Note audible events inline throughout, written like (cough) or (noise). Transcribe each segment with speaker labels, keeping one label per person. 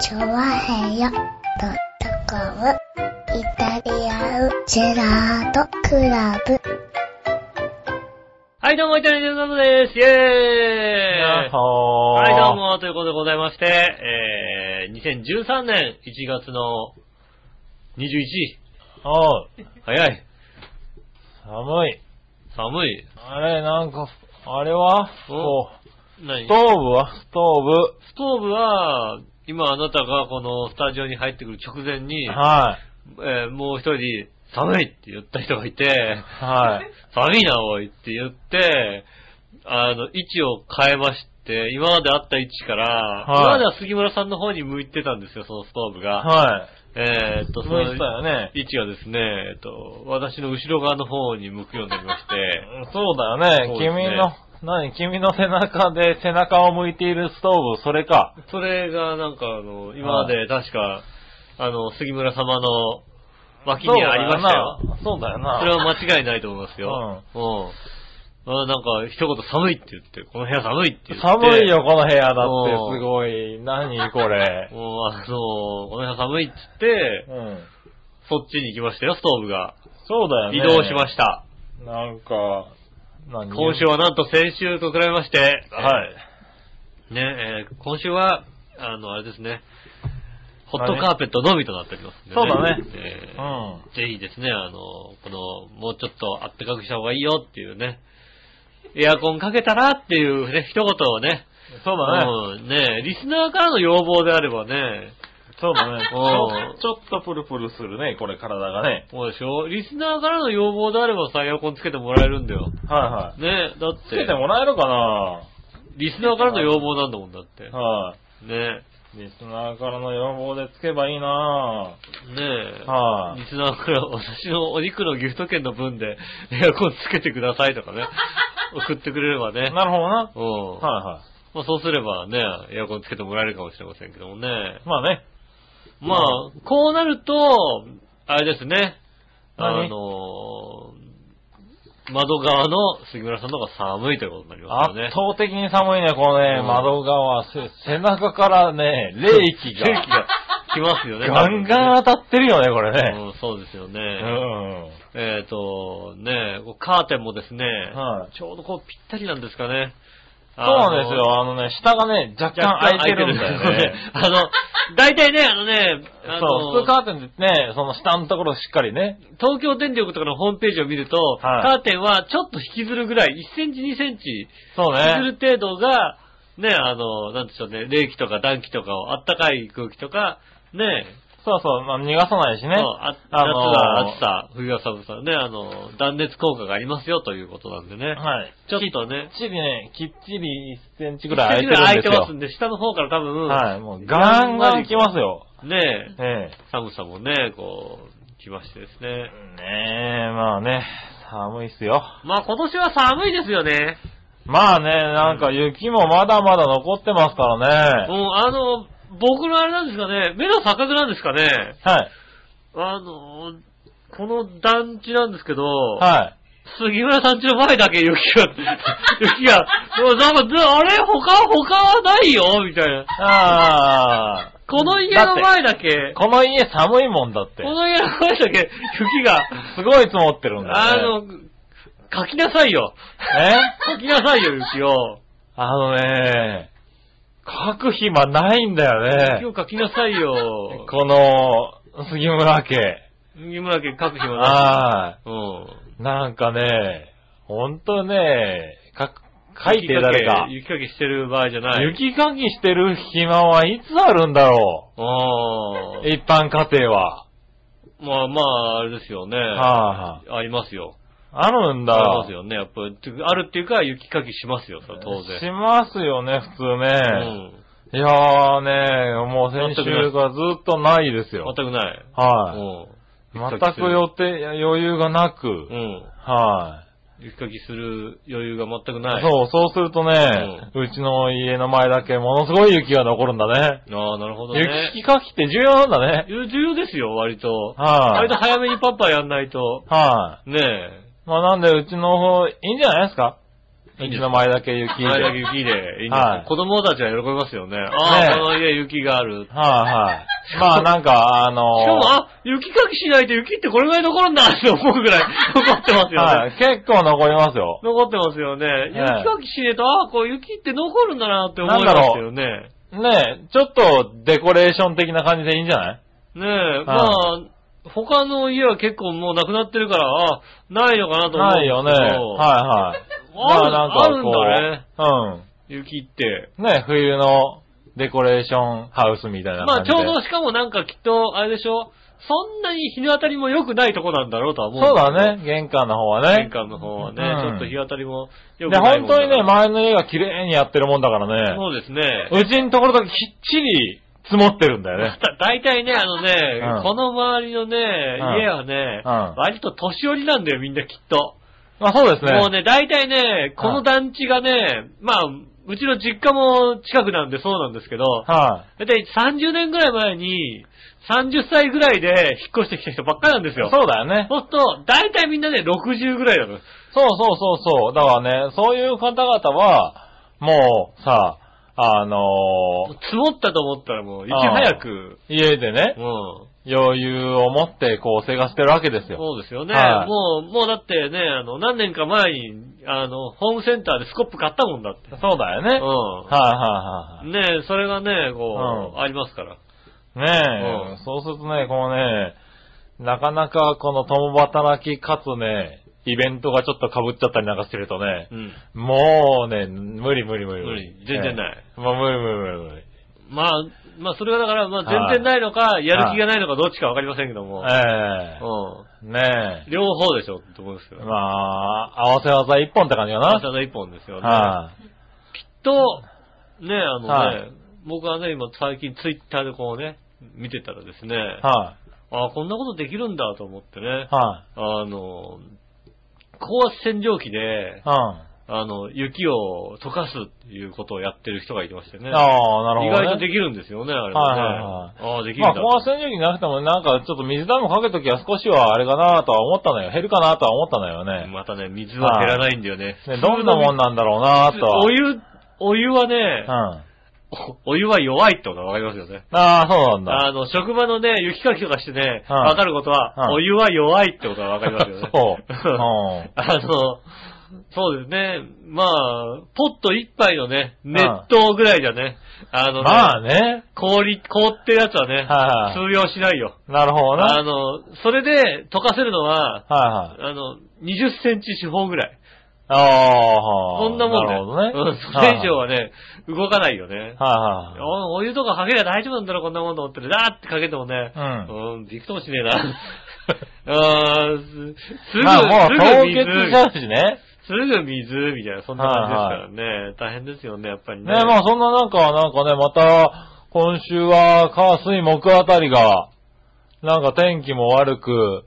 Speaker 1: チョワヘヨドットコムイタリアンジェラートクラブ。
Speaker 2: はい、どうも、イタリアンジェラートです。イェー
Speaker 3: やっ
Speaker 2: イ
Speaker 3: ほー。
Speaker 2: はい、どう。も、ということでございまして、えー、2013年1月の21日、
Speaker 3: おう、
Speaker 2: 早い、
Speaker 3: 寒い。
Speaker 2: 寒い、
Speaker 3: あれ、なんか、あれは
Speaker 2: お
Speaker 3: こう
Speaker 2: 何
Speaker 3: ストーブはストー
Speaker 2: ストーブは、今あなたがこのスタジオに入ってくる直前に、
Speaker 3: ブ。はい。
Speaker 2: えーもう一人、寒いって言った人がいて、
Speaker 3: はい。
Speaker 2: 寒いな、おいって言って、あの、位置を変えまして、今まであった位置から、
Speaker 3: い
Speaker 2: 今までは杉村さんの方に向いてたんですよ、そのストーブが。
Speaker 3: は
Speaker 2: えーっと、
Speaker 3: い。
Speaker 2: そ
Speaker 3: 向
Speaker 2: の
Speaker 3: いてたよね。
Speaker 2: 位置がですね、えーっと、私の後ろ側の方に向くようになりまして、
Speaker 3: そうだよね。
Speaker 2: そうですね
Speaker 3: 君の、何君の背中で背中を向いているストーブ、それか。
Speaker 2: それがなんかあの、今まで確か、あの、杉村様の脇にありましたよ。
Speaker 3: そうだよな。
Speaker 2: そ
Speaker 3: そう
Speaker 2: れ
Speaker 3: だよな。
Speaker 2: は間違いないと思いますよ。うん。あなんか、一言寒いって言って、この部屋寒いって言って。
Speaker 3: 寒いよ、。この部屋だって
Speaker 2: うん。
Speaker 3: すごい。何これ。
Speaker 2: (laughs) もう、あの、この部屋寒いって言って、
Speaker 3: うん。
Speaker 2: そっちに行きましたよ、ストーブが。
Speaker 3: そうだよね。
Speaker 2: 移動しました。
Speaker 3: た。なんか、何
Speaker 2: 今週はなんと先週と比べまして、
Speaker 3: はい。
Speaker 2: ね、えー今週は、あの、あれですね、ホットカーペットのみとなっておりますんで、
Speaker 3: そうだね
Speaker 2: え
Speaker 3: う
Speaker 2: ー
Speaker 3: ん。
Speaker 2: ぜひですね、あの、この、もうちょっとあったかくした方がいいよっていうね、エアコンかけたらっていうね、一言をね、
Speaker 3: そうだ
Speaker 2: う
Speaker 3: ね。
Speaker 2: んね、リスナーからの要望であればね、
Speaker 3: そうだね。ち
Speaker 2: うん
Speaker 3: ょちょっとプルプルするね、これ体がね。
Speaker 2: そうでしょリスナーからの要望であればさ、エアコンつけてもらえるんだよ。
Speaker 3: はいはい。
Speaker 2: ね、だっ
Speaker 3: つけて
Speaker 2: て、
Speaker 3: もらえるかな
Speaker 2: リスナーからの要望なんだもんだって。
Speaker 3: はい。
Speaker 2: ね、
Speaker 3: リスナーからの要望でつけばいいな
Speaker 2: ねえ。
Speaker 3: はい
Speaker 2: リスナーから私のお肉のギフト券の分でエアコンつけてくださいとか (laughs) ね。送ってくれればね。
Speaker 3: なるほどな。
Speaker 2: うん。
Speaker 3: は
Speaker 2: まあそうすればね、エアコンつけてもらえるかもしれませんけどもね
Speaker 3: いはい。。まあね。
Speaker 2: まあ、こうなると、あれですね。あ
Speaker 3: 何
Speaker 2: のー窓側の杉村さんの方が寒いということになりますよ
Speaker 3: 圧
Speaker 2: ね。
Speaker 3: 倒的に寒いね、このね、
Speaker 2: うん
Speaker 3: 窓側、せ背中からね、冷気
Speaker 2: 冷気
Speaker 3: が、
Speaker 2: が (laughs) 来ますよね。
Speaker 3: ガンガン当たってるよね、これ
Speaker 2: 多分
Speaker 3: ね。
Speaker 2: ねうん、そうですよね。
Speaker 3: うん。
Speaker 2: えっ、と、ね、こうカーテンもですね、
Speaker 3: はい
Speaker 2: ちょうどこうぴったりなんですかね。
Speaker 3: そうなんです
Speaker 2: あの。
Speaker 3: よ、あのね、下がね、若干開いてるんだよね。
Speaker 2: あの、大体ね、あのね、あ
Speaker 3: そう、普
Speaker 2: の
Speaker 3: 通カーテンでね、その下のところしっかりね。
Speaker 2: 東京電力とかのホームページを見ると、
Speaker 3: はい
Speaker 2: カーテンはちょっと引きずるぐらい、1センチ、2センチ、
Speaker 3: そうね。
Speaker 2: 引きずる程度が、ね、あの、なんでしょうね、冷気とか暖気とかを、あったかい空気とか、ね、
Speaker 3: そうそう、まあ、逃がさないしね。
Speaker 2: そうあ夏
Speaker 3: あのー
Speaker 2: は暑さ、冬は寒さ、ね、あの、断熱効果がありますよということなんでね。
Speaker 3: はい。
Speaker 2: ちょっとね
Speaker 3: きっちりね、きっちり1センチ
Speaker 2: ぐ
Speaker 3: ぐらい空いてるんです
Speaker 2: 空いてます
Speaker 3: よ。
Speaker 2: んで、下の方から多分、
Speaker 3: はい、もうガンガン来ますよ。
Speaker 2: ねえ、
Speaker 3: え
Speaker 2: 寒さもね、こう、来ましてですね
Speaker 3: え。。ねえ、まあね、寒いっすよ。
Speaker 2: まあ今年は寒いですよね。
Speaker 3: まあね、なんか雪もまだまだ残ってますからね。
Speaker 2: もうあの、僕のあれなんですかね、目の錯覚なんですかね。
Speaker 3: はい。
Speaker 2: あの、この団地なんですけど、
Speaker 3: はい。
Speaker 2: 杉村さん家の前だけ雪が、 (laughs) 雪が、もうなんかず、あれ他、他はないよみたいな。
Speaker 3: ああ。
Speaker 2: この家の前だけ、
Speaker 3: この家寒いもんだって
Speaker 2: こ。の家の前だけ雪が、
Speaker 3: すごい積もってるんだ
Speaker 2: あ
Speaker 3: よ、ね。
Speaker 2: の、書きなさいよ。
Speaker 3: え
Speaker 2: 書きなさいよ、雪を。
Speaker 3: あのね、書く暇ないんだよね。
Speaker 2: 今日書きなさいよ。
Speaker 3: この、杉村家。
Speaker 2: 杉村家書く暇な。
Speaker 3: はい
Speaker 2: うん。
Speaker 3: い。なんかね、ほんとね、か、書いて誰か。
Speaker 2: 雪かきしてる場合じゃない。
Speaker 3: 雪かきしてる暇はいつあるんだろ
Speaker 2: あ
Speaker 3: う。一般家庭は。
Speaker 2: あ。まあまあ、あれですよね。
Speaker 3: は
Speaker 2: ありますよ。
Speaker 3: あるんだ。
Speaker 2: ありますよね。やっぱり、てあるっていうか、雪かきしますよ、それは当
Speaker 3: し
Speaker 2: 然。
Speaker 3: ますよね、普通
Speaker 2: う
Speaker 3: ね。
Speaker 2: ん。
Speaker 3: いやーね、もう先週からずっとないですよ
Speaker 2: 全。くない。
Speaker 3: はい。
Speaker 2: う
Speaker 3: 全
Speaker 2: ん。
Speaker 3: く予定、余裕がなく。
Speaker 2: うん。
Speaker 3: は
Speaker 2: 雪かきする余裕が全く
Speaker 3: い、
Speaker 2: ない。
Speaker 3: そう、そうするとね、うちの家の前だけものすごい雪が残るんだね。
Speaker 2: ああ、なるほどね。
Speaker 3: 雪かきって重要なんだね。
Speaker 2: 重要ですよ、割と。
Speaker 3: はい、
Speaker 2: 割と早めにパッパやんないと。
Speaker 3: はい、
Speaker 2: ねえ。
Speaker 3: まあなんで、うちの方、いいんじゃないですか
Speaker 2: いいんで
Speaker 3: うち
Speaker 2: す
Speaker 3: の
Speaker 2: か
Speaker 3: 前だけ雪で。
Speaker 2: 前だけ
Speaker 3: はい、
Speaker 2: 雪で、いいんですよ
Speaker 3: はい
Speaker 2: 子供たちは喜びますよね。ああ、
Speaker 3: ねえ
Speaker 2: この家雪がある。し (laughs)
Speaker 3: はい、まあなんか、あのー
Speaker 2: かも、あ、雪かきしないと雪ってこれぐらい残るんだって思うぐ
Speaker 3: (laughs)
Speaker 2: らい残ってますよね。
Speaker 3: はい、結構残りますよ。
Speaker 2: 残ってますよね。雪かきしねえと、ああ、こう雪って残るんだなって思いますよね。
Speaker 3: ねえ、ちょっとデコレーション的な感じでいいんじゃない
Speaker 2: ねえ、まあ、他の家は結構もうなくなってるから、ああないのかなと思うん
Speaker 3: ないよね。
Speaker 2: ですけど。
Speaker 3: はいはい。
Speaker 2: あるあるんだね。
Speaker 3: だね。
Speaker 2: 雪って。
Speaker 3: うん。ねえ、冬のデコレーションハウスみたいな
Speaker 2: まあ
Speaker 3: 感
Speaker 2: ち
Speaker 3: じで。
Speaker 2: ょうどしかもなんかきっと、あれでしょそんなに日の当たりも良くないとこなんだろうとは思うん
Speaker 3: そう
Speaker 2: けど
Speaker 3: だ。ね、玄関の方はね。
Speaker 2: 玄関の方はね、ち
Speaker 3: うん
Speaker 2: ょっと日当たりも良く
Speaker 3: で、
Speaker 2: ないもんだ
Speaker 3: 本当
Speaker 2: から
Speaker 3: にね、前の家が綺麗にやってるもんだからね。
Speaker 2: そうですね。
Speaker 3: うちのところだけきっちり積もってるんだよね。
Speaker 2: だ大体ね、あのね、
Speaker 3: うん
Speaker 2: この周りのね、
Speaker 3: ん
Speaker 2: 家はね、
Speaker 3: うん
Speaker 2: 割と年寄りなんだよ、みんなきっと。
Speaker 3: まあそうですね。
Speaker 2: もうね、大体ね、この団地がね、まあ、うちの実家も近くなんでそうなんですけど、
Speaker 3: は
Speaker 2: 大体30年ぐらい前に、30歳ぐらいで引っ越してきた人ばっかりなんです
Speaker 3: い、
Speaker 2: よ。
Speaker 3: そうだよね。
Speaker 2: そうすると、大体みんなね、60ぐらいなの。
Speaker 3: そうそうそうそう。だからね、そういう方々は、もうさ、あのー
Speaker 2: 積もったと思ったらもう、いち早く、
Speaker 3: 家でね、
Speaker 2: うん。
Speaker 3: 余裕を持ってこう生活してるわけですよ。
Speaker 2: そうですよね。
Speaker 3: はい
Speaker 2: もう、もうだってね、あの、何年か前に、あの、ホームセンターでスコップ買ったもんだって。
Speaker 3: そうだよね。はい、
Speaker 2: う
Speaker 3: はい
Speaker 2: ん。ねえ、それがね、こう、
Speaker 3: うん
Speaker 2: ありますから。
Speaker 3: はい。ねえ、
Speaker 2: うん
Speaker 3: そうするとね、このね、なかなかこの共働きかつね、イベントがちょっと被っちゃったりなんかしてるとね、
Speaker 2: うん。
Speaker 3: もうね、無理無理無理
Speaker 2: 無理全然ない
Speaker 3: ええもう無理無理無理無理。
Speaker 2: まあ、まあ、それはだから、まあ、
Speaker 3: は
Speaker 2: 全然
Speaker 3: い
Speaker 2: ないのか、やる気がないのか、どっちかわかりませんけども。
Speaker 3: ええ
Speaker 2: う
Speaker 3: ね
Speaker 2: ん。両方でしょ、って思うんです
Speaker 3: え。
Speaker 2: よ。
Speaker 3: まあ、合わせ技一本って感じかな。
Speaker 2: あ、ただ一本ですよね。
Speaker 3: はい、
Speaker 2: と、ね、あのね、
Speaker 3: はい
Speaker 2: 僕はね、今最近ツイッターでこうね、見てたらですね、
Speaker 3: はい、
Speaker 2: あこんなことできるんだと思ってね、
Speaker 3: はい、
Speaker 2: あの、高圧洗浄機で、
Speaker 3: うん。
Speaker 2: あの、雪を溶かすっていうことをやってる人がいてましてね。
Speaker 3: ああ、なる
Speaker 2: 意
Speaker 3: ほど、ね。
Speaker 2: 外とできるんですよね、あれもね。ああ、できるん
Speaker 3: ま
Speaker 2: だ
Speaker 3: あ、。高圧洗浄機なくても、なんか、ちょっと水ダムかけときは少しはあれかなとは思ったのよ。減るかなとは思ったのよね。
Speaker 2: またね、水は減らないんだよね。
Speaker 3: ね、どんなもんなんだろうなとは。
Speaker 2: お湯、お湯はね
Speaker 3: うん。、あ
Speaker 2: お湯は弱いってことがわかりますよね。
Speaker 3: あ、そうなんだ。
Speaker 2: あの、職場のね、雪かきとかしてね、
Speaker 3: うん
Speaker 2: わかること
Speaker 3: うん。
Speaker 2: は、お湯は弱いってことがわかりますよね
Speaker 3: (laughs) そう。うん
Speaker 2: (laughs) あの、そうですね。まあ、ポット一杯のね、熱湯ぐらいじゃね、あのね、
Speaker 3: まあね。
Speaker 2: 氷、凍ってるやつはね、
Speaker 3: はいは
Speaker 2: 通用しないよ。
Speaker 3: い。なるほど
Speaker 2: あ
Speaker 3: な。
Speaker 2: の、それで溶かせるのは、
Speaker 3: はいはい。
Speaker 2: あの、20センチ四方ぐらい。
Speaker 3: ああ。
Speaker 2: そんなもんだ
Speaker 3: なる
Speaker 2: よ
Speaker 3: ほどね。
Speaker 2: うんそれ以上はね、動かないよね。
Speaker 3: はいはい。
Speaker 2: おお湯とかかけりゃ大丈夫なんだろ、こんなもんと思ってる。だーってかけてもね、
Speaker 3: うん
Speaker 2: うん、びくともしねえ
Speaker 3: (laughs)
Speaker 2: な。うーん、すすぐ、
Speaker 3: まあもう凍
Speaker 2: すぐ
Speaker 3: 結しちゃうしね。
Speaker 2: すぐ水みたいな、そんな感じですからね。大変ですよね、やっぱりね。
Speaker 3: ねまあそんななんか、なんかね、また、今週は、火、水、木あたりが、なんか天気も悪く、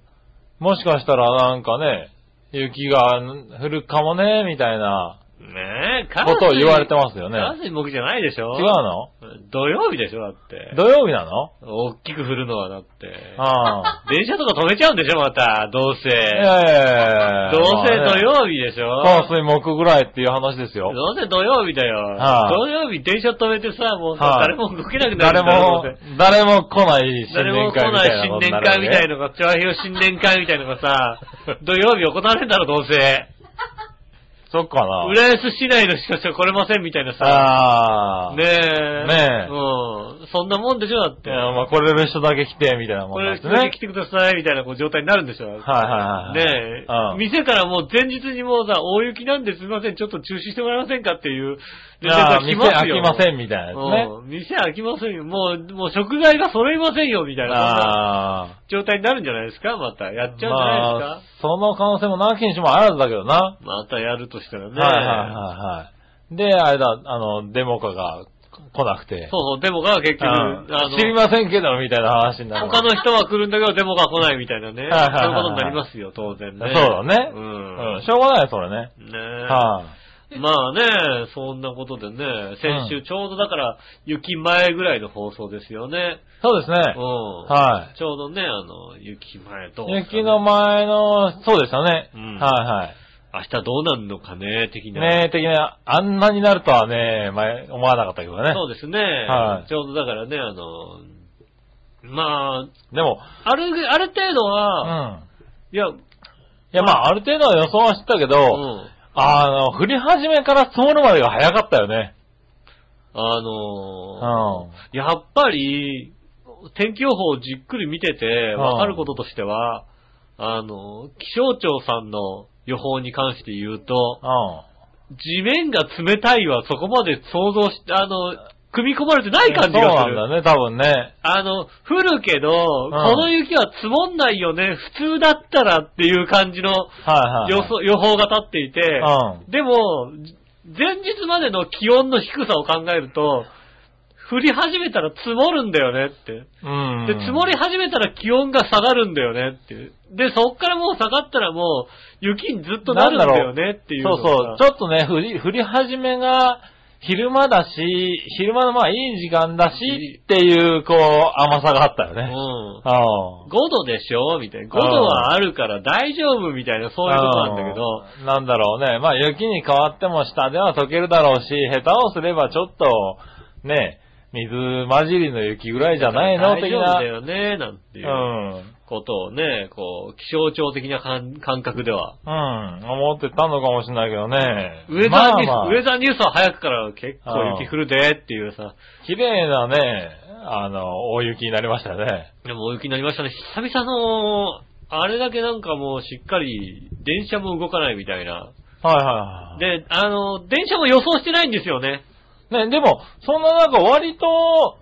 Speaker 3: もしかしたらなんかね、雪が降るかもね、みたいな
Speaker 2: ねえ、
Speaker 3: ことを言われて
Speaker 2: も
Speaker 3: ますよね。
Speaker 2: 火水木じゃないでしょ
Speaker 3: 違うの
Speaker 2: 土曜日でしょ、だって。
Speaker 3: 土曜日なの
Speaker 2: 大きく降るのはだって。
Speaker 3: ああ。
Speaker 2: 電車とか止めちゃうんでしょ、また。どうせ。
Speaker 3: いやいやいやいや
Speaker 2: どうせ
Speaker 3: まあ
Speaker 2: 土
Speaker 3: ね
Speaker 2: 曜日でしょ。
Speaker 3: 火、水、木ぐらいっていう話ですよ。
Speaker 2: どうせ土曜日だよ。
Speaker 3: はい
Speaker 2: 土曜日電車止めてさ、もうさ、
Speaker 3: はい
Speaker 2: 誰も動けなくなる
Speaker 3: 誰
Speaker 2: んだろ
Speaker 3: も
Speaker 2: うどうせ。、
Speaker 3: 誰も来ない新
Speaker 2: 誰も来
Speaker 3: 年会み
Speaker 2: な
Speaker 3: たい
Speaker 2: 新
Speaker 3: ないこと
Speaker 2: 年会み
Speaker 3: になるわけ
Speaker 2: たいのが、調和表新年会みたいのが
Speaker 3: (laughs)
Speaker 2: さ、土曜日行われるんだろ、どうせ。
Speaker 3: そっかな。
Speaker 2: 浦安市内の人しか来れませんみたいなさ。
Speaker 3: ああ。
Speaker 2: ねえ。
Speaker 3: ねえ
Speaker 2: うん。そんなもんでしょ、だっ
Speaker 3: い
Speaker 2: て。
Speaker 3: や、まあ、来れる人だけ来て、みたいなも
Speaker 2: こ
Speaker 3: んなん
Speaker 2: れ、
Speaker 3: で
Speaker 2: こ
Speaker 3: す
Speaker 2: れ
Speaker 3: ね
Speaker 2: 来。てください、みたいなこう状態になるんでしょ。
Speaker 3: はいはいはいはい。
Speaker 2: ねえ、
Speaker 3: うん
Speaker 2: 店からもう前日にもうさ、大雪なんですいません、ちょっと中止してもらえませんかっていう、
Speaker 3: じゃあ、
Speaker 2: 連
Speaker 3: 店
Speaker 2: 絡が
Speaker 3: 開
Speaker 2: 来ま
Speaker 3: きます
Speaker 2: よ
Speaker 3: せんみたいなや
Speaker 2: うん店開きませんよ。もう、もう食材が揃いませんよ、みた
Speaker 3: つ
Speaker 2: い
Speaker 3: ね。
Speaker 2: な
Speaker 3: ああ。
Speaker 2: 状態になるんじゃないですかまた。やっちゃうんじゃない
Speaker 3: まあ
Speaker 2: で、
Speaker 3: その可能性もなきにしもあらずだけどな。
Speaker 2: すか、またやるとしたらね。
Speaker 3: はいはいはいはい。で、あれだ、あの、デモカが来なくて。
Speaker 2: そうそう、デモが結
Speaker 3: う
Speaker 2: 局、あ
Speaker 3: ん
Speaker 2: の、
Speaker 3: 知りませんけど、みたいな話になる。
Speaker 2: 他の人は来るんだけど、デモが来ないみたいなね。
Speaker 3: はいはいはいはい
Speaker 2: そういうことになりますよ、当然ね。
Speaker 3: そうだね。
Speaker 2: う
Speaker 3: うん
Speaker 2: ん。
Speaker 3: しょうがない、それね。
Speaker 2: ねえ。
Speaker 3: は
Speaker 2: まあね、そんなことでね、先週ちょうどだから、雪前ぐらいの放送ですよね。
Speaker 3: い。そうですね
Speaker 2: うん。。
Speaker 3: は
Speaker 2: ちょうどね、あの、雪前と、
Speaker 3: い。雪の前の、そうでしたね。
Speaker 2: うん
Speaker 3: はいはい。
Speaker 2: 明日どうなんのかね、的な。
Speaker 3: ねえ、的な、あんなになるとはね、前、思わなかったけどね。
Speaker 2: そうですね。
Speaker 3: はい
Speaker 2: ちょうどだからね、あの、ま
Speaker 3: でも、
Speaker 2: あ、ある、ある程度
Speaker 3: うん。
Speaker 2: は、いや、うん。
Speaker 3: いや、まあ、ある程度は予想はしてたけど、あの、降り始めから積もるまでが早かったよね。
Speaker 2: あ
Speaker 3: う
Speaker 2: の、
Speaker 3: ん。
Speaker 2: やっぱり、天気予報をじっくり見てて、
Speaker 3: うん
Speaker 2: わかることとしては、あの、気象庁さんの予報に関して言うと、
Speaker 3: うん。
Speaker 2: 地面が冷たいはそこまで想像して、あの、組み込まれてない感じがする。
Speaker 3: そうなんだね、多分ね。
Speaker 2: あの、降るけど、この雪は積もんないよね、普通だったらっていう感じの
Speaker 3: はいはい。
Speaker 2: 予想予報が立っていて、
Speaker 3: う
Speaker 2: でも、前日までの気温の低さを考えると、降り始めたら積もるんだよねって。
Speaker 3: うん。
Speaker 2: で、積もり始めたら気温が下がるんだよねっていう。で、そっからもう下がったらもう雪にずっとなるんだよねっていう
Speaker 3: そ
Speaker 2: の
Speaker 3: う
Speaker 2: が。
Speaker 3: そう。ちょっとね、降り、降り始めが、昼間だし、昼間のまあいい時間だし、っていう、こう、甘さがあったよね。
Speaker 2: うん。
Speaker 3: あ
Speaker 2: 5度でしょみたいな。5度はあるから大丈夫みたいな、そういうことなんだけど。
Speaker 3: ど。なんだろうね。まあ雪に変わっても下では溶けるだろうし、下手をすればちょっと、ね、水混じりの雪ぐらいじゃないの
Speaker 2: 大
Speaker 3: 的
Speaker 2: 丈夫だ
Speaker 3: な。。
Speaker 2: よね、なんていううんことをね、こう、気象庁的な感感覚では。
Speaker 3: うん。思ってたのかもしれないけどね。
Speaker 2: ウェザーニュース、
Speaker 3: まあまあ
Speaker 2: ウェザーニュースは早くから結構雪降るでっていうさ、
Speaker 3: 綺麗なね、あの、大雪になりましたよね。
Speaker 2: でも大雪になりましたね。久々の、あれだけなんかもうしっかり電車も動かないみたいな。
Speaker 3: はいはいはい。
Speaker 2: で、あの、電車も予想してないんですよね。
Speaker 3: ね、でも、そんな中割と、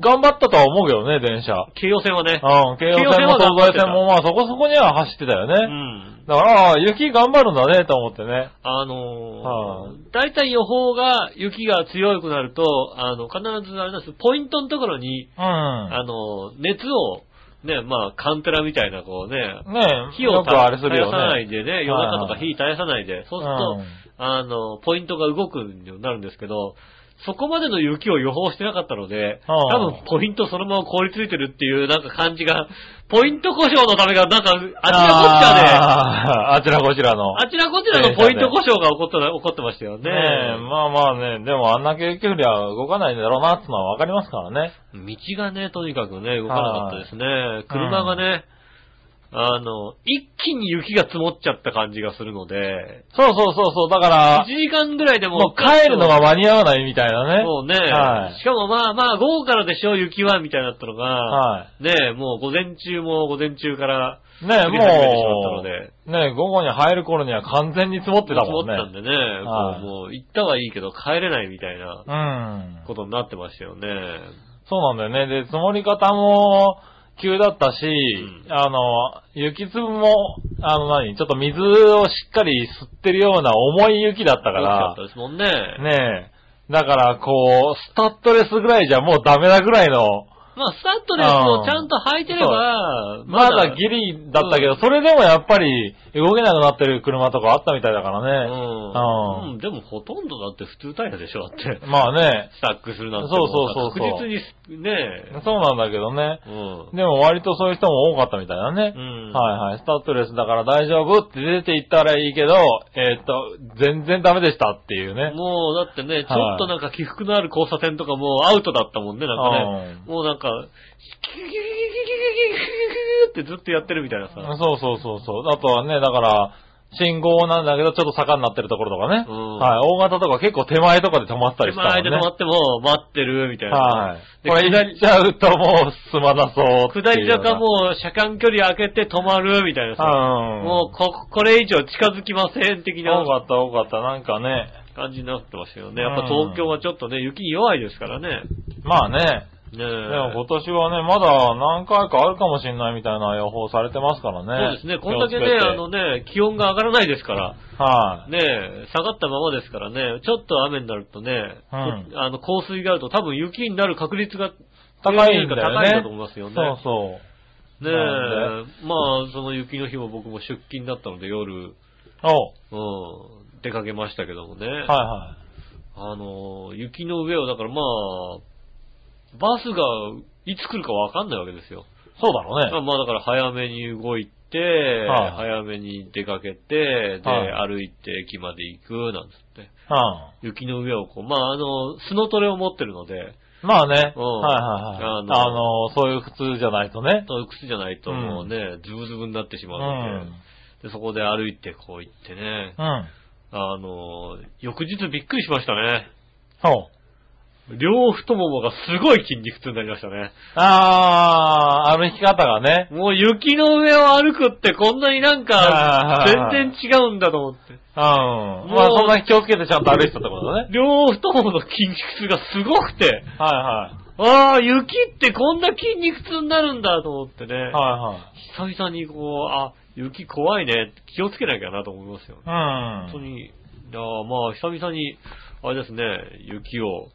Speaker 3: 頑張ったとは思うけどね、電車。
Speaker 2: 京葉線はね。
Speaker 3: うん、京
Speaker 2: 京王
Speaker 3: 葉線
Speaker 2: 線は
Speaker 3: も
Speaker 2: 頑張っ
Speaker 3: 東
Speaker 2: て
Speaker 3: 西
Speaker 2: た
Speaker 3: 線もまあそこそこには走ってたよね。
Speaker 2: うん。
Speaker 3: だから、ああ雪頑張るんだね、と思ってね。
Speaker 2: あ
Speaker 3: はあ
Speaker 2: のー、大体予報が、雪が強くなると、あの、必ずあれなんですポイントのところに、
Speaker 3: う
Speaker 2: あのー、熱を、ね、まあ、カンテラみたいな、こうね、
Speaker 3: ん。ねえ、
Speaker 2: 火を
Speaker 3: よくあれする
Speaker 2: 絶
Speaker 3: よ
Speaker 2: やさない
Speaker 3: ね。
Speaker 2: で
Speaker 3: は
Speaker 2: ね、
Speaker 3: い
Speaker 2: 夜中とか火絶やさないで、そうすると、
Speaker 3: うん
Speaker 2: あの、ポイントが動くようになるんですけど、そこまでの雪を予報してなかったので、
Speaker 3: ああ
Speaker 2: 多分ポイントそのまま凍りついてるっていうなんか感じが、ポイント故障のためがなんか、あちらこっちゃで、
Speaker 3: あーあちらこちらの。
Speaker 2: あちらこちらのポイント故障が起こったな、起こってましたよね。
Speaker 3: ねえ、まあまあね、でもあんだけ雪降りゃ動かないんだろうなってのはわかりますからね。
Speaker 2: 道がね、とにかくね、動かなかったですね。車がね、あの、一気に雪が積もっちゃった感じがするので、
Speaker 3: そうそうそうそう、だか
Speaker 2: 1、
Speaker 3: ら
Speaker 2: 時間ぐらいでもう
Speaker 3: もう帰るのが間に合わないみたいなね。
Speaker 2: そうね。
Speaker 3: はい
Speaker 2: しかもまあまあ、午後からでしょ、雪は、みたいになったのが、
Speaker 3: は
Speaker 2: ねえ、もう午前中も午前中から、
Speaker 3: い。ねえ、
Speaker 2: 降り始めてしま
Speaker 3: も
Speaker 2: ったので
Speaker 3: う、ねえ、午後に入る頃には完全に積もってたもんね。
Speaker 2: 積もったんでね、
Speaker 3: は
Speaker 2: こう
Speaker 3: い
Speaker 2: もう行ったはいいけど帰れないみたいな
Speaker 3: うん。
Speaker 2: ことになってましたよね。
Speaker 3: そうなんだよね。で、積もり方も、急だったし、
Speaker 2: ん
Speaker 3: あの、雪粒も、あの何、ちょっと水をしっかり吸ってるような重い雪だったか
Speaker 2: 大きかった
Speaker 3: ら、
Speaker 2: ですもんね。
Speaker 3: ねえ。だから、こう、スタッドレスぐらいじゃもうダメなぐらいの、
Speaker 2: まあ、スタッドレスをちゃんと履いてれば、
Speaker 3: まだギリだったけど、それでもやっぱり動けなくなってる車とかあったみたいだから
Speaker 2: う
Speaker 3: ね。
Speaker 2: ん。
Speaker 3: うん
Speaker 2: うん。でもほとんどだって普通タイヤでしょ、だって。
Speaker 3: まあね、
Speaker 2: スタックするなんて。
Speaker 3: そうそうそうそう
Speaker 2: 確実に、ね
Speaker 3: そうなんだけどね。
Speaker 2: え。うん。
Speaker 3: でも割とそういう人も多かったみたいだね。
Speaker 2: うん
Speaker 3: はいはい。スタッドレスだから大丈夫って出て行ったらいいけど、えーっと、全然ダメでしたっていうね。
Speaker 2: もうだってね、ちょっとなんか起伏のある交差点とかもうアウトだったもんね、なんかね。もうなんか、キュキュキュキュキュキュキュキュキュキュってずっとやってるみたいなさ。
Speaker 3: うんそうそうそうそう。あとはね、だから、信号なんだけど、ちょっと坂になってるところとかね。
Speaker 2: うん
Speaker 3: はい。大型とか結構手前とかで止まったり
Speaker 2: 手
Speaker 3: したもん
Speaker 2: 前で
Speaker 3: ね。
Speaker 2: 止まっても待ってるみたいな。
Speaker 3: はい。
Speaker 2: で
Speaker 3: これ
Speaker 2: 下
Speaker 3: 行っちゃうともう進まなそうっていう
Speaker 2: 下り坂
Speaker 3: う
Speaker 2: もう車間距離開けて止まるみたいなさ。
Speaker 3: ん。
Speaker 2: もうこ、これ以上近づきません的な
Speaker 3: 多かった多かった。なんかね、
Speaker 2: 感じになってましたよね。やっぱ東京はちょっとね、雪弱いですからね。
Speaker 3: まあね、
Speaker 2: ねえ。
Speaker 3: でも今年はね、まだ何回かあるかもしれないみたいな予報されてますから
Speaker 2: そう
Speaker 3: ね。
Speaker 2: ですね。こんだけ
Speaker 3: 気をつ
Speaker 2: ね、
Speaker 3: けて
Speaker 2: あのね、気温が上がらないですから。
Speaker 3: はい、
Speaker 2: ねえ、下がったままですからね、ちょっと雨になるとね、
Speaker 3: うん
Speaker 2: あの、降水があると多分雪になる確率が
Speaker 3: 高いんだよ
Speaker 2: 高い
Speaker 3: ね。
Speaker 2: んだと思いますよね。
Speaker 3: そうそ
Speaker 2: ねえ
Speaker 3: なん、
Speaker 2: まあ、その雪の日も僕も出勤だったので夜、
Speaker 3: う。おう
Speaker 2: うん、出かけましたけどもね、
Speaker 3: はいは
Speaker 2: あの、雪の上をだからまあ、バスがいつ来るかわかんないわけですよ。
Speaker 3: い。そうだろう
Speaker 2: まあ、
Speaker 3: ね。
Speaker 2: まあだから早めに動いて、
Speaker 3: はい
Speaker 2: 早めに出かけて、で、
Speaker 3: は
Speaker 2: 歩いて駅まで行く、なんつって。
Speaker 3: は
Speaker 2: 雪の上をこう、まあ、あの、スノトレを持ってるので、
Speaker 3: ん。まあね。はい
Speaker 2: うん
Speaker 3: はいはい。あ
Speaker 2: あ
Speaker 3: の
Speaker 2: の
Speaker 3: そういう普通じゃないとね。
Speaker 2: そういう靴じゃないともうね、ズブズブになってし
Speaker 3: う
Speaker 2: まうので、
Speaker 3: ん。
Speaker 2: でそこで歩いてこう行ってね、
Speaker 3: うん。
Speaker 2: あの、翌日びっくりしましたね。
Speaker 3: ほう。
Speaker 2: 両太ももがすごい筋肉痛になりましたね。
Speaker 3: あー、歩き方がね。
Speaker 2: もう雪の上を歩くってこんなになんか
Speaker 3: あ、ー
Speaker 2: 全然違うんだと思って。
Speaker 3: うん。まあそんなに気をつけてちゃんと歩いてたってことだね。
Speaker 2: 両太ももの筋肉痛がすごくて、
Speaker 3: は
Speaker 2: ああ、雪ってこんな筋肉痛になるんだと思ってね。
Speaker 3: いはい。は
Speaker 2: 久々にこう、あ、雪怖いね、気をつけなきゃなと思いますよ。
Speaker 3: いはい。
Speaker 2: 本
Speaker 3: う
Speaker 2: 当
Speaker 3: ん。
Speaker 2: に、いやーまあ久々に、あれですね、雪を。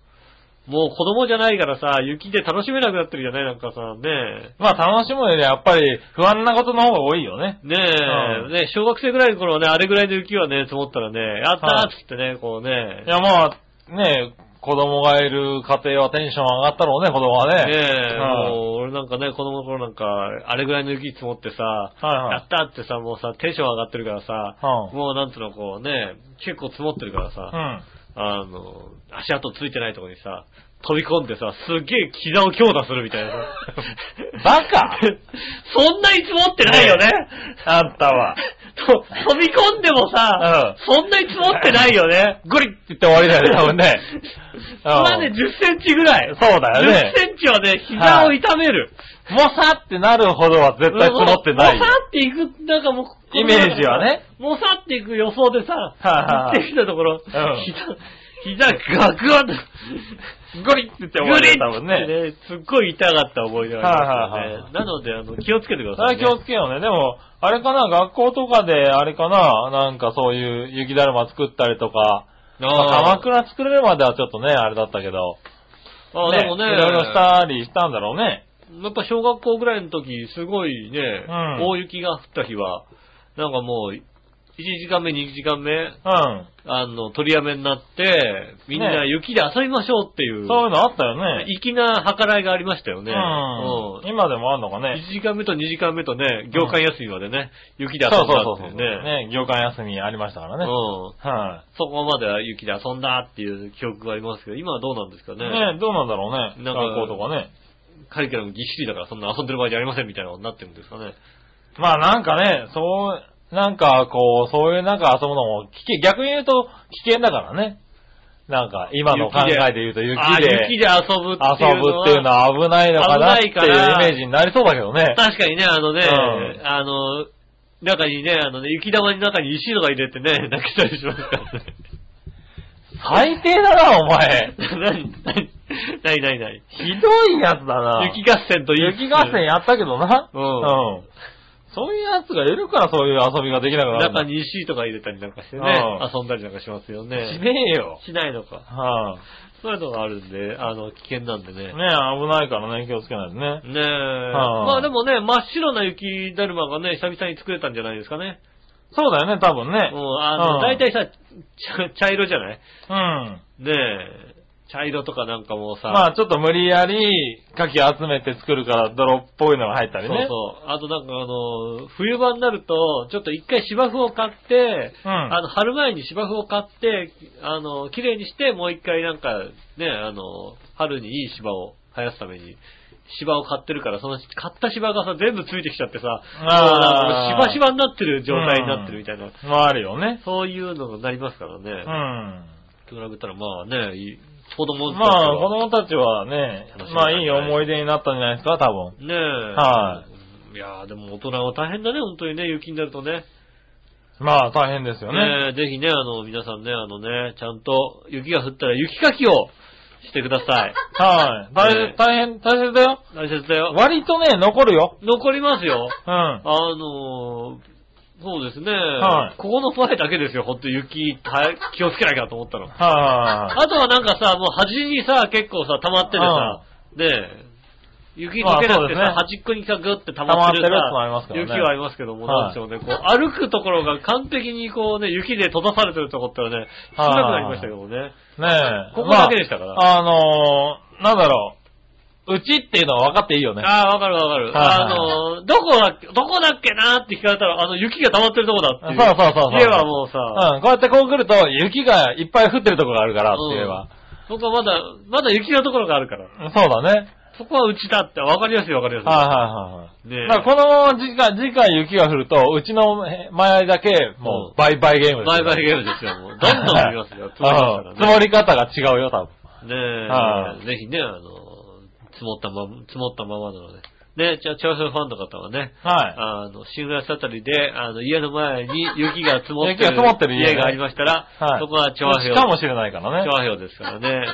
Speaker 2: もう子供じゃないからさ、雪で楽しめなくなってるじゃないなんかさ、ね
Speaker 3: まあ楽しむよりやっぱり不安なことの方が多いよね。
Speaker 2: ね
Speaker 3: うん
Speaker 2: え、ね小学生ぐらいの頃はね、あれぐらいの雪はね、積もったらね、やった
Speaker 3: は
Speaker 2: ー
Speaker 3: い
Speaker 2: っつってね、こうね
Speaker 3: い、やまあ、ね子供がいる家庭はテンション上がったろうね、子供は
Speaker 2: ね
Speaker 3: ね。
Speaker 2: え、
Speaker 3: はい
Speaker 2: もう俺なんかね、子供の頃なんか、あれぐらいの雪積もってさ、
Speaker 3: はい
Speaker 2: やったーってさ、もうさ、テンション上がってるからさ、
Speaker 3: はい
Speaker 2: もうなんつうのこうね、結構積もってるからさ、
Speaker 3: (laughs) うん。
Speaker 2: あの、足跡ついてないところにさ、飛び込んでさ、すっげえ膝を強打するみたいな。
Speaker 3: バカ
Speaker 2: (laughs) そんなに積もってないよね。
Speaker 3: あんたは。
Speaker 2: と飛び込んでもさ、そんなに積もってないよね。
Speaker 3: ゴリッって言って終わりだよね、多
Speaker 2: (laughs)
Speaker 3: 分ね。
Speaker 2: まあね、10センチぐらい。
Speaker 3: そうだよね (laughs)
Speaker 2: 10センチはね、膝を痛める。
Speaker 3: うんもさってなるほどは絶対積もってないよ
Speaker 2: もさ。っていく、なんかもう、
Speaker 3: イメージはね。
Speaker 2: もさっていく予想でさ、
Speaker 3: は
Speaker 2: 行
Speaker 3: い
Speaker 2: ってきたところ、
Speaker 3: ん
Speaker 2: 膝、膝ガクッと、
Speaker 3: ゴリッって言って終わりだよ、多分
Speaker 2: グリ
Speaker 3: ね。
Speaker 2: ッてね。すっごい痛かった思い出がありますよね。
Speaker 3: はいはいはい
Speaker 2: なので、あの、気をつけてくだ
Speaker 3: それ
Speaker 2: さ、
Speaker 3: はい
Speaker 2: ね。
Speaker 3: 気をつけようね。でも、あれかな、学校とかで、あれかな、なんかそういう雪だるま作ったりとか、まあ
Speaker 2: あ
Speaker 3: 鎌倉作れるまではちょっとね、あれだったけど。
Speaker 2: ーあー、でもね、
Speaker 3: いろいろしたりしたんだろうね。
Speaker 2: やっぱ小学校ぐらいの時、すごいね、
Speaker 3: うん
Speaker 2: 大雪が降った日は、なんかもう、1時間目、2時間目、
Speaker 3: うん。
Speaker 2: あの、取りやめになって、みんな
Speaker 3: ね
Speaker 2: 雪で遊びましょうっていう、
Speaker 3: そういうのあったよね。
Speaker 2: 粋な計らいがありましたよね。
Speaker 3: うん。
Speaker 2: うん
Speaker 3: 今でもあんのかね。
Speaker 2: 1時間目と2時間目とね、業界休みまでね、雪で
Speaker 3: (laughs) そ
Speaker 2: 遊
Speaker 3: うん
Speaker 2: だ
Speaker 3: そうそ
Speaker 2: っ
Speaker 3: う
Speaker 2: て
Speaker 3: そ。
Speaker 2: いううね。
Speaker 3: ね、業界休みありましたから
Speaker 2: う
Speaker 3: ね。
Speaker 2: ん。
Speaker 3: は
Speaker 2: そこまでは雪で遊んだっていう記憶がありますけど、今はどうなんですか
Speaker 3: い。
Speaker 2: ね。
Speaker 3: ね、どうなんだろうね。
Speaker 2: なんか
Speaker 3: 学校とかね。
Speaker 2: カリキュラムぎっしりだからそんな遊んでる場合じゃありませんみたいなことになってるんですかね。
Speaker 3: まあなんかね、そう、なんかこう、そういうなんか遊ぶのも危険、逆に言うと危険だからね。なんか今の考えで言うと雪
Speaker 2: あー
Speaker 3: で
Speaker 2: 雪で遊ぶってい
Speaker 3: 遊
Speaker 2: う
Speaker 3: ぶ
Speaker 2: の
Speaker 3: っ
Speaker 2: は。
Speaker 3: ていうのは危ないのかなっていうイ
Speaker 2: 危ないから
Speaker 3: メージになりそうだけどね。
Speaker 2: 確かにね、あのね、
Speaker 3: う
Speaker 2: あの、中にね、あのね、雪玉の中に石とか入れてね、泣きたりしますからね。
Speaker 3: 最低だな、お前。
Speaker 2: 何何何何何
Speaker 3: ひどいやつだな。
Speaker 2: 雪合戦と言いつつ
Speaker 3: 雪合戦やったけどな。
Speaker 2: うん
Speaker 3: んそういうやつがいるからそういう遊びができなくなるんだ
Speaker 2: 中。に石とか入れたりなんかしてね、
Speaker 3: う
Speaker 2: 遊んだりなんかしますよ
Speaker 3: し
Speaker 2: ね。
Speaker 3: ねえよ。
Speaker 2: しないのか。
Speaker 3: は
Speaker 2: そういうのがあるんで、あの、危険なんでね。
Speaker 3: い。ねえ、危ないからね、気をつけないとね。
Speaker 2: ねえ。
Speaker 3: はあ
Speaker 2: まあでもね、真っ白な雪だるまがね、久々に作れたんじゃないですかね。
Speaker 3: そうだよね、多分ね。
Speaker 2: うん、あの、
Speaker 3: うん
Speaker 2: 大体さ、茶茶色じゃない
Speaker 3: うん。
Speaker 2: ねえ。茶色とかなんかもうさ、
Speaker 3: まあちょっと無理やり、牡蠣集めて作るから泥っぽいのが入っ
Speaker 2: そ
Speaker 3: た
Speaker 2: う
Speaker 3: りね。
Speaker 2: そう。あとなんかあの、冬場になると、ちょっと一回芝生を買って、
Speaker 3: うん
Speaker 2: あの、春前に芝生を買って、あの、綺麗にして、もう一回なんか、ね、あの、春にいい芝を生やすために、芝を買ってるから、その買った芝がさ、全部ついてきちゃってさ、もう
Speaker 3: あー
Speaker 2: なんかもう芝芝になってる状態になってるみたいな、
Speaker 3: まああるよね。
Speaker 2: そういうのになりますからね。
Speaker 3: うん。
Speaker 2: 比べたらまあね、いい子供たち
Speaker 3: ま
Speaker 2: は
Speaker 3: あ子供たちはね
Speaker 2: 楽し、み
Speaker 3: ま
Speaker 2: だ
Speaker 3: あ
Speaker 2: ね
Speaker 3: いい思い出になったんじゃないですか、多分。
Speaker 2: ねえ。。
Speaker 3: はい
Speaker 2: いやーでも大人は大変だね、本当にね、雪になるとね。
Speaker 3: まあ大変ですよね。
Speaker 2: ねえ、ぜひね、あの、皆さんね、あのね、ちゃんと雪が降ったら雪かきをしてください。
Speaker 3: はい。大変
Speaker 2: ね、
Speaker 3: 大変、大切だよ。
Speaker 2: 大切だよ。
Speaker 3: 割とね、残るよ。
Speaker 2: 残りますよ。
Speaker 3: うん。
Speaker 2: あのー、そうですね。
Speaker 3: はい
Speaker 2: ここの前だけですよ、ほんと雪、た
Speaker 3: (laughs)
Speaker 2: 気をつけなきゃと思ったの。
Speaker 3: は
Speaker 2: あとはなんかさ、もう端にさ、結構さ、溜まっててさ、ねえ、雪溶けなくてさ、
Speaker 3: まあそうです
Speaker 2: 端っこにさ、ぐって溜まってるさ、
Speaker 3: 溜まってるやつもありますからね
Speaker 2: 雪はありますけども、
Speaker 3: はい
Speaker 2: なんでしょうね、こう、歩くところが完璧にこうね、雪で閉ざされてるとこったらね、少なくなりましたけどもね。
Speaker 3: い。ねえ。
Speaker 2: ここだけでしたから
Speaker 3: まああのー、なんだろう。うちっていうのは分かっていいよね。
Speaker 2: ああ、わかるわかる。
Speaker 3: はい
Speaker 2: あの、どこだっけ、どこだっけなって聞かれたら、あの、雪が溜まってるとこだっていう。
Speaker 3: そうそうそうそう
Speaker 2: 家はもうさ、
Speaker 3: うん、こうやってこう来ると雪がいっぱい降ってるとこがあるからって言えば。
Speaker 2: 僕はまだ、まだ雪のところがあるから。
Speaker 3: そうだね。
Speaker 2: そこはうちだって、わかりやすいわかりやすい。
Speaker 3: は
Speaker 2: ね
Speaker 3: い
Speaker 2: え
Speaker 3: はいはい。だからこの次回、次回雪が降ると、うちの前だけ、
Speaker 2: うん
Speaker 3: もう、バイバイゲームですよ。
Speaker 2: バイバイゲームですよ、もう。どんどん見ますよ、積もります
Speaker 3: (laughs) うん積
Speaker 2: からね。
Speaker 3: もり方が違うよ、多分。は
Speaker 2: ねえ、ぜひね、あの、積もったまま、積もったままなので。ねじゃあ、調査ファンの方はね、
Speaker 3: は
Speaker 2: あの、新浦市あたりで、あの、家の前に雪が積もってる
Speaker 3: 雪が積もってる家ね
Speaker 2: 家がありましたら、
Speaker 3: はい
Speaker 2: そこは調和
Speaker 3: い。
Speaker 2: 表。
Speaker 3: かもしれないから
Speaker 2: 調
Speaker 3: ね。
Speaker 2: 和表ですからね。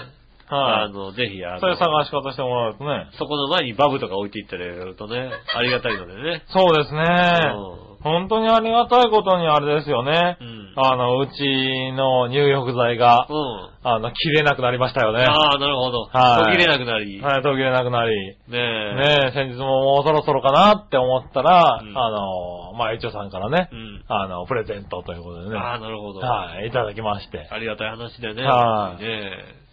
Speaker 2: あ
Speaker 3: (laughs) は
Speaker 2: の、ぜひ、あ
Speaker 3: い。
Speaker 2: の、
Speaker 3: そういう探し方してもらうとね。
Speaker 2: そこの前にバブとか置いていっ
Speaker 3: (laughs)
Speaker 2: たりやるとね、ありがたいのでね。
Speaker 3: そうです
Speaker 2: う
Speaker 3: ね。本当にありがたいことにあれですよね。
Speaker 2: うん
Speaker 3: あの、うちの入浴剤が、
Speaker 2: ん。うん。
Speaker 3: あの、切れなくなりましたよね。
Speaker 2: ああ、なるほど。
Speaker 3: はい
Speaker 2: 途切れなくなり。
Speaker 3: はい、途切れなくなり。
Speaker 2: ねえ。
Speaker 3: ねえ、先日ももうそろそろかなって思ったら、
Speaker 2: うん
Speaker 3: あの、まあ、一応さんからね、
Speaker 2: うん。
Speaker 3: あの、プレゼントということでね、
Speaker 2: ああ、なるほど。
Speaker 3: はい、いただきまして。
Speaker 2: ありがたい話でね。
Speaker 3: はい
Speaker 2: ねえ。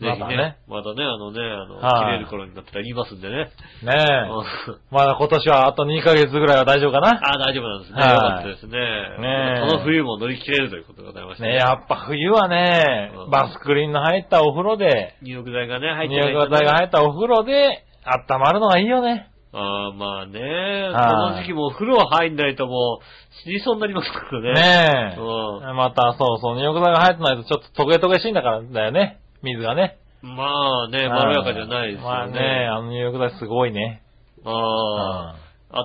Speaker 2: ぜ
Speaker 3: ま
Speaker 2: ひ
Speaker 3: だ
Speaker 2: ね
Speaker 3: ね。
Speaker 2: またね、あのね、あの、切
Speaker 3: はい
Speaker 2: れる頃になったら言いますんでね。
Speaker 3: ね
Speaker 2: う
Speaker 3: え、
Speaker 2: ん (laughs)
Speaker 3: まだ今年はあと2ヶ月ぐらいは大丈夫かな。
Speaker 2: ああ、大丈夫なんですね。よ
Speaker 3: はい
Speaker 2: かったですね。
Speaker 3: ねえ
Speaker 2: この冬も乗り切れるということでございました
Speaker 3: ねえ、やっぱ冬はね
Speaker 2: うん、
Speaker 3: バスクリーンの入ったお風呂で、
Speaker 2: 入浴剤がね、入って
Speaker 3: 入
Speaker 2: ない
Speaker 3: 浴剤が入ったお風呂で、温まるのがいいよね。
Speaker 2: ああ、まあね、
Speaker 3: はい
Speaker 2: この時期もお風呂入んないともう死にそうになりますからね。
Speaker 3: ねえ。
Speaker 2: う
Speaker 3: また、そうそう、入浴剤が入ってないとちょっとトゲトゲしいんだからだよね。水がね。
Speaker 2: まあね、まろやかじゃないです
Speaker 3: ま
Speaker 2: よ
Speaker 3: あ
Speaker 2: ね。
Speaker 3: ね、あの入浴剤すごいね。
Speaker 2: あ
Speaker 3: うん
Speaker 2: あ、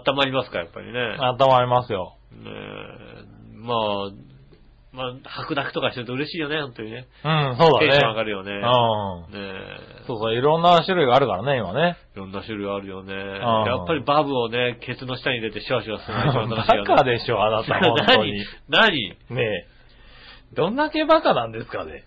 Speaker 2: 温まりますか、やっぱりね。
Speaker 3: 頭ありますよ。
Speaker 2: ねえまあ、まあ、白濁とかしてると嬉しいよね、本当にね。
Speaker 3: うん、そうだ
Speaker 2: テ
Speaker 3: ね。
Speaker 2: ンション上がるよね。
Speaker 3: う
Speaker 2: ね
Speaker 3: ん。
Speaker 2: え
Speaker 3: そうそう、いろんな種類があるからね、今ね。
Speaker 2: いろんな種類あるよね。
Speaker 3: ん
Speaker 2: やっぱりバブをね、ケツの下に入れてシュワシュワするのが一番
Speaker 3: バ
Speaker 2: 正しいよ
Speaker 3: (laughs)
Speaker 2: ね。
Speaker 3: カでしょ、あな
Speaker 2: (laughs)
Speaker 3: た、本当に。
Speaker 2: 何何
Speaker 3: ねえ。どんだけバカなんですかね。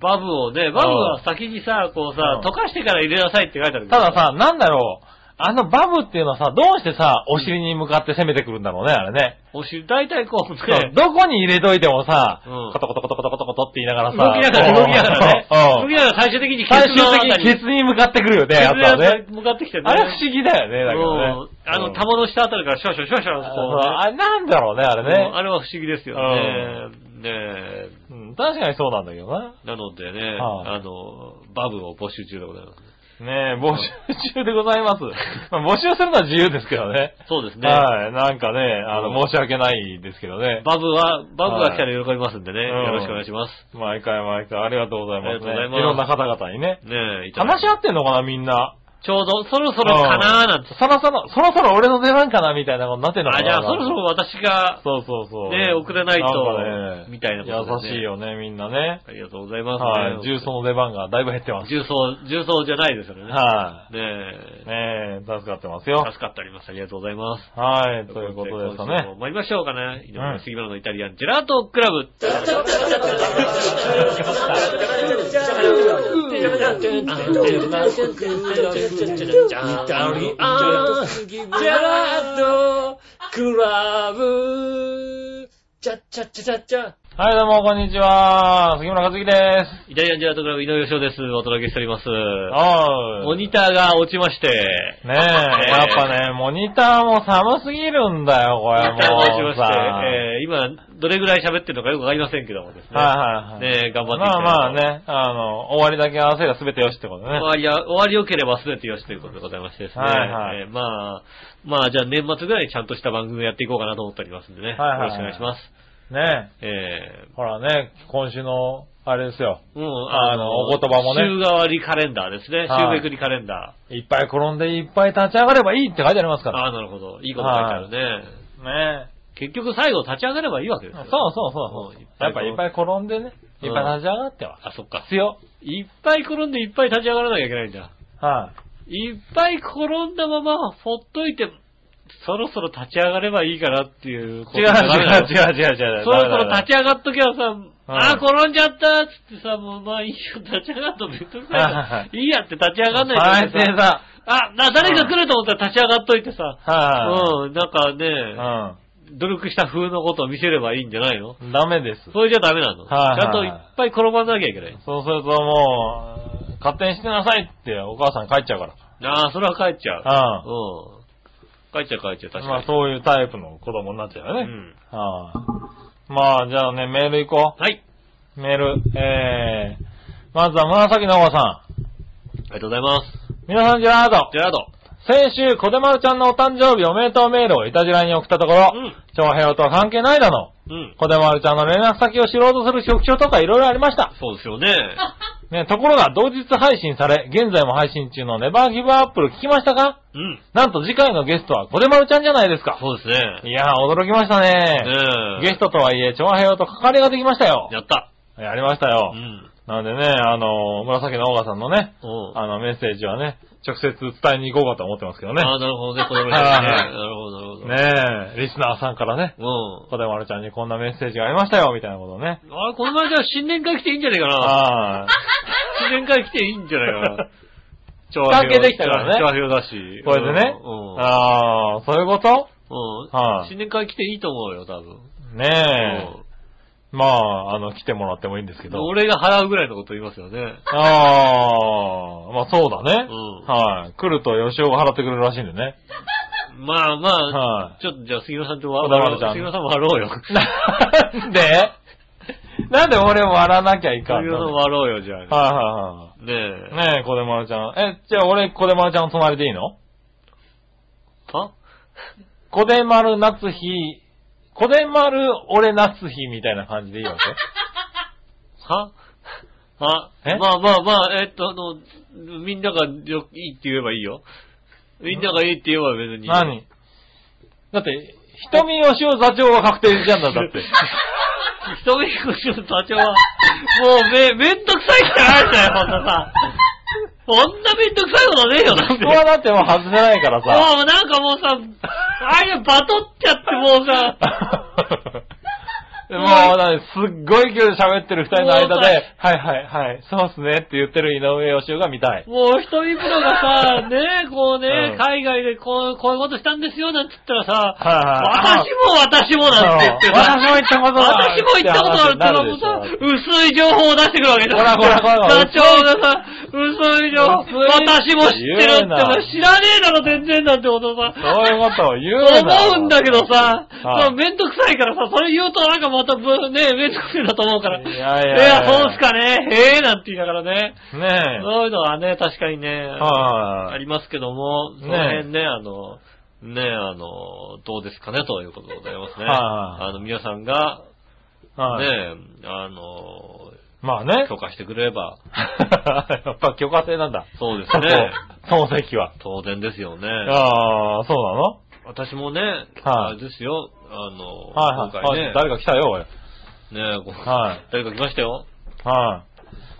Speaker 2: バブをね、バブは先にさ、こうさ、
Speaker 3: うん
Speaker 2: 溶かしてから入れなさいって書いてあるけど
Speaker 3: ただ、さ、なんだろう。あのバブっていうのはさ、どうしてさ、お尻に向かって攻めてくるんだろうね、あれね。
Speaker 2: お尻、大体こう
Speaker 3: そう
Speaker 2: ね、
Speaker 3: どこに入れといてもさ
Speaker 2: うん、
Speaker 3: コトコトコトコトコトコトって言いながら
Speaker 2: 動
Speaker 3: さ
Speaker 2: き、ながら、動きながらね。
Speaker 3: うん
Speaker 2: 動きながら最終的にケツ
Speaker 3: 最
Speaker 2: のあた
Speaker 3: 終
Speaker 2: り
Speaker 3: 的にケツに向かってくるよ
Speaker 2: ケ
Speaker 3: ね、
Speaker 2: ツ
Speaker 3: やっぱね。
Speaker 2: に向かってきてね。
Speaker 3: あれ不思議だよね、だけど
Speaker 2: も
Speaker 3: ね
Speaker 2: う。あの、
Speaker 3: うん
Speaker 2: 玉の下あたりからシュワシュワシュワシュワこうね
Speaker 3: ああれなんだろうね、あれ
Speaker 2: うんあ
Speaker 3: ね。
Speaker 2: れは不思議ですよね。ねえ。
Speaker 3: うん確かにそうなんだけどな。
Speaker 2: なのでね、
Speaker 3: はい
Speaker 2: あの、バブを募集中でございます。
Speaker 3: ねえ、募集中でござい (laughs) ます。まあ募集するのは自由ですけどね。
Speaker 2: そうですね。
Speaker 3: はい。なんかね、あ
Speaker 2: うん
Speaker 3: の、申し訳ないですけどね。
Speaker 2: バブは、バブが来たら喜びますんでね、
Speaker 3: はいうん
Speaker 2: よろしくお願いします。
Speaker 3: 毎回毎回ありがとうござい
Speaker 2: あ
Speaker 3: ますね。
Speaker 2: りがとうございます
Speaker 3: ろんな方々にね。
Speaker 2: ねえ、いただ
Speaker 3: 話
Speaker 2: い
Speaker 3: して合ってんのかな、みんな。
Speaker 2: ちょうど、そろそろかなーなんて。
Speaker 3: そろそろ、そろそろ俺の出番かな、みたいなことになってんのか
Speaker 2: あ、
Speaker 3: な。
Speaker 2: じゃあそろそろ私が、
Speaker 3: そうそうそう。
Speaker 2: ねえ遅れないと
Speaker 3: んかね
Speaker 2: みたいなことでね
Speaker 3: 優しいよね、みんなね。
Speaker 2: ありがとうございます、
Speaker 3: はい。重曹の出番がだいぶ減ってます。
Speaker 2: 重曹、重曹じゃないですよね。
Speaker 3: は
Speaker 2: ね
Speaker 3: い。
Speaker 2: え、
Speaker 3: ねえ、助かってますよ。
Speaker 2: 助かっております。ありがとうございます。
Speaker 3: はい。ということですか
Speaker 2: 今週も
Speaker 3: ね。
Speaker 2: 参りましょうかね。井
Speaker 3: う
Speaker 2: 上
Speaker 3: ん
Speaker 2: 杉村のイタリアンジェラートクラブ。
Speaker 3: はい、どうも、こんにちは。杉村和樹です。
Speaker 2: イタリアンジェラートクラブ、井上翔です。お届けしております。
Speaker 3: おーい。
Speaker 2: モニターが落ちまして。
Speaker 3: ねえ、やっぱね、モニターも寒すぎるんだよ、こ
Speaker 2: モニ
Speaker 3: れもう
Speaker 2: ターが落ちまして、
Speaker 3: さ。
Speaker 2: えー、今、どれぐらい喋ってるのかよくわかりませんけどもですね。
Speaker 3: はいはいはい。
Speaker 2: ねえ頑張っていき
Speaker 3: ま
Speaker 2: たい
Speaker 3: あまあね、あの、終わりだけ合わせりゃ全てよしってこと (laughs) ね。
Speaker 2: 終わりは、終わり良ければ全てよしということでございましてですね。
Speaker 3: はいはい
Speaker 2: えーまあ、まあじゃあ年末ぐらいにちゃんとした番組をやっていこうかなと思っておりますんでね。
Speaker 3: はいはい
Speaker 2: よろしくお願いします。
Speaker 3: ね
Speaker 2: え
Speaker 3: え、ほらね、今週の、あれですよ。
Speaker 2: ー、もう、
Speaker 3: あのお言葉もね
Speaker 2: 週替わりカレンダーですね。週
Speaker 3: はい
Speaker 2: めくりカレンダー。
Speaker 3: いっぱい転んでいっぱい立ち上がればいいって書いてありますから。
Speaker 2: ああ、なるほど。いいこと書いてあるね。
Speaker 3: ね
Speaker 2: 結局最後立ち上がればいいわけです
Speaker 3: そう
Speaker 2: よ。
Speaker 3: そうそううん
Speaker 2: いっ。ぱい
Speaker 3: やっぱいっぱい転んでね、
Speaker 2: うん
Speaker 3: いっぱい立ち上がっては。
Speaker 2: あ、そっか。
Speaker 3: 必要。
Speaker 2: いっぱい転んでいっぱい立ち上がらなきゃいけないんだ。
Speaker 3: はい
Speaker 2: っぱい転んだままほっといて、そろそろ立ち上がればいいかなっていうこ
Speaker 3: い。
Speaker 2: と
Speaker 3: 違う違
Speaker 2: にならないう
Speaker 3: 違う違う違う。
Speaker 2: そろそろ立ち上がっとけばさ、あー転んじゃったっつってさ、もうまあいいよ、立ち上がっとめんどくさい
Speaker 3: (laughs) はいはいはい
Speaker 2: いいやって立ち上がんない
Speaker 3: 最
Speaker 2: で
Speaker 3: 低
Speaker 2: さ、
Speaker 3: だ。
Speaker 2: あ、な、誰か来ると思ったら立ち上がっといてさ、
Speaker 3: は
Speaker 2: うん、なんか
Speaker 3: い。
Speaker 2: ね、努力した風のことを見せればいいんじゃないの
Speaker 3: うん。ダメです。
Speaker 2: それじゃダメなの。ち
Speaker 3: はいはい
Speaker 2: ゃんといっぱい転ばなきゃいけない。
Speaker 3: そうするともう、勝手にしてなさいってお母さん帰っちゃうから。
Speaker 2: ああ、それは帰っちゃう。う
Speaker 3: う
Speaker 2: ん。帰っちゃう帰っちゃう、確か
Speaker 3: ん。
Speaker 2: に。
Speaker 3: まあそういうタイプの子供になっちゃうよね。
Speaker 2: うん
Speaker 3: はいまあじゃあね、メール行こ
Speaker 2: はい。
Speaker 3: う。メール。えー、まずは紫のおばさん。
Speaker 2: ありがとうございます。
Speaker 3: 皆さん、ジェラード
Speaker 2: ジ。ェラード。
Speaker 3: 先週、小手丸ちゃんのお誕生日おめでとうメールをいたじらに送ったところ、
Speaker 2: うん
Speaker 3: 長平とは関係ないだの。
Speaker 2: うん。
Speaker 3: 小手丸ちゃんの連絡先を知ろうとする局長とかいろいろありました。
Speaker 2: そうですよね。
Speaker 3: ね、ところが同日配信され、現在も配信中のネバーギブアップル聞きましたか
Speaker 2: うん。
Speaker 3: なんと次回のゲストは小手丸ちゃんじゃないですか。
Speaker 2: そうですね。
Speaker 3: いやー、驚きましたね。
Speaker 2: ねえ。
Speaker 3: ゲストとはいえ、長平と関わりができましたよ。
Speaker 2: やった。
Speaker 3: やりました
Speaker 2: う
Speaker 3: よ。
Speaker 2: ん。
Speaker 3: なんでね、あのー、紫のオーガさんのね、
Speaker 2: うん。
Speaker 3: あのメッセージはね、直接伝えに行こうかと思ってますけどね。
Speaker 2: ああ、なるほどね、これもね。
Speaker 3: はい
Speaker 2: なるほど、なるほど。。
Speaker 3: ねえ、リスナーさんからね、
Speaker 2: う
Speaker 3: 小田丸ちゃんにこんなメッセージがありましたよ、みたいなことをね。
Speaker 2: ん。あれ、この前じゃあ新年会来ていいんじゃないかな。
Speaker 3: ああ。
Speaker 2: 新年会来ていいんじゃないか
Speaker 3: (laughs)
Speaker 2: な。調
Speaker 3: 関係できたからね
Speaker 2: 調和表だし。
Speaker 3: これでね。
Speaker 2: うん。うん
Speaker 3: ああ、そういうこと
Speaker 2: うん
Speaker 3: はい
Speaker 2: 新年会来ていいと思うよ、多分。
Speaker 3: ねえ。まあ、あの、来てもらってもいいんですけ
Speaker 2: うん
Speaker 3: ど。
Speaker 2: 俺が払うぐらいのこと言いますよね。
Speaker 3: ああ、まあそうだね。
Speaker 2: うん
Speaker 3: はい。来ると吉尾が払ってくれるらしいんでね。
Speaker 2: まあま
Speaker 3: は
Speaker 2: あ、ちょっとじゃあ杉村さんとわ
Speaker 3: 小田原ちゃん
Speaker 2: 杉村さんも割ろうよ。
Speaker 3: (laughs) なんでなんで俺も割らなきゃいかん
Speaker 2: 杉村さん
Speaker 3: の
Speaker 2: も
Speaker 3: はい
Speaker 2: 割ろうよ、じゃあ。
Speaker 3: は
Speaker 2: ね
Speaker 3: い
Speaker 2: え。
Speaker 3: はい。ねえ、小出丸ちゃん。え、じゃあ俺、小出丸ちゃんの隣でいいの
Speaker 2: は
Speaker 3: 小出丸夏日、小出丸俺夏日みたいな感じでいいわけ
Speaker 2: は (laughs) は
Speaker 3: え
Speaker 2: まあまあまあ、えっと、あの、みんながよいいって言えばいいよ。みんな (laughs) がいいって言えば別に。
Speaker 3: 何だって、瞳吉尾座長は確定じゃんだ、
Speaker 2: (laughs)
Speaker 3: だって。
Speaker 2: 人見越しの座長は、もうめ、めんどくさいしかないんだよ、ほんとさ。こんなめんどくさいことねえよ、だって。
Speaker 3: そこはだってもう外せないからさ。
Speaker 2: もうなんかもうさ、ああいうのバトっちゃってもう
Speaker 3: (laughs)
Speaker 2: さ、
Speaker 3: もう、だってすっごい勢いで喋ってる二人の間で、はいはいはい、そうっすねって言ってる井上義雄が見たい。
Speaker 2: もう一人プロがさ、ねえ、こうね、
Speaker 3: うん
Speaker 2: 海外でこう、こういうことしたんですよ、なんて言ったらさ、
Speaker 3: はいはい
Speaker 2: 私も私もなんて言ってさ、
Speaker 3: そう私も行ったことだ
Speaker 2: 私も行ったことあるって
Speaker 3: なる
Speaker 2: も
Speaker 3: でしょ
Speaker 2: うさ、薄い情報を出してくるわけだ
Speaker 3: ほらほらほら
Speaker 2: 社長がさ、薄い情報、
Speaker 3: 薄い
Speaker 2: 私も知ってるって、
Speaker 3: 言うな
Speaker 2: お前知らねえだろ、全然なんてことさ。
Speaker 3: そういうことを言うな。
Speaker 2: 思うんだけどさ、
Speaker 3: はい
Speaker 2: そのめんどくさいからさ、それ言うとなんかまたぶ、ね、めんどくせえなと思うから。
Speaker 3: いやいやいや
Speaker 2: そうっすかね、へえ、なんて言いながらね。
Speaker 3: ね
Speaker 2: そういうのはね、確かにね、
Speaker 3: え。
Speaker 2: あ
Speaker 3: はい。
Speaker 2: りますけども、
Speaker 3: ね
Speaker 2: その辺ね、あの、ね、あの、どうですかね、ということでございますね。
Speaker 3: はい
Speaker 2: あの、皆さんが、
Speaker 3: はい
Speaker 2: ね、あの、
Speaker 3: まあね。
Speaker 2: 許可してくれれば、
Speaker 3: (laughs) やっぱ許可制なんだ。
Speaker 2: そうですね。
Speaker 3: そこ。その席は。
Speaker 2: 当然ですよね。
Speaker 3: ああ、そうなの
Speaker 2: 私もね、あれですよ、あの、
Speaker 3: はい
Speaker 2: 今
Speaker 3: は
Speaker 2: 回
Speaker 3: い。
Speaker 2: ね
Speaker 3: あ、誰か来たよ、俺。
Speaker 2: ねこう
Speaker 3: はい
Speaker 2: 誰か来ましたよ。
Speaker 3: は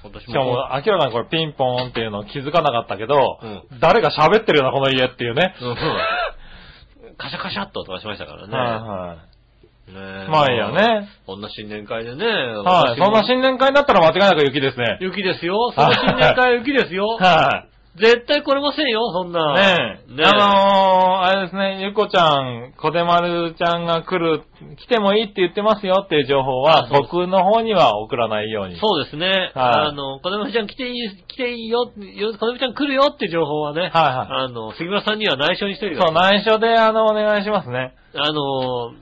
Speaker 2: 今
Speaker 3: い。
Speaker 2: 年
Speaker 3: しかも
Speaker 2: も。、
Speaker 3: 明らかにこれピンポーンっていうの気づかなかったけど、
Speaker 2: うん
Speaker 3: 誰が喋ってるよな、この家っていうね。
Speaker 2: うんカシャカシャっと音がしましたからね。
Speaker 3: は
Speaker 2: ね
Speaker 3: いはい。まあいいや。ね。
Speaker 2: こんな新年会でね。
Speaker 3: は
Speaker 2: 私
Speaker 3: い。
Speaker 2: も
Speaker 3: そんな新年会だったら間違いなく雪ですね。
Speaker 2: 雪ですよ。その新年会は雪ですよ。
Speaker 3: は
Speaker 2: 絶対来れませんよ、そん
Speaker 3: い。
Speaker 2: な
Speaker 3: ね。え。
Speaker 2: ね
Speaker 3: あのー、あれですね、ゆこちゃん、こでまるちゃんが来る、来てもいいって言ってますよっていう情報は
Speaker 2: あ、そうです
Speaker 3: 僕の方には送らないように。
Speaker 2: そうですね。あの、小玉ちゃん来ていい、来ていいよ、よ小玉ちゃん来るよって情報はね、
Speaker 3: はいはい
Speaker 2: あの、杉村さんには内緒にしといてくだ
Speaker 3: そう、
Speaker 2: さい。
Speaker 3: 内緒で、あの、お願いしますね。
Speaker 2: あの、っ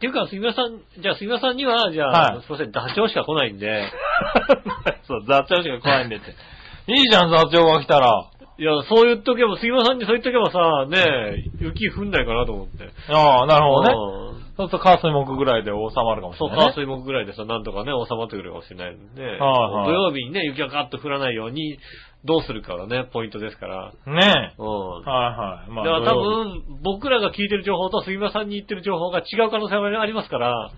Speaker 2: ていうか、杉村さん、じゃあ杉村さんには、じゃあ、
Speaker 3: はい
Speaker 2: すいません、ダチョウしか来ないんで、
Speaker 3: (laughs) そう、座長しか来ないんでって。いいじゃん、座長が来たら。
Speaker 2: いや、そう言っとけば、杉村さんにそう言っとけばさ、ねえ、雪降んないかなと思って。
Speaker 3: ああ、なるほどね。
Speaker 2: ね。
Speaker 3: そうすると、火水木ぐらいで収まるかもし
Speaker 2: そ
Speaker 3: れ
Speaker 2: う、
Speaker 3: ない、ね
Speaker 2: 火。水木ぐらいでさ、なんとかね、収まってくるかもしれないんで、
Speaker 3: はいはい
Speaker 2: 土曜日にね、雪がガッと降らないように、どうするかがね、ポイントですから。
Speaker 3: ね
Speaker 2: うん。
Speaker 3: え。はいはい。ま
Speaker 2: だから
Speaker 3: 土
Speaker 2: 多
Speaker 3: 曜日
Speaker 2: 分、僕らが聞いてる情報と杉村さんに言ってる情報が違う可能性もありますから、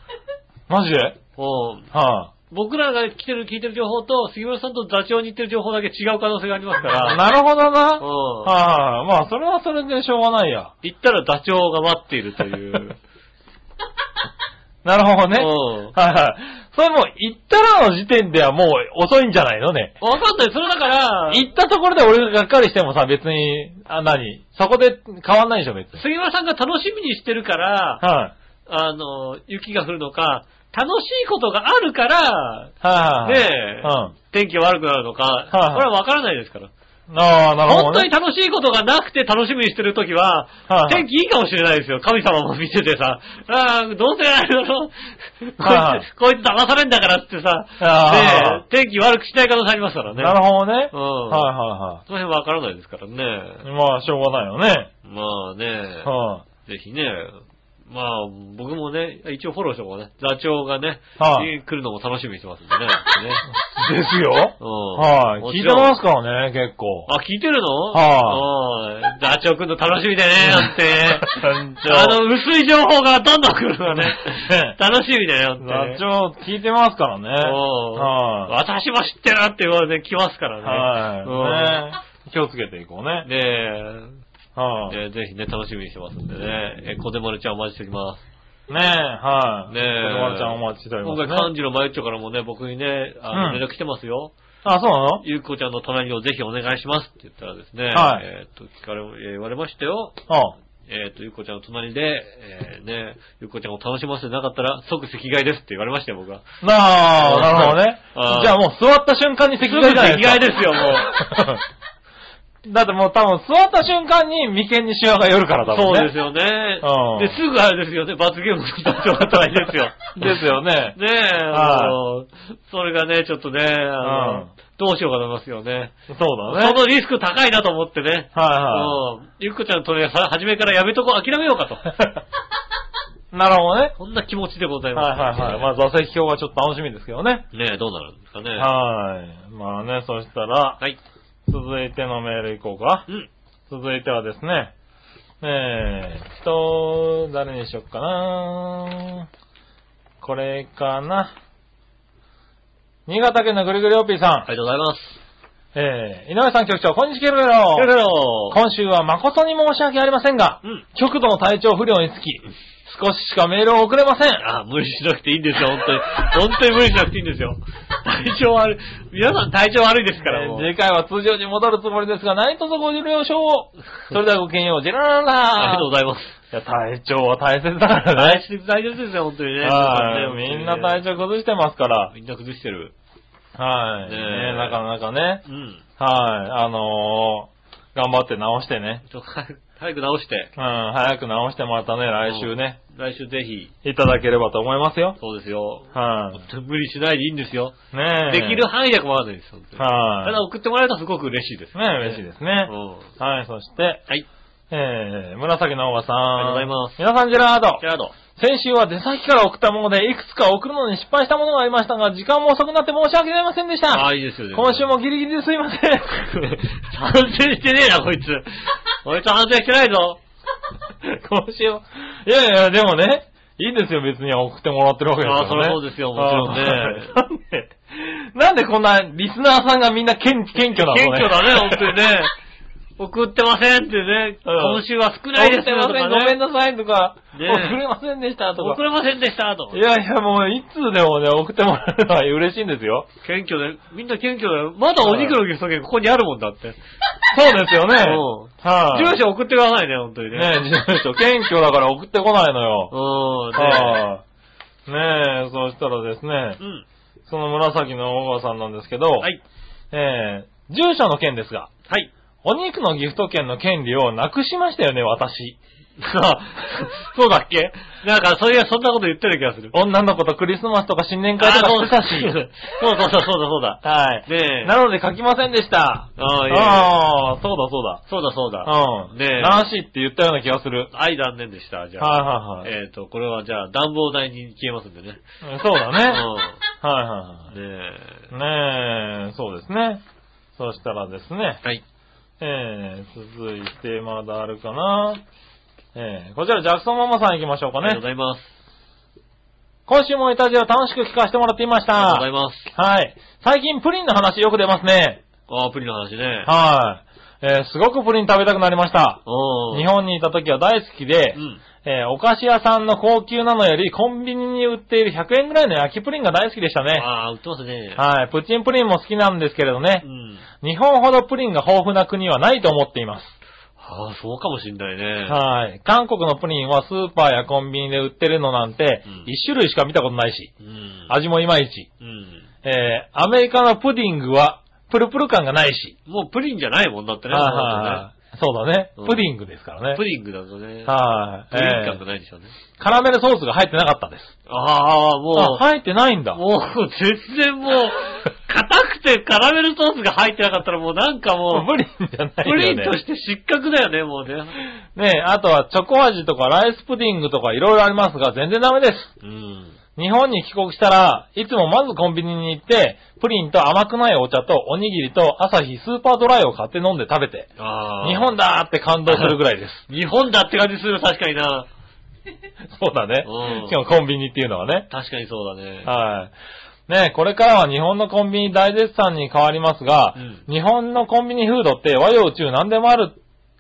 Speaker 3: マジで
Speaker 2: うん
Speaker 3: は
Speaker 2: 僕らが来てる、聞いてる情報と、杉村さんと座長に言ってる情報だけ違う可能性がありますか
Speaker 3: あ、
Speaker 2: ら、
Speaker 3: (laughs) なるほどな。
Speaker 2: うん
Speaker 3: はいはい。まあ、それはそれでしょうがないや。
Speaker 2: 行ったら座長が待っていると
Speaker 3: (laughs)
Speaker 2: いう。
Speaker 3: なるほどね。
Speaker 2: うん
Speaker 3: はいはい。それもう、行ったらの時点ではもう遅いんじゃないのね。
Speaker 2: わかんない、それだから、
Speaker 3: 行ったところで俺ががっかりしてもさ、別に、あ、何そこで変わんないでしょ、別に。
Speaker 2: 杉村さんが楽しみにしてるから、
Speaker 3: はい。
Speaker 2: あの、雪が降るのか、楽しいことがあるから、
Speaker 3: はいはいはい。
Speaker 2: ねえ
Speaker 3: うん。
Speaker 2: 天気が悪くなるのか、
Speaker 3: いはい
Speaker 2: これはわからないですから。
Speaker 3: ああ、なるほ
Speaker 2: 本
Speaker 3: ど
Speaker 2: 当
Speaker 3: ね
Speaker 2: に。楽しいことがなくて楽しみにしてるときは
Speaker 3: は、いはい
Speaker 2: 天気いいかもしれないですよ。神様も見ててさ、ああ、どうせあれだろ、こ
Speaker 3: (laughs) はいはい
Speaker 2: いつ、こいつ騙されんだからってさ
Speaker 3: あ、
Speaker 2: ねえ天気悪くしない可能性ありますからね。
Speaker 3: なるほどね。
Speaker 2: うん
Speaker 3: はいは
Speaker 2: その辺わからないですから
Speaker 3: い
Speaker 2: ね。
Speaker 3: はい。まあ、しょうがないよね。
Speaker 2: まあね、
Speaker 3: は
Speaker 2: ぜひね、まあ、僕もね、一応フォローしておこうね。座長がね、
Speaker 3: はい
Speaker 2: 来るのも楽しみにしてますん
Speaker 3: (laughs)
Speaker 2: でね。ね (laughs)
Speaker 3: い。ですよ。
Speaker 2: うん
Speaker 3: はい。
Speaker 2: も
Speaker 3: 聞
Speaker 2: ち
Speaker 3: いて
Speaker 2: ろん
Speaker 3: ますからね、結構。
Speaker 2: あ、聞いてるの
Speaker 3: は
Speaker 2: うん。ダチョウくんの楽しみだ
Speaker 3: (laughs)
Speaker 2: ね、なんて。
Speaker 3: 団
Speaker 2: あ
Speaker 3: 長。
Speaker 2: の、薄い情報がどんどん来るのね
Speaker 3: ね。
Speaker 2: 楽しみだよ、
Speaker 3: 団
Speaker 2: 長。
Speaker 3: 長、聞いてますからね。
Speaker 2: うん
Speaker 3: は
Speaker 2: 私も知ってるなって言われて来ますか
Speaker 3: い。
Speaker 2: ら
Speaker 3: はい。ね気をつけていこうね
Speaker 2: ね。。ね
Speaker 3: はい。
Speaker 2: え、えーぜひね、楽しみにしてますんでね。えー、小手丸ちゃんお待ちしておきます。
Speaker 3: ねえ、はい。
Speaker 2: ねえ。
Speaker 3: 子供ちゃんお待ちしておりま
Speaker 2: 今
Speaker 3: す、
Speaker 2: 回、
Speaker 3: ね。
Speaker 2: 漢字のマユッチョからもね、僕にね、あ
Speaker 3: う
Speaker 2: の、
Speaker 3: ん
Speaker 2: 連絡来てますよ。
Speaker 3: あ、そうなの
Speaker 2: ゆうこちゃんの隣をぜひお願いしますって言ったらですね、
Speaker 3: はい
Speaker 2: えーっと、聞かれ、えー言われましたよ。
Speaker 3: あ
Speaker 2: えーっと、ゆうこちゃんの隣で、えーね、ゆうこちゃんを楽しませてなかったら、即席替えですって言われましたよ、僕は。
Speaker 3: なあ、なるほどね
Speaker 2: あ。
Speaker 3: じゃあもう座った瞬間に席替えじゃない
Speaker 2: す
Speaker 3: ですか。
Speaker 2: ぐ席替えですよも
Speaker 3: (laughs) だってもう多分座った瞬間に眉間にシワが寄るから多
Speaker 2: そう
Speaker 3: 分
Speaker 2: で
Speaker 3: ね。
Speaker 2: すよね。
Speaker 3: うん
Speaker 2: で、すぐあれですよね、罰ゲームの人たちの隣ですよ。
Speaker 3: (laughs) ですよね。
Speaker 2: ねえ、あの、それがね、ちょっとね、あの
Speaker 3: うん
Speaker 2: どうしようかと思いますよね。
Speaker 3: そう
Speaker 2: そ
Speaker 3: だね。
Speaker 2: のリスク高いなと思ってね。
Speaker 3: は
Speaker 2: うんゆっこちゃんの隣はさ初めからやめとこう、諦めよう
Speaker 3: (laughs)
Speaker 2: かと。
Speaker 3: い (laughs) はい。なるほどね。
Speaker 2: そんな気持ちでございます。
Speaker 3: はいはいはい。まあ座席表はちょっと楽しみですけどね。
Speaker 2: ねえ、どうなるんですかね。
Speaker 3: はい。まあね、そしたら、
Speaker 2: はい。
Speaker 3: 続いてのメールいこうか。
Speaker 2: うん。
Speaker 3: 続いてはですね、えーっと、誰にしよっかなこれかな。新潟県のぐりぐりおっぴーさん。
Speaker 2: ありがとうございます。
Speaker 3: えー、井上さん局長、こんにちは。
Speaker 2: ケロケロ
Speaker 3: 今週は誠に申し訳ありませんが、
Speaker 2: うん。
Speaker 3: 極度の体調不良につき、少ししかメールを送れません。
Speaker 2: あ、無理しなくていいんですよ、本当に。本当に無理しなくていいんですよ。 (laughs) 体調悪い。皆さん体調悪いですから、
Speaker 3: えー
Speaker 2: もう。
Speaker 3: 次回は通常に戻るつもりですが、何卒ご了承を。それではごきげんよう、ジェラララ
Speaker 2: ありがとうございます。
Speaker 3: いや、体調は大切だからね
Speaker 2: 大。切大切ですよ、本当にね。
Speaker 3: はい。
Speaker 2: 皆さね
Speaker 3: みんな体調崩してますから。
Speaker 2: みんな崩してる。
Speaker 3: はい。
Speaker 2: ね
Speaker 3: ね
Speaker 2: え
Speaker 3: なかなかね。
Speaker 2: うん。
Speaker 3: はい。あのー、頑張って直してね。
Speaker 2: ちょっと早く早く直して。
Speaker 3: うん、早く直してもらったね、来週ね。
Speaker 2: 来週ぜひ、
Speaker 3: いただければと思いますよ。
Speaker 2: そうですよ。
Speaker 3: は
Speaker 2: 本当に無理しないでいいんですよ。
Speaker 3: い。ねえ。
Speaker 2: (laughs) できる範囲で構わないです、本当に。ただ
Speaker 3: は
Speaker 2: 送ってもらえるとすごく嬉しいです。
Speaker 3: い。ねえ、嬉しいです
Speaker 2: う
Speaker 3: ね。
Speaker 2: ん。
Speaker 3: はい、そして、
Speaker 2: はい。
Speaker 3: えー、紫のおばさん。
Speaker 2: りがとうございます
Speaker 3: 皆さん、ジェラード。
Speaker 2: じゃあどう
Speaker 3: 先週は出先から送ったもので、いくつか送るのに失敗したものがありましたが、時間も遅くなって申し訳ありませんでした。
Speaker 2: ああ、いいですよね。
Speaker 3: 今週もギリギリですいません。
Speaker 2: (laughs) 反省してねえな、こいつ。こいつ反省してないぞ。
Speaker 3: (laughs) 今週も。いやいや、でもね、いいんですよ、別に送ってもらってるわけですから
Speaker 2: あ
Speaker 3: ね。
Speaker 2: そりゃそうですよもちろんね
Speaker 3: あー (laughs) なんで、なんでこんな、リスナーさんがみんな謙謙虚なのね。
Speaker 2: 謙虚だね、本当にね。送ってませんってね、
Speaker 3: うん
Speaker 2: 今週は少ないです
Speaker 3: 送って
Speaker 2: よ
Speaker 3: ま
Speaker 2: と
Speaker 3: せ
Speaker 2: か
Speaker 3: ん、ごめん
Speaker 2: ね。
Speaker 3: なさいとか、
Speaker 2: ね
Speaker 3: 送れませんでしたと
Speaker 2: 送
Speaker 3: か。
Speaker 2: れませんでした、と
Speaker 3: い。やいや、もう、いつでもね、送ってもらえるのは嬉しいんですよ。
Speaker 2: 謙虚だよ。みんな謙虚だよ。まだお肉のゲスト券ここにあるもんだって。
Speaker 3: そうで
Speaker 2: (laughs)
Speaker 3: すよね。
Speaker 2: うん
Speaker 3: はい。
Speaker 2: 住所送ってくださいね、本当にね。
Speaker 3: ねえ、住所、謙虚だから送ってこないの
Speaker 2: う
Speaker 3: よ。
Speaker 2: ん、ね
Speaker 3: はい。ねえ、そうしたらですね
Speaker 2: う、ん。
Speaker 3: その紫のおばさんなんですけど、
Speaker 2: はい。
Speaker 3: えー、住所の件ですが、
Speaker 2: はい。
Speaker 3: お肉のギフト券の権利をなくしましたよね、私。 (laughs)
Speaker 2: そうだっけなんか、そういや、そんなこと言ってる気がする。
Speaker 3: 女の子とクリスマスとか新年会とか
Speaker 2: そう
Speaker 3: し
Speaker 2: だ、
Speaker 3: てた
Speaker 2: (laughs) そうだ
Speaker 3: し。、
Speaker 2: そうだ、そうだ。
Speaker 3: はい。
Speaker 2: ねえ。
Speaker 3: なので書きませんでした。
Speaker 2: ああ、いやいや
Speaker 3: ああ、そうだそうだ。
Speaker 2: そうだ、そうだ。
Speaker 3: うん。
Speaker 2: ねえ
Speaker 3: なしって言ったような気がする。
Speaker 2: はい、残念でした。じゃあ。
Speaker 3: はいはいはい。
Speaker 2: えっ、と、これはじゃあ、暖房代に消えますんでね。
Speaker 3: そうだね。
Speaker 2: う
Speaker 3: はいは
Speaker 2: ん。ね
Speaker 3: いはい。ねえ、そうですね。そしたらですね
Speaker 2: え。、はい。
Speaker 3: えー、続いてまだあるかな。えー、こちらジャクソンママさん行きましょう
Speaker 2: あ
Speaker 3: か
Speaker 2: りがとうご。
Speaker 3: ね
Speaker 2: ざいます。
Speaker 3: 今週もイタジオ楽しく聞かせてもらっていまし
Speaker 2: ありがとうござい
Speaker 3: た。
Speaker 2: ます。
Speaker 3: はい。最近プリンの話よく出ますね。
Speaker 2: あープリンの話ね。
Speaker 3: はい。えー、すごくプリン食べたくなりました。
Speaker 2: うん。
Speaker 3: 日本にいた時は大好きで、
Speaker 2: うん。
Speaker 3: えーお菓子屋さんの高級なのよりコンビニに売っている100円ぐらいの焼きプリンが大好きでしたね。
Speaker 2: ああ、売ってますね。
Speaker 3: はい。プチンプリンも好きなんですけれどね
Speaker 2: う。ん。
Speaker 3: 日本ほどプリンが豊富な国はないと思っています。
Speaker 2: ああ、そうかもしんないね。
Speaker 3: はい。韓国のプリンはスーパーやコンビニで売ってるのなんて
Speaker 2: うん、
Speaker 3: 一種類しか見たことないし、
Speaker 2: うん。
Speaker 3: 味もいまいち。
Speaker 2: うん。
Speaker 3: えーアメリカのプディングは、プルプル感がないし。
Speaker 2: もうプリンじゃないもんだってね。
Speaker 3: はいはい。そうだね
Speaker 2: う。ん
Speaker 3: プディングですからね。
Speaker 2: プリングだとね。
Speaker 3: はい。
Speaker 2: プリン
Speaker 3: え
Speaker 2: 感
Speaker 3: え
Speaker 2: がないんでしょうね。
Speaker 3: カラメルソースが入ってなかったです。
Speaker 2: ああ、
Speaker 3: あ、
Speaker 2: もう、
Speaker 3: 入ってないんだ。
Speaker 2: もう全然もう、
Speaker 3: (laughs)
Speaker 2: 硬くてカラメルソースが入ってなかったらもうなんかもう、
Speaker 3: プリンじゃない
Speaker 2: プリ
Speaker 3: よね。
Speaker 2: ンとして失格だよね、もうね。
Speaker 3: ねえ、あとはチョコ味とかライスプディングとかいろいろありますが、全然ダメです。
Speaker 2: うん。
Speaker 3: 日本に帰国したらいつもまずコンビニに行って、プリンと甘くないお茶とおにぎりと朝日スーパードライを買って飲んで食べて、
Speaker 2: ああ。
Speaker 3: 日本。だーって感動するぐらい
Speaker 2: (laughs)
Speaker 3: です。
Speaker 2: 日本だって感じする、確かにな。
Speaker 3: そうだね
Speaker 2: うん。
Speaker 3: しかもコンビニっていうのはね。
Speaker 2: 確かにそうだね。
Speaker 3: はい。ねえこれからは日本のコンビニ大絶賛に変わりますが、
Speaker 2: う
Speaker 3: 日本のコンビニフードって和洋中何でもある、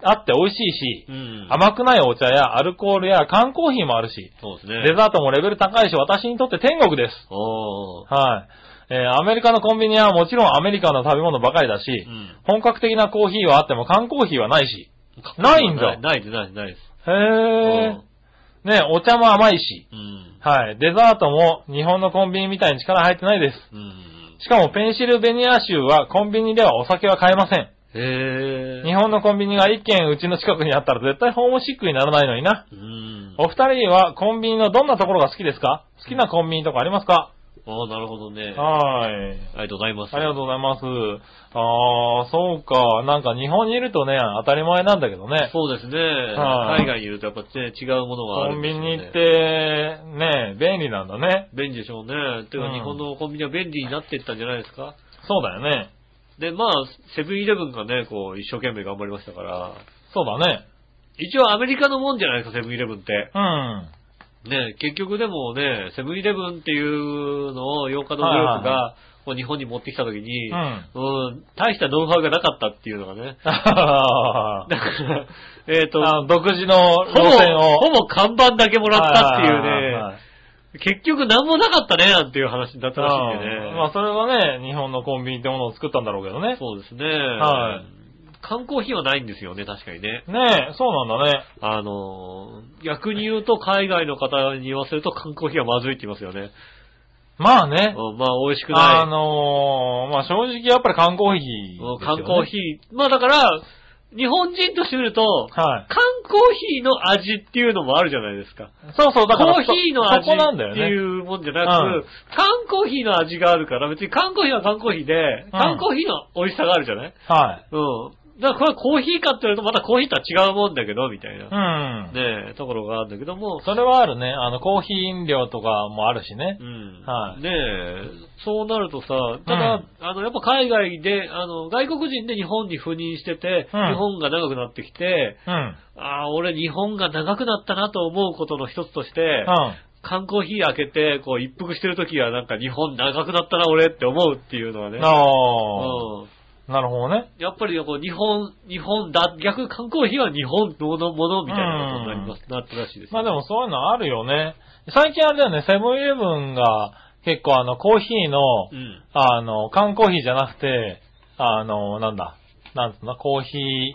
Speaker 3: あって美味しいし、
Speaker 2: うん。
Speaker 3: 甘くないお茶やアルコールや缶コーヒーもあるし、
Speaker 2: そうです
Speaker 3: デ
Speaker 2: ね。
Speaker 3: ザートもレベル高いし、私にとって天国です。
Speaker 2: おー。
Speaker 3: はい。えーアメリカのコンビニはもちろんアメリカの食べ物ばかりだし、
Speaker 2: うん。
Speaker 3: 本格的なコーヒーはあっても缶コーヒーはないし、ないんだ
Speaker 2: ないです、ないです、ないです。
Speaker 3: へえ。ねお茶も甘いし、
Speaker 2: うん。
Speaker 3: はい。デザートも日本のコンビニみたいに力入ってないです。
Speaker 2: うん。
Speaker 3: しかもペンシルベニア州はコンビニではお酒は買えません。
Speaker 2: へえ。
Speaker 3: 日本のコンビニが1軒うちの近くにあったら絶対ホームシックにならないのにな。
Speaker 2: うん。
Speaker 3: お二人はコンビニのどんなところが好きですか好きなコンビニとかありますか
Speaker 2: ああ、なるほどね。あ
Speaker 3: はい。
Speaker 2: りがとうございます。
Speaker 3: ありがとうございます。あー、そうか。なんか日本にいるとね、当たり前なんだけどね。
Speaker 2: そうですね。
Speaker 3: はい
Speaker 2: 海外にいるとやっぱね、違うものがあ
Speaker 3: コ
Speaker 2: るん
Speaker 3: ン
Speaker 2: で
Speaker 3: ビ
Speaker 2: すよ
Speaker 3: ニ
Speaker 2: ね
Speaker 3: って、ね、便利なんだね。
Speaker 2: 便利でしょうね。て
Speaker 3: う
Speaker 2: か
Speaker 3: ん
Speaker 2: 日本のコンビニは便利になっていったんじゃないですか。
Speaker 3: そうだよね。
Speaker 2: で、まあ、セブンイレブンがね、こう、一生懸命頑張りましたから、
Speaker 3: そうだね。
Speaker 2: 一応アメリカのもんじゃないですか、セブンイレブンって。
Speaker 3: うん。
Speaker 2: ね、結局でもね、セブンイレブンっていうのを8日のグループ
Speaker 3: はいはい
Speaker 2: が、こう日本に持ってきたときに、
Speaker 3: うん
Speaker 2: うん大したノウハウがなかったっていうのが
Speaker 3: (laughs)
Speaker 2: ね。
Speaker 3: あ
Speaker 2: だから、えっ、
Speaker 3: (laughs)
Speaker 2: と、
Speaker 3: の独自の
Speaker 2: ほぼ
Speaker 3: 路線を。、
Speaker 2: ほぼ看板だけもらったっていうね、
Speaker 3: はいはいはい
Speaker 2: 結局何もなかったね、なんていう話だったらしいんでね
Speaker 3: う。んまあそれはね、日本のコンビニってものを作ったんだろうけどね。
Speaker 2: そうですね。
Speaker 3: はい
Speaker 2: 缶コーヒーはないんですよね、確かにね。
Speaker 3: ねえ、そうなんだね。
Speaker 2: あのー、逆に言うと海外の方に言わせると缶コーヒーはまずいって言いますよね。
Speaker 3: まあね。
Speaker 2: うん、まあ、美味しく
Speaker 3: あ
Speaker 2: な
Speaker 3: のー、まあ正直やっぱり缶コーヒ
Speaker 2: い。
Speaker 3: ー、
Speaker 2: うん缶コーヒー。まあ、だから、日本人として見ると、
Speaker 3: ー。はい。
Speaker 2: 缶コーヒーの味っていうのもあるじゃないですか。
Speaker 3: そうそう、だから
Speaker 2: コーヒーの味
Speaker 3: そこなんだよ
Speaker 2: っ
Speaker 3: ね。
Speaker 2: ていうもんじゃな
Speaker 3: うん
Speaker 2: く、缶コーヒーの味があるから、別に缶コーヒーは缶コーヒーで、缶コーヒーの美味しさがあるじゃない
Speaker 3: はい。
Speaker 2: うん。だからこれはコーヒーかって言われるとまたコーヒーとは違うもんだけど、みたいな。
Speaker 3: うん。
Speaker 2: ねえ、ところがあるんだけども、
Speaker 3: それはあるね。あの、コーヒー飲料とかもあるしね
Speaker 2: う。ん。
Speaker 3: はい
Speaker 2: ねえ、そうなるとさ、ただ、
Speaker 3: うん
Speaker 2: あの、やっぱ海外で、あの、外国人で日本に赴任してて、
Speaker 3: うん
Speaker 2: 日本が長くなってきて、
Speaker 3: うん。うん。
Speaker 2: ああ、俺日本が長くなったなと思うことの一つとして、缶コーヒー開けて、こう一服してる時はなんか日本長くなったな俺って思うっていうのはね。
Speaker 3: あ
Speaker 2: うん
Speaker 3: あ、なるほどね。
Speaker 2: やっぱりこう日本、日本だ、逆に缶コーヒーは日本のものみたいなことになります、なったらしいです。
Speaker 3: まあでもそういうのあるよね。最近あれだよね、セブンイレブンが結構あの、コーヒーの
Speaker 2: う、ん。
Speaker 3: あの、缶コーヒーじゃなくて、あの、なんだ、なんつうの、コーヒー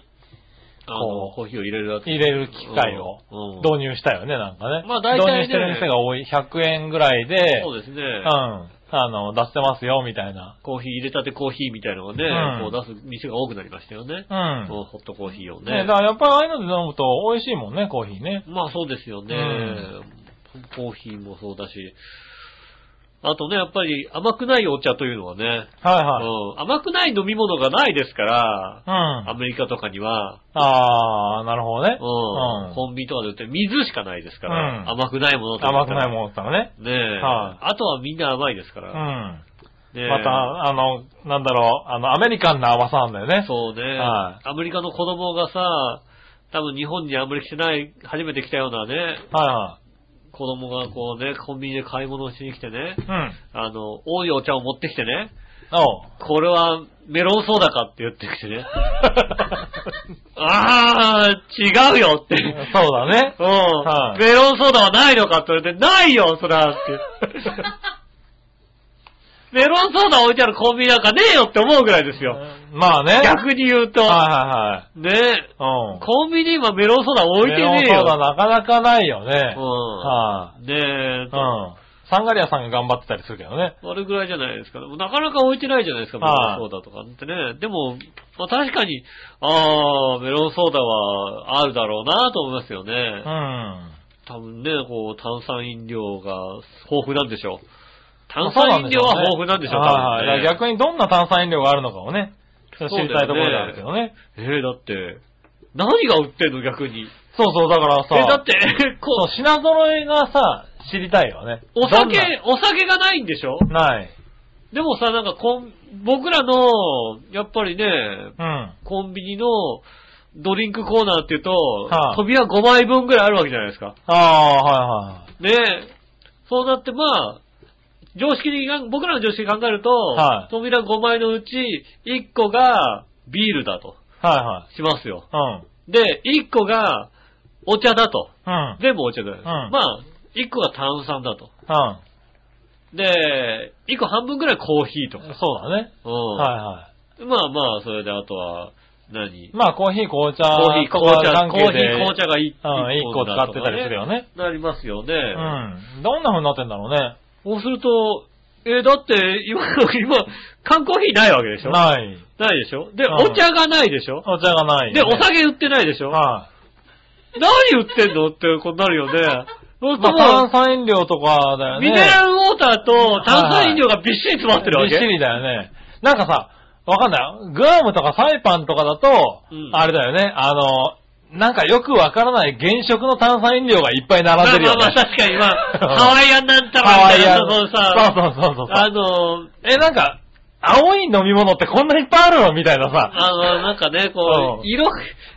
Speaker 2: あの
Speaker 3: こ、う
Speaker 2: コーヒーを入れるやつ。
Speaker 3: 入れる機械を
Speaker 2: うんうん
Speaker 3: 導入したよね、なんかね。
Speaker 2: まあ大体ね
Speaker 3: 導入してる店が多い、100円ぐらいで、
Speaker 2: そうですね。
Speaker 3: うん、あの、出せますよ、みたいな。
Speaker 2: コーヒー入れたてコーヒーみたいなのをね、
Speaker 3: うん
Speaker 2: こう出す店が多くなりましたよね。
Speaker 3: うん。
Speaker 2: そうホットコーヒーを
Speaker 3: ね
Speaker 2: ね。
Speaker 3: だからやっぱりああいうので飲むと美味しいもんね、コーヒーね。
Speaker 2: まあそうですよね、
Speaker 3: うん
Speaker 2: コーヒーもそうだし。あとね、やっぱり甘くないお茶というのはね、
Speaker 3: はいはい。
Speaker 2: うん、甘くない飲み物がないですから、
Speaker 3: うん。
Speaker 2: アメリカとかには、
Speaker 3: ああ、なるほどね。
Speaker 2: うん
Speaker 3: うん
Speaker 2: コンビニとかで売ってる水しかないですから、
Speaker 3: うん
Speaker 2: 甘くないものとか。
Speaker 3: 甘くないものだったらね。
Speaker 2: ねえ、
Speaker 3: はい
Speaker 2: あとはみんな甘いですか
Speaker 3: う
Speaker 2: ら。
Speaker 3: ん。
Speaker 2: ねえ
Speaker 3: また、あの、なんだろう、あの、アメリカンな甘さなんだよね。
Speaker 2: そうね、
Speaker 3: は
Speaker 2: アメリカの子供がさ、多分日本にあんまり来てない、初めて来たようなね、
Speaker 3: は
Speaker 2: 子供がこうね、コンビニで買い物をしに来てね、
Speaker 3: いはい。うん。
Speaker 2: あの、多いお茶を持ってきてね、
Speaker 3: おう。
Speaker 2: これはメロンソーダかって言ってきてね。あー、違うよって。
Speaker 3: (laughs) (laughs) そうだね。
Speaker 2: うん、
Speaker 3: はい
Speaker 2: メロンソーダはないのかって言われて、ないよ、そらって。
Speaker 3: (laughs)
Speaker 2: メロンソーダ置いてあるコンビニなんかねえよって思うぐらいですよ。
Speaker 3: まあね。
Speaker 2: 逆に言うと。
Speaker 3: は
Speaker 2: ねえ、
Speaker 3: いはいはい。うん。
Speaker 2: コンビニ今メロンソーダ置いてねえ
Speaker 3: メロンソ
Speaker 2: よ。
Speaker 3: ーダなかなかないよね。
Speaker 2: うん
Speaker 3: は
Speaker 2: ねえ、
Speaker 3: い。うん。サンガリアさんが頑張ってたりするけどね。
Speaker 2: あれぐらいじゃないですか。でもなかなか置いてないじゃないですか、メ
Speaker 3: はい
Speaker 2: ロンソーダとかってね。でも、まあ確かに、あー、メロンソーダはあるだろうなと思いますよね
Speaker 3: う。ん。
Speaker 2: 多分ね、こう、炭酸飲料が豊富なんでしょう。
Speaker 3: まあ
Speaker 2: 炭酸飲料は豊富なんでしょう、
Speaker 3: そうなん
Speaker 2: 多分
Speaker 3: でしょうねはいはい。
Speaker 2: ね。
Speaker 3: 逆にどんな炭酸飲料があるのかをね、ちょっと知りたいところであるけどね。
Speaker 2: えー、だって、何が売ってんの逆に。
Speaker 3: そうそう、だから
Speaker 2: え、
Speaker 3: さ、
Speaker 2: だって、 (laughs)
Speaker 3: そ
Speaker 2: こ
Speaker 3: う品揃えがさ、知りたいよね。
Speaker 2: う、お
Speaker 3: どん
Speaker 2: 酒、お酒がないんでしょ
Speaker 3: なない。
Speaker 2: でもさ、なんかこん、僕らの、やっぱりね、
Speaker 3: うん。
Speaker 2: コンビニのドリンクコーナーっていうと、
Speaker 3: はあ
Speaker 2: 飛びは5枚分ぐらいあるわけじゃないですか。
Speaker 3: ああ、はいはい。
Speaker 2: ねえ。そうなって、まあ、常識にが、僕らの常識で考えると、
Speaker 3: はい
Speaker 2: 扉5枚のうち1個がビールだと
Speaker 3: は
Speaker 2: しますよ。
Speaker 3: いはい。
Speaker 2: で、1個がお茶だと。
Speaker 3: うん。うん。
Speaker 2: 全部お茶だよ。
Speaker 3: ん
Speaker 2: まあ、1個が炭酸だと。
Speaker 3: うん。
Speaker 2: で、1個半分ぐらいコーヒーとか。
Speaker 3: そうだね。
Speaker 2: うん。
Speaker 3: はいは
Speaker 2: まあまあ、それであとは何、
Speaker 3: い。まあ、コーヒー、紅茶
Speaker 2: コーヒー、
Speaker 3: と
Speaker 2: 紅
Speaker 3: か
Speaker 2: 茶、
Speaker 3: 関
Speaker 2: コ
Speaker 3: 係
Speaker 2: ーヒ
Speaker 3: で、
Speaker 2: ー、紅茶が一
Speaker 3: うん、一個使
Speaker 2: だ
Speaker 3: っ
Speaker 2: と
Speaker 3: て
Speaker 2: か
Speaker 3: たりするよね。
Speaker 2: なりますよね。
Speaker 3: うん。どんな風になってんだろうね。
Speaker 2: そうすると、えーだって、今、 (laughs) 今、缶コーヒーないわけでしょな
Speaker 3: ない。
Speaker 2: いでしょで、
Speaker 3: うん
Speaker 2: お茶がないでしょ
Speaker 3: お茶がない、
Speaker 2: で、お酒売ってないでしょ
Speaker 3: は
Speaker 2: 何売ってんのってことになるよね。そう
Speaker 3: い。
Speaker 2: すると
Speaker 3: まあ、炭酸飲料とかだよね。
Speaker 2: ミネラルウォーターと炭酸飲料がびっしり詰まってるわ
Speaker 3: びっし
Speaker 2: け
Speaker 3: りだよね。なんかさ、わかんない。グアムとかサイパンとかだと、
Speaker 2: うん
Speaker 3: あれだよね、あの、なんかよくわからない原色の炭酸飲料がいっぱい並んでる
Speaker 2: ま
Speaker 3: よ
Speaker 2: あ
Speaker 3: ね。
Speaker 2: まあまあ確かに、まあ、
Speaker 3: ハ
Speaker 2: ハ
Speaker 3: ワイ
Speaker 2: ワイアンなんたらみたいなその
Speaker 3: アン。
Speaker 2: さ、
Speaker 3: そうそうそうそう。
Speaker 2: あの、
Speaker 3: え、なんか、青い飲み物ってこんなにいっぱいあるのみたいなさ。
Speaker 2: あの、なんかね、こう、
Speaker 3: うん
Speaker 2: 色、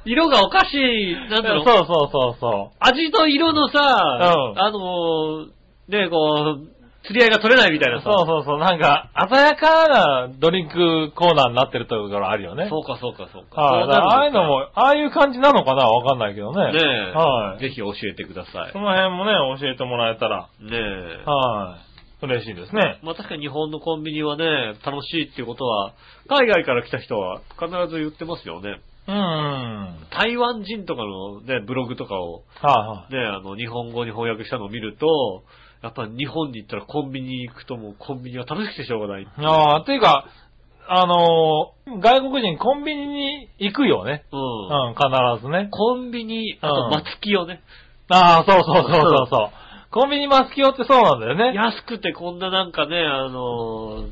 Speaker 2: 色がおかしい、なんだろう、
Speaker 3: そうそうそうそ
Speaker 2: 味と色のさ、
Speaker 3: ん。
Speaker 2: あのー、ね、こう、釣り合いが取れないみたいうなさ。
Speaker 3: そうそうそう。なんか、鮮やかなドリンクコーナーになってるところあるよね。
Speaker 2: そうか、そうか、そうか。
Speaker 3: はい、
Speaker 2: そう
Speaker 3: だ
Speaker 2: な
Speaker 3: か
Speaker 2: る
Speaker 3: らああいうのも、ああいう感じなのかなわかんないけどね。
Speaker 2: ねえ、
Speaker 3: はい。
Speaker 2: ぜひ教えてください
Speaker 3: そ。の辺もね、教えてもらえたら、
Speaker 2: ねえ。
Speaker 3: はい。嬉しいですね。
Speaker 2: まあ確かに日本のコンビニはね、楽しいっていうことは、海外から来た人は必ず言ってますよね。
Speaker 3: うんうん。はい
Speaker 2: 台湾人とかのね、ブログとかを
Speaker 3: はい。
Speaker 2: ね、あの、日本語に翻訳したのを見ると、やっぱ日本に行ったらコンビニ行くともうコンビニは楽しくてしょうがない。
Speaker 3: ああ、ていうか、あのー外国人コンビニに行くよね。
Speaker 2: うん。
Speaker 3: うん、必ずね。
Speaker 2: コンビニ、あ
Speaker 3: うん
Speaker 2: と、松木をね、
Speaker 3: ああ、そうそうそうそうそう。コンビニマスキオってそうなんだよ (laughs) ね。
Speaker 2: 安くてこんななんかね、あのー、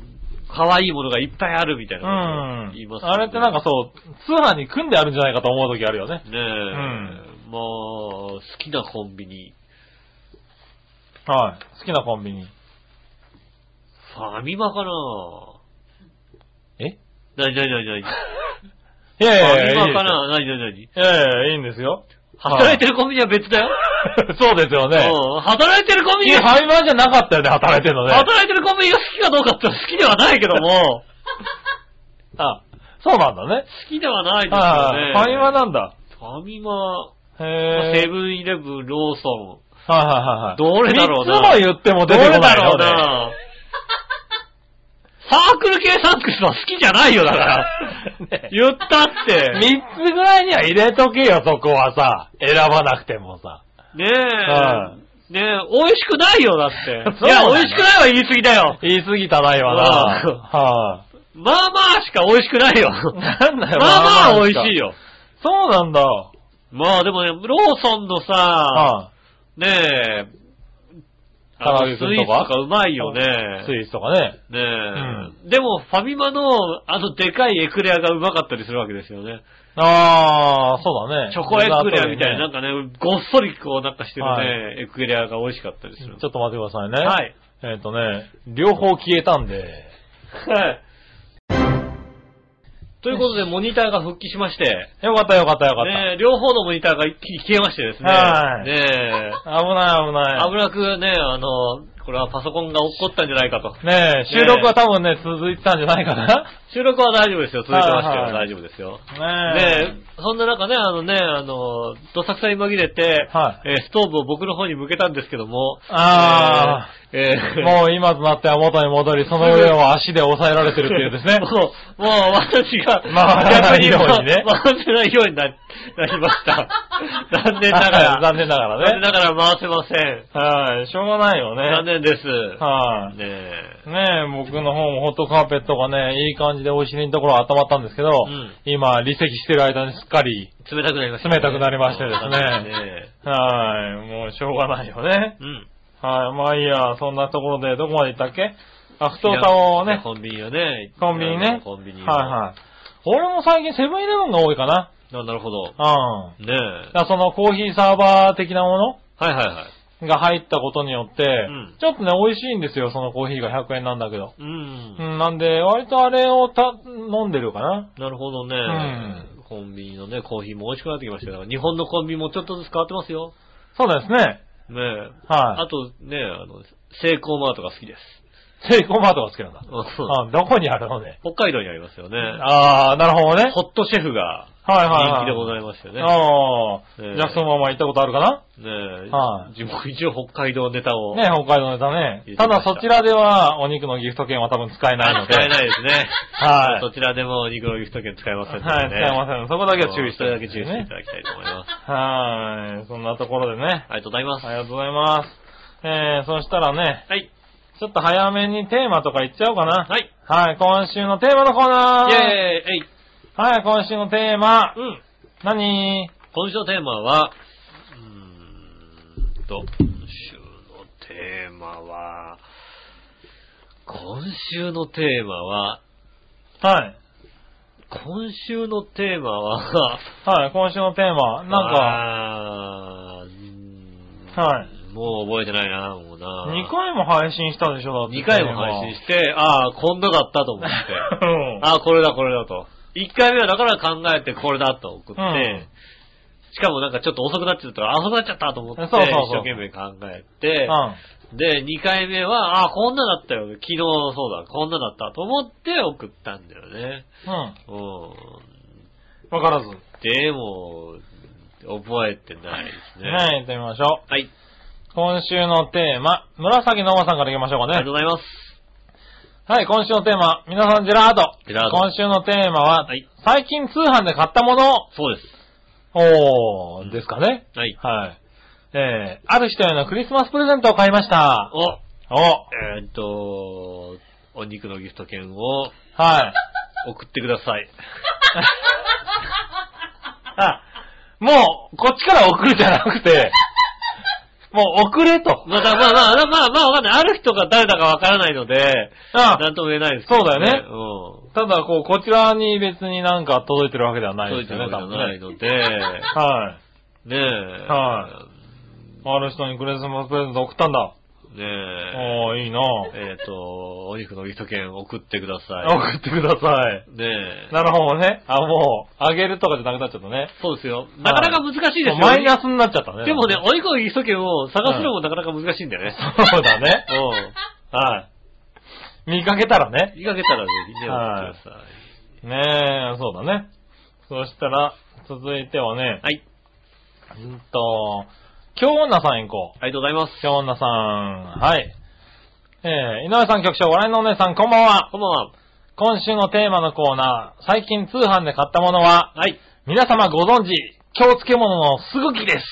Speaker 2: 可愛いものがいっぱいあるみたいうなこと
Speaker 3: ん
Speaker 2: を言いま。すよね、
Speaker 3: あれってなんかそう、通販に組んであるんじゃないかと思う時あるよね。
Speaker 2: ねえ、まあ、好きなコンビニ、
Speaker 3: はい。好きなコンビニ。
Speaker 2: ファミマかな
Speaker 3: え
Speaker 2: なになになに
Speaker 3: (laughs)
Speaker 2: なに
Speaker 3: いやいやいや。
Speaker 2: ファミマか
Speaker 3: い
Speaker 2: ななになになに
Speaker 3: いですよいやいや、いいんですよ。
Speaker 2: 働いてるコンビニは別
Speaker 3: (laughs)
Speaker 2: だよ、
Speaker 3: そうですよね。
Speaker 2: うん働いてるコンビ
Speaker 3: い
Speaker 2: ニ
Speaker 3: や、
Speaker 2: は
Speaker 3: ファミマじゃなかったよね、働いてるのね。
Speaker 2: 働いてるコンビニが好きかどうかって好きではないけど
Speaker 3: (laughs)
Speaker 2: も、
Speaker 3: あ、そうなんだね。
Speaker 2: 好きではないです
Speaker 3: あ
Speaker 2: よね。
Speaker 3: あ、ファミマなんだ。
Speaker 2: ファミマ、
Speaker 3: へえ。
Speaker 2: セブンイレブン、ローソ
Speaker 3: はいはいはいはい。
Speaker 2: どれだろうな
Speaker 3: 三つも言っても
Speaker 2: ン。ど
Speaker 3: 出てこ
Speaker 2: れだ
Speaker 3: ない
Speaker 2: ろう
Speaker 3: よね。
Speaker 2: な (laughs) サークル系サンクスは好きじゃないよ、だ
Speaker 3: (laughs)
Speaker 2: から。
Speaker 3: ね
Speaker 2: 言ったって。
Speaker 3: 三つぐらいには入れとけよ、そこはさ。選ばなくてもさ。
Speaker 2: ね
Speaker 3: は
Speaker 2: え。ねえ、美味しくないよ、だって。
Speaker 3: (laughs) そ
Speaker 2: い
Speaker 3: うな
Speaker 2: や、
Speaker 3: の
Speaker 2: 美味しくないは言い過ぎだよ。
Speaker 3: 言い過ぎたな、今な。
Speaker 2: うん
Speaker 3: は
Speaker 2: まあまあしか美味しく
Speaker 3: (laughs)
Speaker 2: ないよ。
Speaker 3: い。
Speaker 2: ま
Speaker 3: なんだよ、
Speaker 2: あまあ
Speaker 3: な
Speaker 2: 美
Speaker 3: んか
Speaker 2: 味しい。よ。
Speaker 3: そうなんだ。
Speaker 2: まあでもね、ローソンのさ、
Speaker 3: は
Speaker 2: ねえ、あ
Speaker 3: 唐
Speaker 2: の
Speaker 3: 揚げ
Speaker 2: ス
Speaker 3: くん
Speaker 2: イー
Speaker 3: とか
Speaker 2: ツとかうまい
Speaker 3: い
Speaker 2: よね。
Speaker 3: スイーツとかね。
Speaker 2: ねえ、でも、ファミマの、あの、でかいエクレアがうまかったりするわけですよね。
Speaker 3: ああ、そうだね。
Speaker 2: チョコエクレアみたいな、なん
Speaker 3: ね
Speaker 2: かね、ごっそりこうなんかしてるね、エクレアが美味しかったりする。
Speaker 3: ちょっと待ってくださいね。
Speaker 2: はい。
Speaker 3: えっとね、両方消えたんで。
Speaker 2: はい。ということで、モニターが復帰しまして、
Speaker 3: よかったよかったよかった。
Speaker 2: ねえ、両方のモニターが一気に消えましてですね。
Speaker 3: はい
Speaker 2: ねえ、
Speaker 3: 危ない危ない。
Speaker 2: 危なくね、あの、これはパソコンが落っこったんじゃないかと。
Speaker 3: ねえ、収録は多分ね、続いてたんじゃないかな。
Speaker 2: 収録は大丈夫ですよ。続いてまして
Speaker 3: は
Speaker 2: よ
Speaker 3: いはい
Speaker 2: 大丈夫ですよ。
Speaker 3: ね
Speaker 2: ねえ、そんな中ね、あのね、あの、どさくさに紛れて、
Speaker 3: は
Speaker 2: えーストーブを僕の方に向けたんですけども、
Speaker 3: あ
Speaker 2: えーえ
Speaker 3: え。
Speaker 2: ー。
Speaker 3: もう今となっては元に戻り、その上を足で押さえられてるっていうです
Speaker 2: (laughs)
Speaker 3: ね
Speaker 2: もう、もう私が、
Speaker 3: 回らないようにね
Speaker 2: 逆回せないようにななりま
Speaker 3: (laughs)
Speaker 2: した。残念ながら。
Speaker 3: 残念な
Speaker 2: 残
Speaker 3: が
Speaker 2: 念
Speaker 3: らね。
Speaker 2: ながら回せません。
Speaker 3: (laughs) はい、しょうがないよ
Speaker 2: 残
Speaker 3: ね。
Speaker 2: 念です。
Speaker 3: はい。
Speaker 2: ねえ。
Speaker 3: ねえ、僕の方もホットカーペットがね、いい感じでお尻のところ温まったんですけど、
Speaker 2: ん
Speaker 3: 今、離席してる間にすっかり、
Speaker 2: 冷たくなりました、
Speaker 3: 冷たくなりましたですね
Speaker 2: ね
Speaker 3: はい、もうしょうがないよね。
Speaker 2: うん。
Speaker 3: はい、まあいいや、そんなところでどこまで行ったっけあ、太さを
Speaker 2: いや
Speaker 3: ね、
Speaker 2: コンビニよね。
Speaker 3: コンビニね。
Speaker 2: コンビニ。
Speaker 3: はいはい。俺も最近セブンイレブンが多いかな。
Speaker 2: い。なるほど。
Speaker 3: うん。
Speaker 2: ねえ。
Speaker 3: だからそのコーヒーサーバー的なも
Speaker 2: はいはいはい。
Speaker 3: のが入ったことによって、
Speaker 2: ん
Speaker 3: ちょっとね、美味しいんですよ、そのコーヒーが100円なんだけど。
Speaker 2: う。
Speaker 3: うんん、なんで、割とあれをた飲んでるかな。
Speaker 2: なるほどね、
Speaker 3: ん
Speaker 2: コンビニのね、コーヒーも美味しくなってきましたよ。日本のコンビニもちょっとずつ変わってますよ。
Speaker 3: そうですね。
Speaker 2: ねえ。
Speaker 3: はい。
Speaker 2: あとね、あの、セイコーマートが好きです。
Speaker 3: セイコーマートが好きなんだ。
Speaker 2: うん
Speaker 3: あ、どこにあるのね。
Speaker 2: (laughs) 北海道にありますよね。
Speaker 3: ああ、なるほどね。
Speaker 2: ホットシェフが
Speaker 3: はいはい、
Speaker 2: 人
Speaker 3: はい。
Speaker 2: 気でございましたよね。
Speaker 3: ああ、
Speaker 2: ね
Speaker 3: じゃあそのまま行ったことあるかな
Speaker 2: ねえ、
Speaker 3: はい
Speaker 2: 自分一応北海道ネタを。
Speaker 3: ね、北海道ネタ
Speaker 2: 入れて
Speaker 3: ね。
Speaker 2: ま
Speaker 3: た
Speaker 2: した
Speaker 3: だそちらではお肉のギフト券は多分使えないので。
Speaker 2: 使えないですね。
Speaker 3: (laughs) はい
Speaker 2: そちらでも肉のギフト券使えませんのでね。
Speaker 3: はい、使えません。そこだけは注意して、
Speaker 2: それだけ注意していた
Speaker 3: ね。
Speaker 2: だきたいと思います。
Speaker 3: はい、そんなところでね。
Speaker 2: ありがとうございます。
Speaker 3: ありがとうございます。えー、そしたらね、
Speaker 2: はい。
Speaker 3: ちょっと早めにテーマとか言っちゃおうかな。
Speaker 2: はい。
Speaker 3: はい、今週のテーマのコーナ
Speaker 2: イェー
Speaker 3: ー
Speaker 2: イえい
Speaker 3: はい、今週のテーマ、
Speaker 2: うん。
Speaker 3: 何
Speaker 2: 今週のテーマは、うーんと、今週のテーマは、今週のテーマは、
Speaker 3: はい。
Speaker 2: 今週のテーマは、
Speaker 3: はい、今週のテーマ、なんか、
Speaker 2: あーうーん
Speaker 3: はい
Speaker 2: もう覚えてないな、もうな。
Speaker 3: 2回も配信したでしょ、だって。
Speaker 2: 2回も配信して、ああ、こんなだったと思って。
Speaker 3: てうん。
Speaker 2: ああ、これだ、これだと。1回目はだから考えてこれだと送って、
Speaker 3: うん
Speaker 2: しかもなんかちょっと遅くなっちゃったから、あ、遅くなっちゃったと思って、
Speaker 3: そうそうそう
Speaker 2: 一生懸命考えて、
Speaker 3: うん。
Speaker 2: で、2回目は、ああ、こんなだったよ。昨日そうだ、こんなだったと思って送ったんだよね。
Speaker 3: うん。
Speaker 2: う
Speaker 3: わからず。ね
Speaker 2: ん。でも、覚えてないですね。
Speaker 3: え、行ってみましょう。
Speaker 2: はい。
Speaker 3: 今週のテーマ、紫のおばさんから行きましょう
Speaker 2: あり
Speaker 3: か
Speaker 2: がと
Speaker 3: ね
Speaker 2: う。ございます。
Speaker 3: はい、今週のテーマ、皆さんジェラード。
Speaker 2: ジェラード
Speaker 3: 今週のテーマは、
Speaker 2: はい
Speaker 3: 最近通販で買ったもの、
Speaker 2: そうです。
Speaker 3: おー、ですかね。
Speaker 2: はい。
Speaker 3: はい。えー、ある人へのクリスマスプレゼントを買いました。
Speaker 2: お、
Speaker 3: お、は
Speaker 2: えーっと、お肉のギフト券を
Speaker 3: い。
Speaker 2: 送ってください。
Speaker 3: あ、もう、こっちから送るじゃなくて、もう送れと。
Speaker 2: まあだまあまあ、まあまあわかんない。ある人が誰だかわからないので、
Speaker 3: あ
Speaker 2: なんとも言えないですけど、
Speaker 3: そうだよね
Speaker 2: う
Speaker 3: ただ、こう、こちらに別になんか届いてるわけでは
Speaker 2: ん。
Speaker 3: な
Speaker 2: そう
Speaker 3: い
Speaker 2: い
Speaker 3: で
Speaker 2: う
Speaker 3: すよね、
Speaker 2: わけじゃ
Speaker 3: 多分
Speaker 2: な
Speaker 3: ね
Speaker 2: い。ので、ね
Speaker 3: はい。
Speaker 2: え。
Speaker 3: はある人にクリスマスプレゼント送ったんだ。
Speaker 2: ねえ。
Speaker 3: おー、いいな送
Speaker 2: えーっと、お肉のギフト券送ってください。
Speaker 3: ってください。
Speaker 2: ねえ。
Speaker 3: なるほどね。あ、もう、あげるとかじゃなくなっちゃったね。
Speaker 2: そうですよ。なかなか難しいですよ、ね。
Speaker 3: マイナスになっちゃったね。
Speaker 2: でもね、、お肉のギフト券を探すのもなかなか難しいんだよね。
Speaker 3: そうだね。
Speaker 2: う
Speaker 3: はい。見かけたらね。
Speaker 2: ん。見かけたらぜひね、送
Speaker 3: は
Speaker 2: っ
Speaker 3: い
Speaker 2: てください。
Speaker 3: ねえ、そうだね。そしたら、続いてはね、
Speaker 2: はい。
Speaker 3: うんと、京女さん行こう。
Speaker 2: ありがとうございます。
Speaker 3: 京女さん、はい。えー、井上さん局長、笑いのお姉さん、こんばんは。
Speaker 2: こんばんは。
Speaker 3: 今週のテーマのコーナー、最近通販で買ったものは、
Speaker 2: はい。
Speaker 3: 皆様ご存知、京漬物のすぐきです。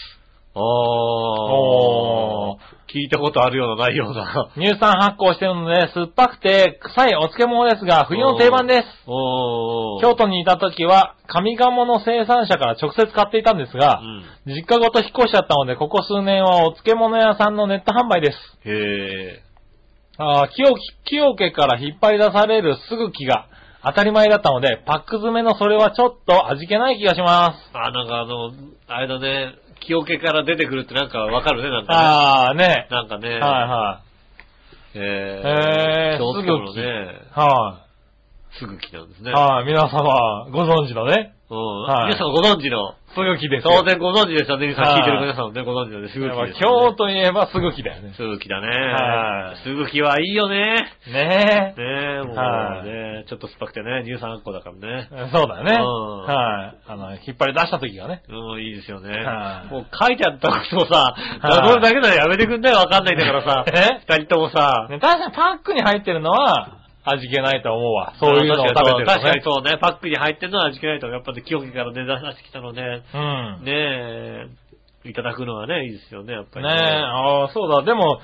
Speaker 2: お
Speaker 3: おー
Speaker 2: 聞いたことあるような、ないような。
Speaker 3: 乳酸発酵してるので、酸っぱくて臭いお漬物ですが、冬の定番です。
Speaker 2: おー。
Speaker 3: 京都にいた時は、上鴨の生産者から直接買っていたんですが、
Speaker 2: うん。
Speaker 3: 実家ごと引っ越しちゃったので、ここ数年はお漬物屋さんのネット販売です。
Speaker 2: へ
Speaker 3: ああ、清清家から引っ張り出されるすぐきが当たり前だったので、パック詰めのそれはちょっと味気ない気がしま
Speaker 2: ー。
Speaker 3: す。
Speaker 2: あ、なんかあの、あれだね、清家から出てくるってなんかわかるね、なんか
Speaker 3: ああ、ね
Speaker 2: ね。。なんかね。
Speaker 3: はいはい。
Speaker 2: え
Speaker 3: へー
Speaker 2: 気をつけろね。
Speaker 3: はい、
Speaker 2: すぐ来たんですね。
Speaker 3: はい、皆様、ご存知のね、
Speaker 2: うん。
Speaker 3: はい
Speaker 2: 皆さんご存知の。
Speaker 3: すぐきですよ。
Speaker 2: 当然ご存知でしたね。皆さん
Speaker 3: はい
Speaker 2: 聞いてる皆さんもね、ご存知のね、すぐ
Speaker 3: や
Speaker 2: き
Speaker 3: っぱ
Speaker 2: です、ね。
Speaker 3: 今日といえばすぐきだよね。
Speaker 2: すぐきだね。
Speaker 3: はい
Speaker 2: すぐきはいいよね。
Speaker 3: ねえ。
Speaker 2: ねえ、もう
Speaker 3: はい
Speaker 2: ね、ちょっと酸っぱくてね、乳酸あんこだからね。
Speaker 3: そうだよね。
Speaker 2: うん
Speaker 3: はい。あの、引っ張り出した時がね。
Speaker 2: うん、いいですよね。
Speaker 3: はい、
Speaker 2: もう書いてあったことをさ、謎るだけならやめてくんないわかんないんだからさ
Speaker 3: (laughs) え
Speaker 2: 二人ともさ、
Speaker 3: ね、確かにパックに入ってるのは味気ないと思うわ。そういうのを食べてるとね。
Speaker 2: 確かにそうね、パックに入ってるのは味気ないと、やっぱり清気からね、出してきたのね、
Speaker 3: うん。
Speaker 2: ね
Speaker 3: ね
Speaker 2: え、いただくのはね、いいですよね、やっぱ
Speaker 3: え、
Speaker 2: り
Speaker 3: ああ、そうだ。でも、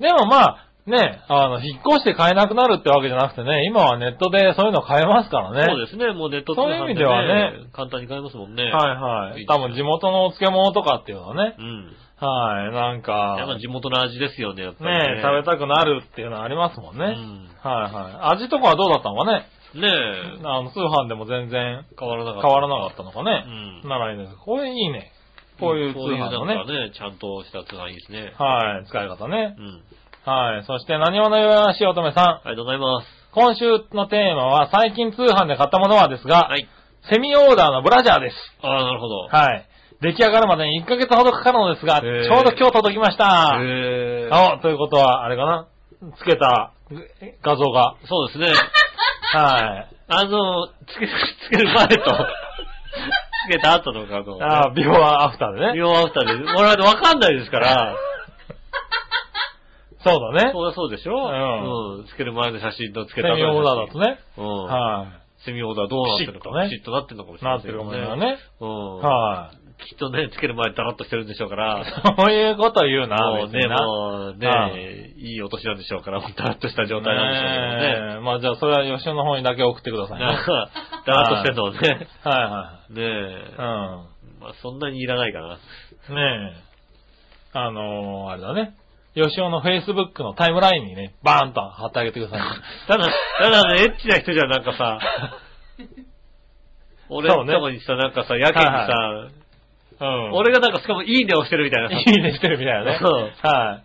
Speaker 3: でもまあ、ね、あの、引っ越して買えなくなるってわけじゃなくてね、今はネットでそういうの買えますからね。
Speaker 2: そうですね、もうネット通販で、ね、
Speaker 3: そういう意味ではね
Speaker 2: 簡単に買えますもんね。
Speaker 3: はいはい
Speaker 2: い
Speaker 3: い。
Speaker 2: ですよ
Speaker 3: 多分地元のお漬物とかっていうのはね
Speaker 2: う、ん。
Speaker 3: はい、なん
Speaker 2: やっ
Speaker 3: か
Speaker 2: ぱ、地元の味ですよね、やっぱりね。
Speaker 3: ね、食べたくなるっていうのはありますもんね。
Speaker 2: う
Speaker 3: はい
Speaker 2: ん
Speaker 3: はい。味とかはどうだったのかね
Speaker 2: ねえ、
Speaker 3: あの、通販でも全然
Speaker 2: 変わらなか
Speaker 3: 変
Speaker 2: った。
Speaker 3: わらなかったのかね。
Speaker 2: うん。
Speaker 3: ならいいです。これいいね。こういう通販の
Speaker 2: こういうなんか。
Speaker 3: ね
Speaker 2: ね、ちゃんとした通販いいですね。
Speaker 3: はい、使い方ね
Speaker 2: う。ん。
Speaker 3: はい。そして、何者よよしおとめさん。
Speaker 2: ありがとうございます。
Speaker 3: 今週のテーマは、最近通販で買ったものはですが、
Speaker 2: はい。
Speaker 3: セミオーダーのブラジャーです。
Speaker 2: ああ、なるほど。
Speaker 3: はい。出来上がるまでに1ヶ月ほどかかるのですが、ち
Speaker 2: へー
Speaker 3: ょうど今日届きました。
Speaker 2: へえ。
Speaker 3: あ、ということは、あれかなつけたえ画像が。
Speaker 2: そうですね。
Speaker 3: はい。
Speaker 2: あの、つけ、つける前と、つけた後の画像。
Speaker 3: あビフォーアフターで
Speaker 2: 美
Speaker 3: ね。
Speaker 2: 容アフターで、我々わかんないです
Speaker 3: (laughs)
Speaker 2: から、
Speaker 3: そうだね。
Speaker 2: そうだそうでしょ
Speaker 3: うん
Speaker 2: うん。つける前の写真とつけ
Speaker 3: セ
Speaker 2: た後の写真。
Speaker 3: ミオーダーだとね。
Speaker 2: うん。
Speaker 3: は
Speaker 2: セミオーダーどうなってるのか、
Speaker 3: ピシッとね
Speaker 2: ピシッとなってるのかもし
Speaker 3: い。
Speaker 2: れな
Speaker 3: ないってるかもし
Speaker 2: ね
Speaker 3: れないね。
Speaker 2: うん。
Speaker 3: はい。
Speaker 2: きっとね、つける前ダラッとしてるんでしょうから、
Speaker 3: (laughs) そういうこと言うな、
Speaker 2: もう
Speaker 3: 別に
Speaker 2: ね、
Speaker 3: な
Speaker 2: もうね、いいお年なんでしょうから、もうダラッとした状態なんでしょうけどね。
Speaker 3: ねえまあじゃあそれは吉尾の方にだけ送ってくださいね。
Speaker 2: なんか、 (laughs) ダラッとしてるのをね、
Speaker 3: は
Speaker 2: ねえ
Speaker 3: い、は
Speaker 2: まあそんなにいらないかな。
Speaker 3: い。うん。ねえ。あのー、あれだね。吉尾の Facebook のタイムラインにね、バーンと貼ってあげてく
Speaker 2: (laughs)
Speaker 3: ださい。
Speaker 2: ただ、ただね、エッチな人じゃんなんか
Speaker 3: (laughs)
Speaker 2: さ、俺
Speaker 3: そ
Speaker 2: の
Speaker 3: うね
Speaker 2: とこにさ、なんかさ、やけにさ、
Speaker 3: うん
Speaker 2: 俺がなんかしかもいいねをしてるみたいなさ、
Speaker 3: いいねしてるみたいなね。
Speaker 2: そう
Speaker 3: はい。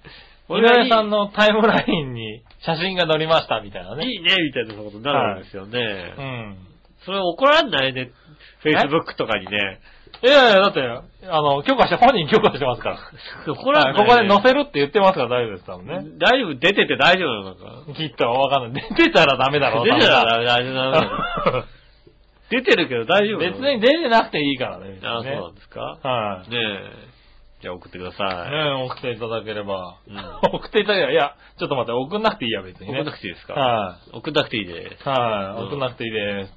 Speaker 2: 俺がいい
Speaker 3: 俺さんのタイムラインに写真が載りましたみたいなね。
Speaker 2: いいねみたいなことになるんですよね。
Speaker 3: うん。
Speaker 2: それ怒らんないね、Facebook とかにね。
Speaker 3: いやいや、だって、あの、許可して、本人許可してますから。
Speaker 2: 怒らんない、
Speaker 3: はいここで載せるって言ってますから大丈夫です、多分ね。
Speaker 2: 大丈夫、出てて大丈夫なのか。
Speaker 3: きっとわかんない。出てたらダメだろう、
Speaker 2: 出てたらダ
Speaker 3: メ
Speaker 2: メ、大丈夫だ
Speaker 3: (laughs)
Speaker 2: ね出てるけど大丈夫な
Speaker 3: 別
Speaker 2: の
Speaker 3: に出てなくていいからね。別にね
Speaker 2: あ、そうなんですか
Speaker 3: はい、
Speaker 2: ねえ。じゃあ送ってください。
Speaker 3: ね送っていただければ。
Speaker 2: うん
Speaker 3: (laughs) 送っていただければ、いや、ちょっと待って、送んなくていいや、別にね。
Speaker 2: 送んなくていいですか
Speaker 3: は
Speaker 2: 送んなくていいです。
Speaker 3: い、はい、
Speaker 2: うん
Speaker 3: 送んなくていいです。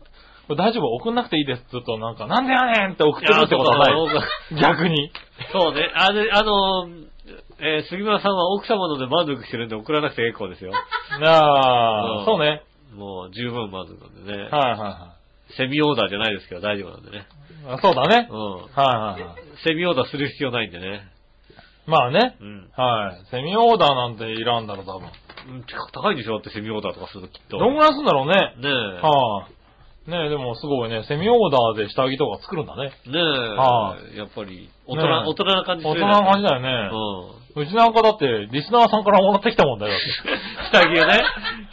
Speaker 3: これ大丈夫送んなくていいです。ずっとなんか、なんでやねんって送ってくるってことはない
Speaker 2: や (laughs) そうか
Speaker 3: い。逆に。
Speaker 2: そうね。あの、あのえー杉村さんは奥様ので満足してるんで送らなくて結構です
Speaker 3: (laughs)
Speaker 2: よ。
Speaker 3: ああ、
Speaker 2: うん
Speaker 3: そうね。
Speaker 2: もう十分満足なんでね。
Speaker 3: はいは
Speaker 2: セミオーダーじゃないですけど大丈夫なんでね。
Speaker 3: いはい。そうだね。
Speaker 2: うん。
Speaker 3: はいはいはい。
Speaker 2: セミオーダーする必要ないんでね。
Speaker 3: まあね。
Speaker 2: うん。
Speaker 3: はい。セミオーダーなんていらんだろう、多分。
Speaker 2: うん高いでしょだってセミオーダーとかするときっと。
Speaker 3: どんぐらいすんだろうね。
Speaker 2: ねえ。
Speaker 3: はあ。ねえ、でもすごいね、セミオーダーで下着とか作るんだね。
Speaker 2: ねえ。
Speaker 3: は
Speaker 2: やっぱり、大人、
Speaker 3: ねえ
Speaker 2: 大人な感じす
Speaker 3: 大
Speaker 2: る
Speaker 3: 人
Speaker 2: よね
Speaker 3: な感じだよね。うちなんかだって、リスナーさんからもらってきたもんだよ。
Speaker 2: うん。下着がね。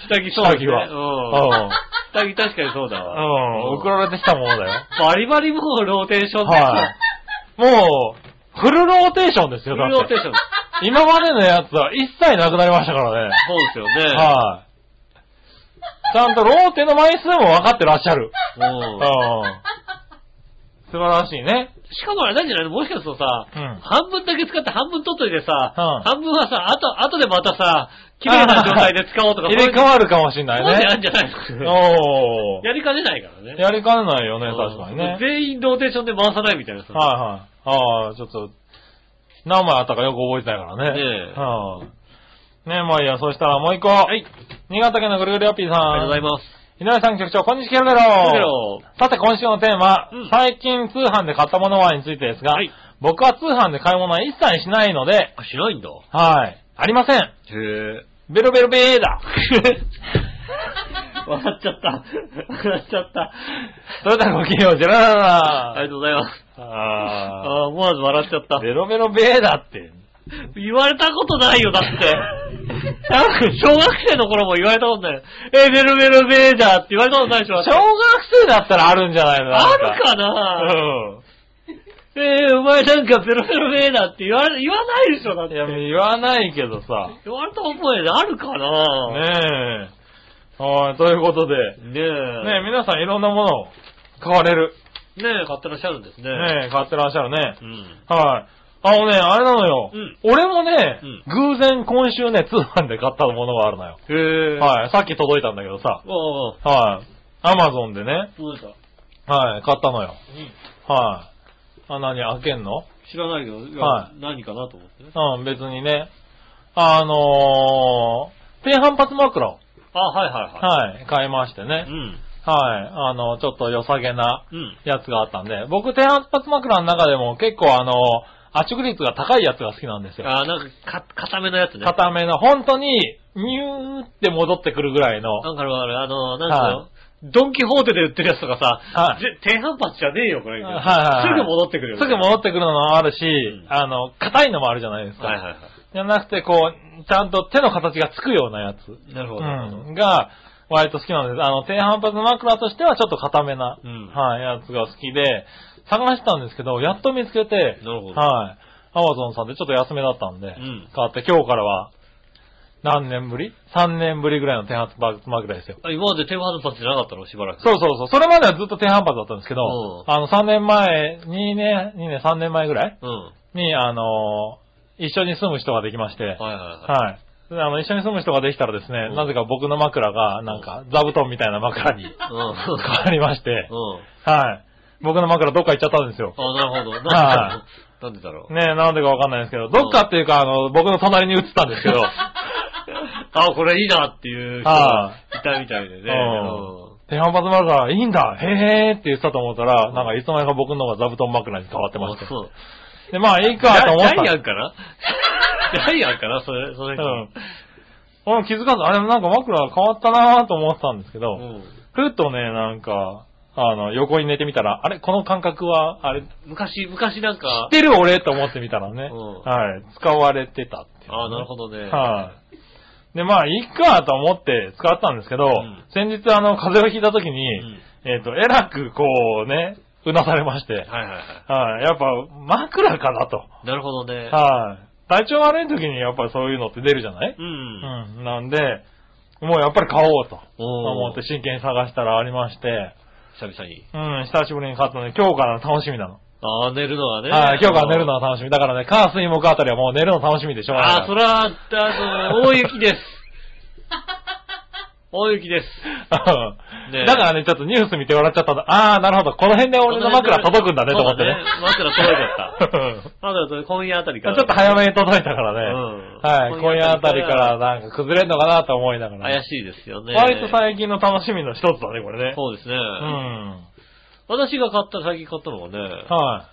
Speaker 2: 下着そうですね。
Speaker 3: 下着は
Speaker 2: うん。下着確かにそうだ
Speaker 3: う
Speaker 2: わ。
Speaker 3: ん。うん。送られてきたものだよ。
Speaker 2: バリバリもうローテーション
Speaker 3: はい。もう、フルローテーションです
Speaker 2: フ
Speaker 3: よ、
Speaker 2: ル
Speaker 3: だ
Speaker 2: ロー
Speaker 3: っ
Speaker 2: テー
Speaker 3: て。
Speaker 2: ション。
Speaker 3: 今までのやつは一切なくなりましたからね。
Speaker 2: そうですよね。
Speaker 3: はい。ちゃんとローテの枚数も分かってらっしゃる。う
Speaker 2: うん
Speaker 3: ん。素晴らしいね。
Speaker 2: しかもあれなんじゃないのもしかするとさ、
Speaker 3: うん
Speaker 2: 半分だけ使って半分取っといてさ、
Speaker 3: うん
Speaker 2: 半分はさ、あと、あとでまたさ、綺麗な状態で使おうとか、
Speaker 3: 入れ替わるかもしんな
Speaker 2: そういうのあ
Speaker 3: い
Speaker 2: ん
Speaker 3: ね。
Speaker 2: じゃないの
Speaker 3: お
Speaker 2: (laughs)
Speaker 3: ー。
Speaker 2: やりかねないからね。
Speaker 3: やりかねないよね
Speaker 2: う、ん
Speaker 3: 確かにね。
Speaker 2: 全員ローテーションで回さないみたいなさ。
Speaker 3: はいはい。ああ、ちょっと、何枚あったかよく覚えてないからね。
Speaker 2: ねえ
Speaker 3: はいねえ、まあいいや、そしたらもう一個。
Speaker 2: はい。
Speaker 3: 新潟県のぐるぐるよっぴーさん。
Speaker 2: ありがとうございます。
Speaker 3: 井上さん局長、こんにちは、ケロケ
Speaker 2: だけ
Speaker 3: ロ。
Speaker 2: ど、
Speaker 3: さて、今週のテーマ、
Speaker 2: うん
Speaker 3: 最近通販で買ったものはについてですが、
Speaker 2: はい
Speaker 3: 僕は通販で買い物は一切しないので、
Speaker 2: あ、しないんだ。
Speaker 3: はい。ありません。
Speaker 2: へえ。
Speaker 3: ベロベロベ
Speaker 2: (laughs)
Speaker 3: ーだ。
Speaker 2: 笑っちゃった。笑っちゃった。
Speaker 3: それではごきげんよう、ジェララ
Speaker 2: あり
Speaker 3: ラ
Speaker 2: がとうございます。
Speaker 3: あ
Speaker 2: あー思わず笑っちゃった
Speaker 3: ー。ベロベロベーだって。
Speaker 2: 言われたことないよ、だって。なんか小学生の頃も言われたことない。え、ベルベルベーダーって言われたことないでしょ
Speaker 3: 小学生だったらあるんじゃないの
Speaker 2: ある
Speaker 3: か
Speaker 2: かな
Speaker 3: うん。
Speaker 2: えーお前なんかベロベロベーダーって言われ言わないでしょだって。
Speaker 3: いや、
Speaker 2: 言
Speaker 3: 言わないけどさ。
Speaker 2: われた覚えあるかな
Speaker 3: ねえ。はい、ということで、ね
Speaker 2: ねえ。
Speaker 3: え、皆さんいろんなものを買われる。
Speaker 2: ねえ、買ってらっしゃるんですね。
Speaker 3: ねえ、買ってらっしゃるね
Speaker 2: う。ん。
Speaker 3: はい。あのね、あれなのよ。
Speaker 2: うん
Speaker 3: 俺もね、
Speaker 2: うん
Speaker 3: 偶然今週ね、通販で買ったものがあるのよ。
Speaker 2: へえ。い。
Speaker 3: はい、さっき届いたんだけどさ。
Speaker 2: ああ、
Speaker 3: はい。アマゾンでね、
Speaker 2: どうでした
Speaker 3: はい、買ったのよ。
Speaker 2: うん。
Speaker 3: はい。あ、何、開けんの
Speaker 2: 知らないけど、いや
Speaker 3: は
Speaker 2: 何かなと思ってね。
Speaker 3: うん、別にね。あのー、低反発枕を、
Speaker 2: あ、はいはいは
Speaker 3: はい、買いましてね
Speaker 2: い。う。ん。
Speaker 3: はい、あの、ちょっと良さげな
Speaker 2: うん。
Speaker 3: やつがあったんで、僕低反発枕の中でも結構あの、圧縮率が高いやつが好きなんですよ。
Speaker 2: あ、なんか、か、固めのやつね。
Speaker 3: 硬めの、本当に、ニューって戻ってくるぐらいの、
Speaker 2: わかるわかる。あの、なんか、
Speaker 3: は
Speaker 2: ドンキホーテで売ってるやつとかさ、
Speaker 3: はい
Speaker 2: ぜ低反発じゃねえよ、これ。みたいな
Speaker 3: はいはいはい
Speaker 2: すぐ戻ってくるよ。
Speaker 3: すぐ戻ってくるのもあるし、
Speaker 2: ん
Speaker 3: あの、硬いのもあるじゃないですか。
Speaker 2: はいはいは
Speaker 3: じゃなくて、こう、ちゃんと手の形がつくようなやつ。
Speaker 2: い。なるほど。なるほど
Speaker 3: うん。が、割と好きなんです。あの、低反発枕としてはちょっと硬めな、
Speaker 2: うん
Speaker 3: はい、やつが好きで、探したんですけど、やっと見つけて、
Speaker 2: なるほど
Speaker 3: はい。アマゾンさんでちょっと安めだったんで、
Speaker 2: ん
Speaker 3: 変わって今日からは、何年ぶり ?3 年ぶりぐらいの低反発枕ですよ。
Speaker 2: あ今まで低反発じゃなかったのしばらく。
Speaker 3: そうそうそう。それまではずっと低反発だったんですけど、
Speaker 2: うん
Speaker 3: あの、3年前、2年、2年、3年前ぐらい
Speaker 2: うん。は
Speaker 3: に、あのー一緒に住む人ができまして、
Speaker 2: いはいは
Speaker 3: はい。であの、一緒に住む人ができたらですね、
Speaker 2: うん
Speaker 3: なぜか僕の枕が、なんか、座布団みたいな枕 (laughs) に
Speaker 2: い。うん。
Speaker 3: 変わりまして、
Speaker 2: うん。
Speaker 3: はい。僕の枕どっか行っちゃったんですよ。
Speaker 2: あ、なるほど。
Speaker 3: は
Speaker 2: なんでだろう。なんでだろう。
Speaker 3: ねえ、なんでかわかんないんですけど、どっかっていうか、あの、僕の隣に映ったんですけ
Speaker 2: (laughs)
Speaker 3: ど、
Speaker 2: あ、これいいなっていう人がいたみたいでね。
Speaker 3: うん
Speaker 2: うん
Speaker 3: 手反発枕、いいんだ、へへーって言ってたと思ったら、なんかいつの間にか僕の方が座布団枕に変わってまし
Speaker 2: あ
Speaker 3: て。
Speaker 2: そう。
Speaker 3: で、まあ、い
Speaker 2: ジ
Speaker 3: いかと思っ
Speaker 2: ャ
Speaker 3: た
Speaker 2: イア
Speaker 3: ら。
Speaker 2: ンかなジャイアンかなそれ、それ。
Speaker 3: うん。俺も気づかず、あれ、なんか枕変わったなと思ってたんですけど、
Speaker 2: うん
Speaker 3: ふっとね、なんか、あの、横に寝てみたら、あれ、この感覚は、あれ、
Speaker 2: 昔、昔なん
Speaker 3: 知っ
Speaker 2: か、
Speaker 3: てる俺と思ってみたらね、
Speaker 2: うん
Speaker 3: はい、使われてたっていう、
Speaker 2: あなるほ
Speaker 3: ど。
Speaker 2: どね。
Speaker 3: はい。で、まあ、いいかと思って使ったんですけど、
Speaker 2: ん
Speaker 3: 先日、あの、風邪をひいた時に、
Speaker 2: うん
Speaker 3: えっ、と、えらくこうね、うなされまして、はい、
Speaker 2: はいはいは
Speaker 3: やっぱ、枕かなと。
Speaker 2: い。なるほどね。
Speaker 3: はい。体調悪い時にやっぱりそういうのって出るじゃない、
Speaker 2: うん。
Speaker 3: うん、なんで、もうやっぱり買おうと思
Speaker 2: お
Speaker 3: っ
Speaker 2: ー
Speaker 3: て真剣に探したらありまして、
Speaker 2: 久々に。
Speaker 3: うん、久しぶりに買ったので、今日から楽しみなの。
Speaker 2: ああ、寝るのはね。
Speaker 3: はい、今日から寝るのは楽しみ。だからね、火水木あたりはもう寝るの楽しみでしょうがない
Speaker 2: ああ、それは、あの、大雪
Speaker 3: (laughs)
Speaker 2: です。大雪です。
Speaker 3: うん
Speaker 2: ねえ
Speaker 3: だからね、ちょっとニュース見て笑っちゃったんだああ、なるほど。この辺で俺の枕届くんだね、と思ってね。
Speaker 2: そうだね枕届いちゃ
Speaker 3: (laughs)
Speaker 2: っ
Speaker 3: うん
Speaker 2: た。なんだろう、今夜あたり
Speaker 3: (laughs) ち
Speaker 2: か
Speaker 3: ょ
Speaker 2: ら。
Speaker 3: っと早めに届いたからね。
Speaker 2: うん
Speaker 3: はい。今夜あたりからなんか崩れるのかなと思いながら。
Speaker 2: 怪しいですよね。
Speaker 3: 割と最近の楽しみの一つだね、これね。
Speaker 2: そうですね。
Speaker 3: うん。
Speaker 2: 私が買った、最近買ったのはね、
Speaker 3: は
Speaker 2: あ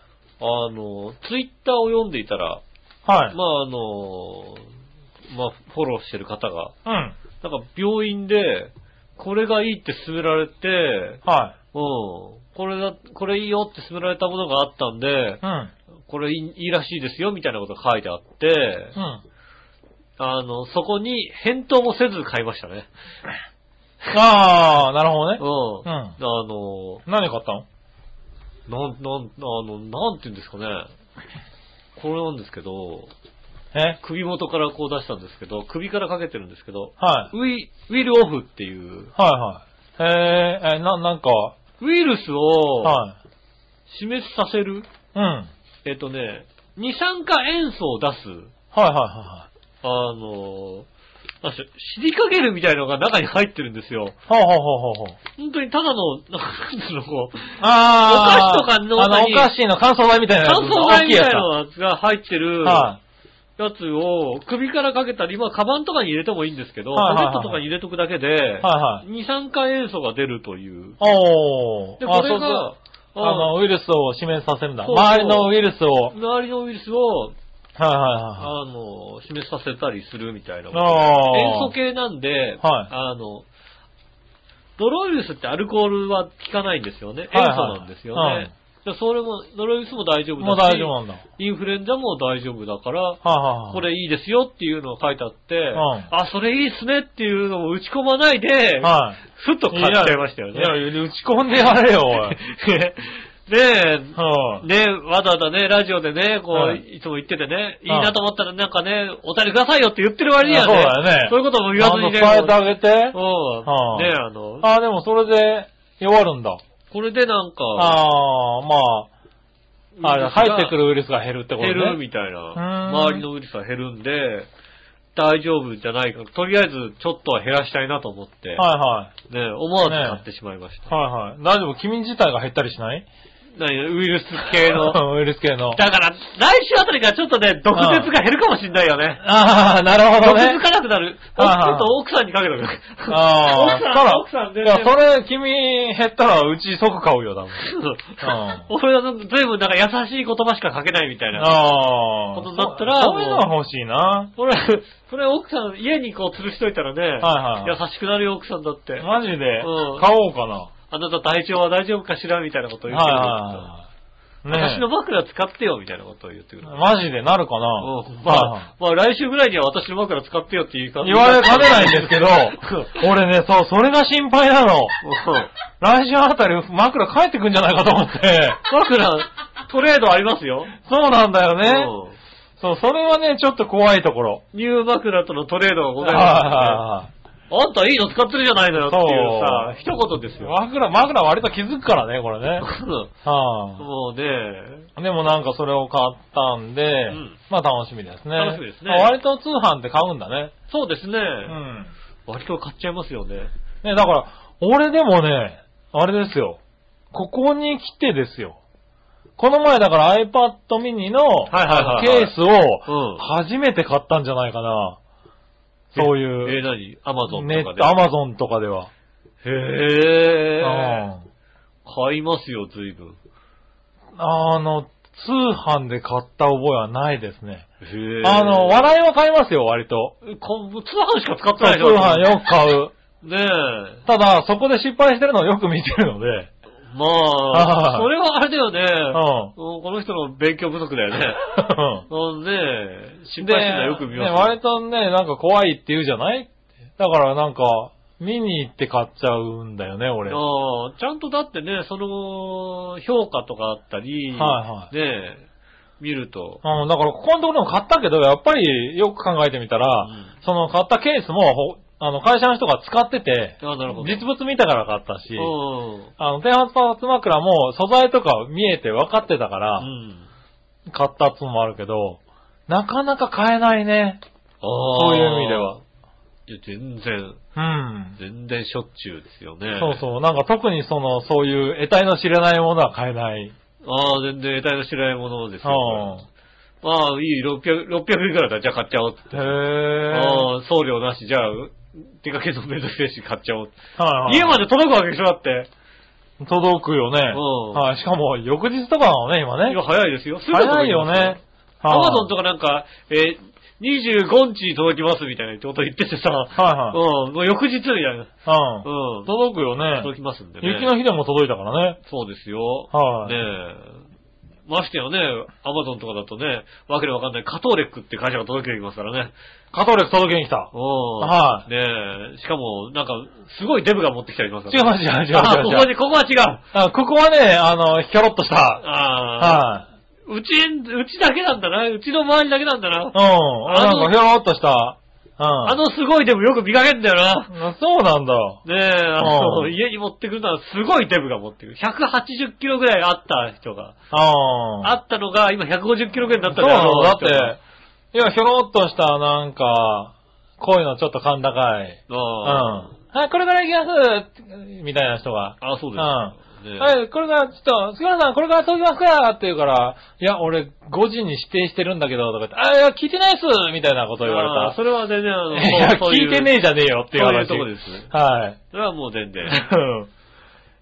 Speaker 2: の、ツイッターを読んでいたら、
Speaker 3: い。はい。
Speaker 2: まああの、まあフォローしてる方が、
Speaker 3: うん。
Speaker 2: なんか病院で、これがいいって勧められて、
Speaker 3: は
Speaker 2: うん、これだ、これいいよって勧められたものがあったんで
Speaker 3: い。、うん。
Speaker 2: これいいいいらしいですよみたいなことが書いてあって、
Speaker 3: うん。
Speaker 2: あの、そこに返答もせず買いましたね。
Speaker 3: ああ、なるほどね
Speaker 2: う。ん。
Speaker 3: うん
Speaker 2: あの、
Speaker 3: 何買ったの
Speaker 2: なん、なん、あの、なんて言うんですかね。これなんですけど、
Speaker 3: え
Speaker 2: 首元からこう出したんですけど、首からかけてるんですけど、
Speaker 3: はい。
Speaker 2: ウィ、ウィルオフっていう、
Speaker 3: はいはい。えー、え、な、なんか、
Speaker 2: ウイルスを
Speaker 3: は
Speaker 2: 死滅させる、
Speaker 3: い。うん。はい
Speaker 2: えっとね、二酸化塩素を出す、
Speaker 3: はいは
Speaker 2: あの、なんしシリカゲルみたいのが中に入ってるんですよ。
Speaker 3: いはい。ほうほうほうほうほう。
Speaker 2: 本当にただの、なんていうのこう、
Speaker 3: あ
Speaker 2: お
Speaker 3: ー
Speaker 2: 菓子とかの中
Speaker 3: あの、お
Speaker 2: に
Speaker 3: 菓子の乾燥剤みたいなやつ。
Speaker 2: 乾燥剤みたいな
Speaker 3: 大
Speaker 2: やつが入って
Speaker 3: き
Speaker 2: る
Speaker 3: いやつは
Speaker 2: やつを首からかけたり、まあ、カバンとかに入れてもいいんですけど、
Speaker 3: はいはいは
Speaker 2: ポ
Speaker 3: い
Speaker 2: ケットとかに入れとくだけで、
Speaker 3: い。はいはい。
Speaker 2: 二酸化塩素が出るという。
Speaker 3: おー。
Speaker 2: で、これ
Speaker 3: あそう
Speaker 2: が、
Speaker 3: そうあの、ウイルスを死滅させるんだ。
Speaker 2: そうそう
Speaker 3: 周りのウイルスを。はい
Speaker 2: 周りのウイルスを、
Speaker 3: は
Speaker 2: あの、死滅させたりするみたいない
Speaker 3: はい。。あー。
Speaker 2: 塩素系なんで、
Speaker 3: はい
Speaker 2: あの、ドロウイルスってアルコールは効かないんですよね。塩
Speaker 3: はい
Speaker 2: 素
Speaker 3: はい
Speaker 2: なんですよね。いやそれも、ノロウイルスも大丈夫だし、
Speaker 3: もう大丈夫なんだ。はい、
Speaker 2: インフルエンザも大丈夫だから、
Speaker 3: はいはい。
Speaker 2: これいいですよっていうのが書いてあって、
Speaker 3: ん
Speaker 2: あ、それいいっすねっていうのを打ち込まないで、
Speaker 3: はい。
Speaker 2: ふっと買っちゃいましたよね。
Speaker 3: いや、打ち込んでやれよ、
Speaker 2: (laughs)
Speaker 3: おい。
Speaker 2: ね
Speaker 3: は
Speaker 2: え、ねえ、わざわざね、ラジオでね、こう、
Speaker 3: はい
Speaker 2: い、つも言っててね、いい
Speaker 3: はい
Speaker 2: なと思ったらなんかね、お便りくださいよって言ってる割にはね、
Speaker 3: いやそうだよね
Speaker 2: そういうことも (laughs)
Speaker 3: い。
Speaker 2: 言わ
Speaker 3: ちゃ
Speaker 2: ず
Speaker 3: んと
Speaker 2: にね、
Speaker 3: 伝えてあげ
Speaker 2: う
Speaker 3: て。
Speaker 2: ん、
Speaker 3: はい
Speaker 2: ねえ、あの、
Speaker 3: ああ、でもそれで弱るんだ。
Speaker 2: これでなんか、
Speaker 3: ああ、まあ、あれ、入ってく
Speaker 2: る
Speaker 3: るウイルスが減るってことね。
Speaker 2: 減るみたいな、
Speaker 3: ん
Speaker 2: 周りのウイルスは減るんで、大丈夫じゃないか、とりあえずちょっとは減らしたいなと思って、
Speaker 3: はいは
Speaker 2: ねえ思わず買ってしまいました。
Speaker 3: い。はいはい。大丈夫君自体が減ったりしない
Speaker 2: 何ウイルス系
Speaker 3: (laughs)
Speaker 2: の。
Speaker 3: ウイルス系の。
Speaker 2: だから、来週あたりからちょっとね、毒舌が減るかもしんないよね。
Speaker 3: ああ、なるほど
Speaker 2: 毒
Speaker 3: ね
Speaker 2: 舌。かなくなる。ちょ
Speaker 3: ああ
Speaker 2: っと奥さんにかけとく。
Speaker 3: ああ、
Speaker 2: 奥さ
Speaker 3: そ
Speaker 2: ん、
Speaker 3: ら
Speaker 2: 奥さんで、
Speaker 3: いや、それ、君減ったら、うち即買うよ、多分。ん
Speaker 2: (laughs) 俺はなんか随分なんか優しい言葉しかかけないみたいな。
Speaker 3: ああ。
Speaker 2: ことになったら
Speaker 3: そうそういうのは欲しいな。
Speaker 2: それ、それ奥さん、家にこう吊るしといたらね、
Speaker 3: はいはい
Speaker 2: 優しくなるよ、奥さんだって。
Speaker 3: マジで
Speaker 2: うん、
Speaker 3: 買おうかな。
Speaker 2: あなた体調は大丈夫かしらみたいなことを言ってくるよ。
Speaker 3: はいはいはい。
Speaker 2: 私の枕使ってよ、みたいなことを言ってくる。
Speaker 3: マジでなるかな
Speaker 2: うんま
Speaker 3: はいはい
Speaker 2: あ、まあ来週ぐらいには私の枕使ってよっていう感じ
Speaker 3: 言われかねないんですけ
Speaker 2: (laughs)
Speaker 3: ど、俺ね、そう、それが心配なの。
Speaker 2: うん
Speaker 3: 来週あたり枕帰ってくんじゃないかと思って。
Speaker 2: 枕、トレードありますよ。
Speaker 3: そうなんだよね。
Speaker 2: うん
Speaker 3: そう、それはね、ちょっと怖いところ。
Speaker 2: ニュー枕とのトレードがござ
Speaker 3: はいい
Speaker 2: ま
Speaker 3: は
Speaker 2: す、ね。あんたいいの使ってるじゃないのよってい
Speaker 3: そう
Speaker 2: さ、一言です
Speaker 3: い
Speaker 2: よ。
Speaker 3: はい枕、枕割と気づくからね、これね。は
Speaker 2: (laughs) もうね、
Speaker 3: い。でもなんかそれを買ったんで、
Speaker 2: ん
Speaker 3: まあ楽しみですね。
Speaker 2: 楽しみですね
Speaker 3: あ割と通販って買うんだね。
Speaker 2: そうですね、
Speaker 3: うん。
Speaker 2: 割と買っちゃいますよね。
Speaker 3: ね、だから、俺でもね、あれですよ。ここに来てですよ。この前だから iPad mini の
Speaker 2: いはいはいはい
Speaker 3: ケースを
Speaker 2: うん
Speaker 3: 初めて買ったんじゃないかな。 (laughs) そうい
Speaker 2: え、え
Speaker 3: う、
Speaker 2: 何アマゾン
Speaker 3: ネ
Speaker 2: と
Speaker 3: ッ
Speaker 2: か
Speaker 3: ト、アマゾンとかでは。
Speaker 2: で。へ
Speaker 3: うん
Speaker 2: ー。買いますよ、随分。
Speaker 3: あの、通販で買った覚えはないですね。
Speaker 2: へー。
Speaker 3: あの、笑いは買いますよ、割と。
Speaker 2: こ通販しか使っ
Speaker 3: 通
Speaker 2: てない
Speaker 3: 販
Speaker 2: でしょ
Speaker 3: よく買う。
Speaker 2: ねえ。
Speaker 3: ただ、そこで失敗してるのをよく見てるので。
Speaker 2: ま
Speaker 3: は
Speaker 2: あ、
Speaker 3: い
Speaker 2: それはあれだよね。 (laughs)
Speaker 3: うん
Speaker 2: うんこの人の勉強不足だよ
Speaker 3: (laughs)
Speaker 2: ね。うんねえ、心配してるのはよく見
Speaker 3: ね、
Speaker 2: ます
Speaker 3: 割とね、なんか怖いって言うじゃないだからなんか、見に行って買っちゃうんだよね、俺。はい
Speaker 2: ああちゃんとだってね、その、評価とかあったり、
Speaker 3: はい。
Speaker 2: ねえ、見ると、
Speaker 3: うん、だからここのところも買ったけど、やっぱりよく考えてみたら、
Speaker 2: うん
Speaker 3: その買ったケースも、ほあの、会社の人が使ってて、
Speaker 2: あなるほど。
Speaker 3: 実物見たから買ったし、
Speaker 2: うん。
Speaker 3: あの、天発パーツ枕も素材とか見えて分かってたか
Speaker 2: う
Speaker 3: ら、
Speaker 2: ん。
Speaker 3: 買ったっつうのもあるけど、なかなか買えないね。
Speaker 2: ああ
Speaker 3: そういう意味では。。
Speaker 2: いや、全然、
Speaker 3: うん。
Speaker 2: 全然しょっちゅうですよね。
Speaker 3: そうそう。なんか特にその、そういう得体の知れないものは買えない。
Speaker 2: う。ああ、全然得体の知らないものですよ。
Speaker 3: うん
Speaker 2: これまあ、いい、600、600円くらいだ、じゃあ買っちゃおうって。
Speaker 3: へぇー。
Speaker 2: ああ、送料なし、じゃあ、出かけるのめんどくせえし、買っちゃおう。
Speaker 3: はいはい
Speaker 2: 家まで届くわけでしょ、だって。
Speaker 3: 届くよね。
Speaker 2: うん
Speaker 3: はい。しかも、翌日とかなのね、今ね。
Speaker 2: 今早いですよ。すぐ届きます
Speaker 3: 早いよね。
Speaker 2: アマゾンとか
Speaker 3: か。
Speaker 2: なんか、えー、25日に届きますみたいなこと言っててさ、
Speaker 3: はい
Speaker 2: うん、もう翌日みたいな、
Speaker 3: はい。う
Speaker 2: うん
Speaker 3: ん。、届くよね。
Speaker 2: 届きますんでね。
Speaker 3: 雪の日でも届いたからね。
Speaker 2: そうですよ。
Speaker 3: はい
Speaker 2: ねえ。ましてよね、アマゾンとかだとね、わけのわかんない、カトーレックって会社が届けてきますからね。
Speaker 3: カトレス届けに来た
Speaker 2: うん。。
Speaker 3: はい
Speaker 2: ねえ、しかも、なんか、すごいデブが持ってきちゃいますか
Speaker 3: 違う
Speaker 2: ら、
Speaker 3: 違う違う違う違う。
Speaker 2: あ、ここに、ここは違う。
Speaker 3: あここはね、あの、ひょろっとした。
Speaker 2: ああ、
Speaker 3: は
Speaker 2: うち、うちだけなんだな。うちの周りだけなんだな。
Speaker 3: い。うん。
Speaker 2: あ
Speaker 3: な
Speaker 2: の
Speaker 3: んかひょろっとした。うん。
Speaker 2: あのすごいデブよく見かけんだよな。
Speaker 3: あ、そうなんだ。
Speaker 2: ねえ、あの、
Speaker 3: うん
Speaker 2: 家に持ってくるのはすごいデブが持ってくる。180キロぐらいあった人が。
Speaker 3: あ
Speaker 2: あ
Speaker 3: あ。
Speaker 2: ったのが、今150キロぐらいになった
Speaker 3: そうなのだっ
Speaker 2: あの人が
Speaker 3: て、いや、ひょろっとした、なんか、こういうのちょっと甲高い。うん。
Speaker 2: あ
Speaker 3: はい、これから行きますみたいな人が。
Speaker 2: あ、あそうです
Speaker 3: う
Speaker 2: よ。ねえ
Speaker 3: はい、これから、ちょっと、杉原さん、これから届きますからって言うから、いや、俺、5時に指定してるんだけど、とか言って、あ、いや、聞いてないっすみたいなこと言わ
Speaker 2: あ
Speaker 3: れ
Speaker 2: あ
Speaker 3: た
Speaker 2: そ。れは全然、あの、 (laughs)
Speaker 3: (laughs) いや、
Speaker 2: そう
Speaker 3: 聞いてねえじゃねえよっていう話。
Speaker 2: そういうとこですね
Speaker 3: はい。
Speaker 2: それはもう全然。